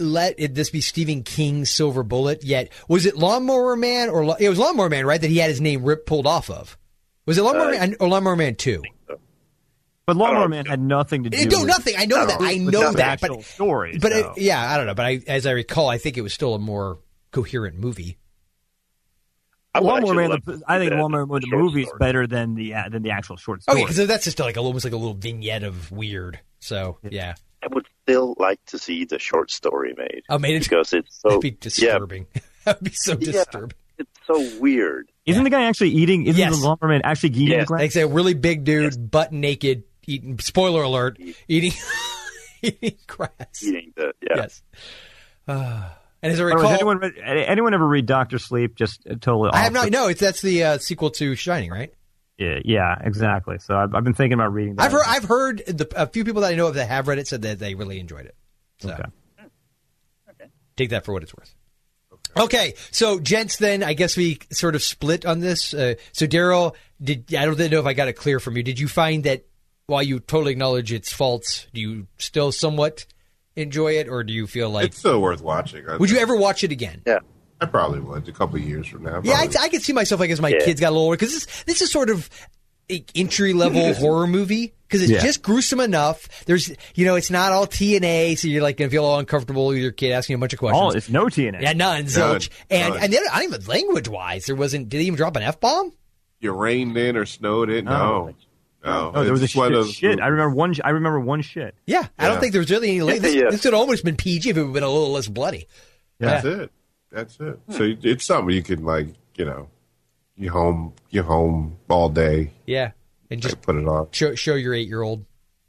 A: let it, this be Stephen King's silver bullet yet? Was it Lawnmower Man or Lo- it was Lawnmower Man, right? That he had his name ripped pulled off of. Was it Lawnmower
G: Uh,
A: Man or Lawnmower Man Two?
E: But Lawnmower
G: know.
E: Man had nothing to do.
A: It do
E: with,
A: nothing. I know
G: no,
A: that. I
E: with
A: know
E: the
A: that.
E: actual
A: But
E: story.
A: but it-
E: so.
A: yeah, I don't know. But I, as I recall, I think it was still a more coherent movie.
G: I would
E: Lawnmower
G: actually
E: Man.
G: love to
E: The,
G: see
E: I think
G: that
E: Lawnmower Man the
G: short
E: movie is
G: story.
E: better than the uh, than the actual short
G: Oh,
A: Okay,
E: story.
A: because that's just like a, almost like a little vignette of weird. So yeah,
G: I would still like to see the short story made
A: I made it.
G: because it's so
A: That'd Oh, be
G: yeah,
A: disturbing. (laughs) That'd be so
G: Yeah.
A: disturbing.
G: it's so weird.
E: isn't the guy actually eating? Isn't
A: Yes.
E: the Lawnmower Man actually eating
G: Yes.
E: the glass?
A: Like I say, a really big dude, butt naked, eating. Spoiler alert: eating (laughs) eating grass.
G: Eating the yeah.
A: Yes. (sighs) Ah. and as I
E: Or
A: recall,
E: has anyone read, anyone ever read Doctor Sleep? Just uh, totally.
A: I have
E: off
A: not. No, it's that's the uh, sequel to Shining, right?
E: the- Yeah, yeah, exactly. So I've, I've been thinking about reading. That.
A: I've heard. I've heard the, a few people that I know of that have read it said that they really enjoyed it. So,
E: Okay.
A: take that for what it's worth. Okay. so gents, then I guess we sort of split on this. Uh, so Daryl, did I don't know if I got it clear from you. Did you find that while you totally acknowledge its faults, do you still somewhat enjoy it, or do you feel like
F: It's still worth watching. I,
A: would you ever watch it again?
G: Yeah.
F: I probably would a couple of years from now.
A: Yeah, I,
F: probably.
A: I could see myself like as my
G: Yeah.
A: kids got a little older because this this is sort of a entry level horror movie because it's
E: Yeah.
A: just gruesome enough. There's you know it's not all TNA, so you're like gonna feel all uncomfortable with your kid asking you a bunch of questions.
E: All it's no TNA.
A: yeah, none, zilch. And
F: None.
A: and then I don't even language wise, there wasn't. Did they even drop an f bomb?
F: you rained in or snowed in?
E: No.
F: No, no.
E: No, Oh, there was a
F: It's one
E: shit.
F: of those-
E: shit. I remember one. I remember one shit.
A: Yeah, I don't
F: Yeah.
A: think there was really any. la- This,
G: Yeah.
A: this would almost been PG if it would have been a little less bloody.
F: That's it. That's it. So you- it's something you can like, you know, you home, you home all day.
A: Yeah, and just
F: Just put it on
A: show, show your eight year old.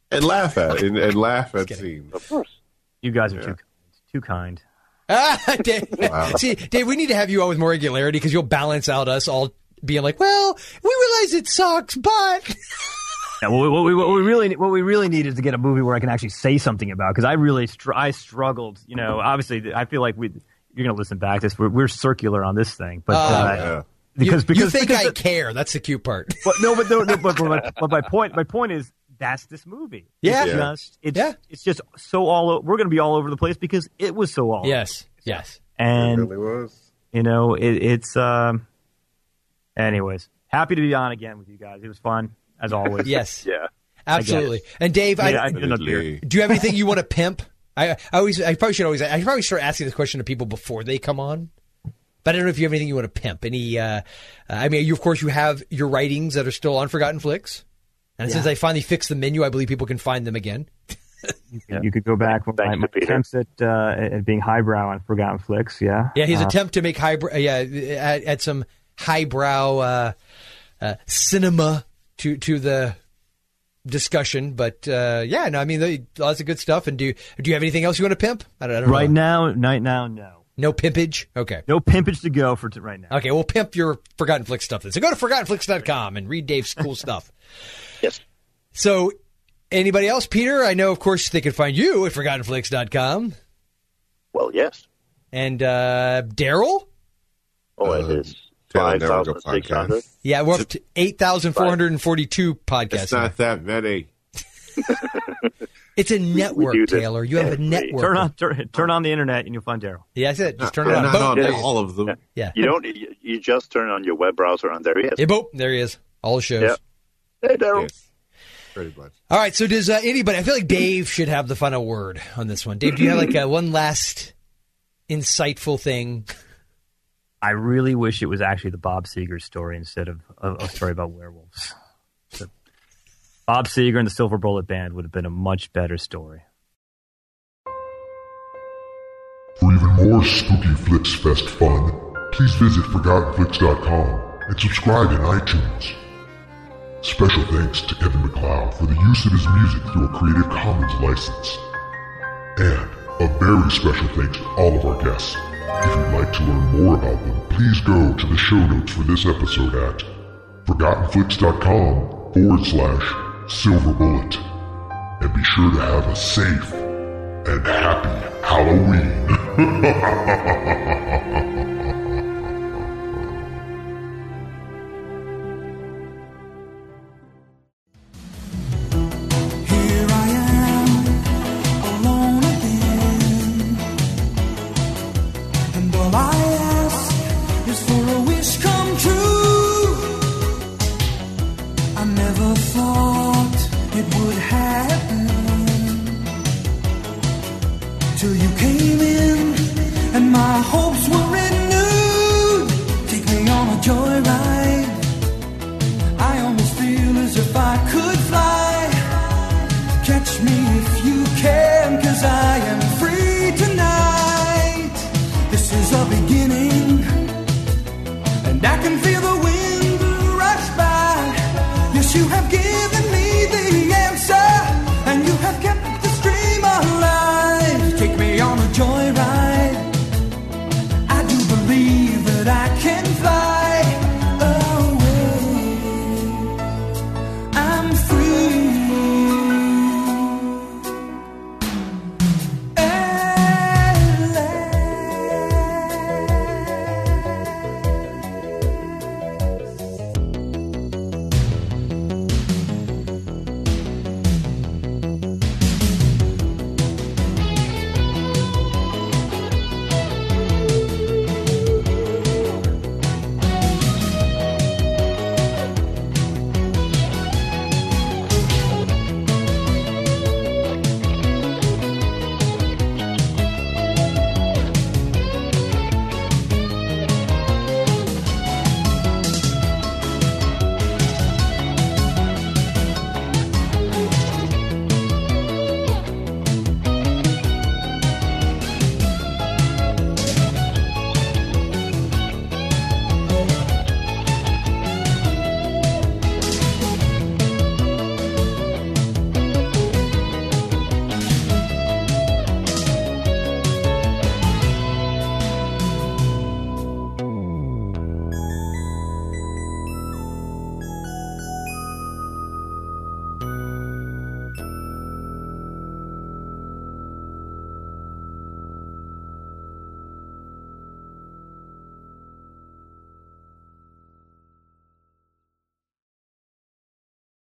F: and laugh at it and, and laugh at scenes.
G: Of course.
E: You guys are too too kind.
A: Ah, (laughs) Dave. See, Dave, we need to have you on with more regularity because you'll balance out us all being like, well, we realize it sucks, but
E: Yeah, what, we, what, we, what we really what we really need is to get a movie where I can actually say something about because I really str- I struggled. You know, obviously th- I feel like we you're going to listen back to this. We're, we're circular on this thing, but uh,
F: Yeah.
E: because
A: Oh, you,
E: because
A: you think
E: because
A: I
E: the-
A: care. That's the cute
E: (laughs)
A: part.
E: but no, but no, no but, but, my, but my point my point is that's this movie.
A: Yeah.
E: it's
A: Yeah.
E: just it's
A: Yeah.
E: it's just so all o- we're going to be all over the place because it was so all
A: yes, yes.
E: and
F: it really was.
E: you know it, it's um. Anyways, happy to be on again with you guys. It was fun as
A: (laughs)
E: always.
A: Yes,
G: Yeah.
A: absolutely. And Dave,
E: Yeah,
A: I,
E: I- Another beer.
A: do you have anything you want to pimp? I, I always, I probably should always, I probably start asking this question to people before they come on. But I don't know if you have anything you want to pimp. Any, uh, I mean, you of course you have your writings that are still on Forgotten Flicks, and since I finally fixed the menu, I believe people can find them again.
E: You could go back when
G: Thanks
E: my, my
G: to Peter.
E: attempts at, uh, at being highbrow on Forgotten Flicks. Yeah.
A: Yeah, his attempt to make highbrow, uh, yeah, add, add some highbrow uh, uh, cinema to to the discussion. But uh, yeah, no, I mean, they- lots of good stuff. And do do you have anything else you want to pimp? I don't, I don't
E: Right
A: know.
E: now, right now, no,
A: No pimpage. Okay.
E: no pimpage to go for t- right now.
A: Okay, we'll pimp your Forgotten Flicks stuff. then. So go to ForgottenFlicks.com and read Dave's cool stuff. (laughs)
G: Yes.
A: So, anybody else, Peter? I know, of course, they can find you at ForgottenFlicks.com.
G: Well, yes.
A: And uh, Daryl?
G: Oh,
F: Uh,
G: it is
F: Taylor
G: five
F: Never Go
G: thousand six hundred.
F: podcast.
A: Yeah, we're up to 8,442 podcasts.
F: It's not that many.
A: It's a network,
G: do this
A: Taylor. You have a
G: every-
A: network.
E: Turn on, turn, turn on the internet, and you'll find Daryl.
A: Yeah, that's it. Just turn it
F: They're
A: on.
F: not
A: Boom.
F: on
A: there
G: yeah.
A: he is.
F: all of them.
A: Yeah.
G: You don't. You, you just turn on your web browser and there he is.
A: Yeah, boom. There he is. All the shows.
G: Yeah. Hey, Daryl.
F: Yes. Pretty much.
A: All right. So does uh, anybody? I feel like Dave should have the final word on this one. Dave, do you have like uh, one last insightful thing?
E: I really wish it was actually the Bob Seger story instead of a, a story about werewolves. So, Bob Seger and the Silver Bullet Band would have been a much better story.
B: For even more Spooky Flicks Fest fun, please visit ForgottenFlicks.com and subscribe in iTunes. Special thanks to Kevin McLeod for the use of his music through a Creative Commons license. And a very special thanks to all of our guests. If you'd like to learn more about them, please go to the show notes for this episode at ForgottenFlicks.com forward slash Silver Bullet. And be sure to have a (laughs) safe and happy Halloween.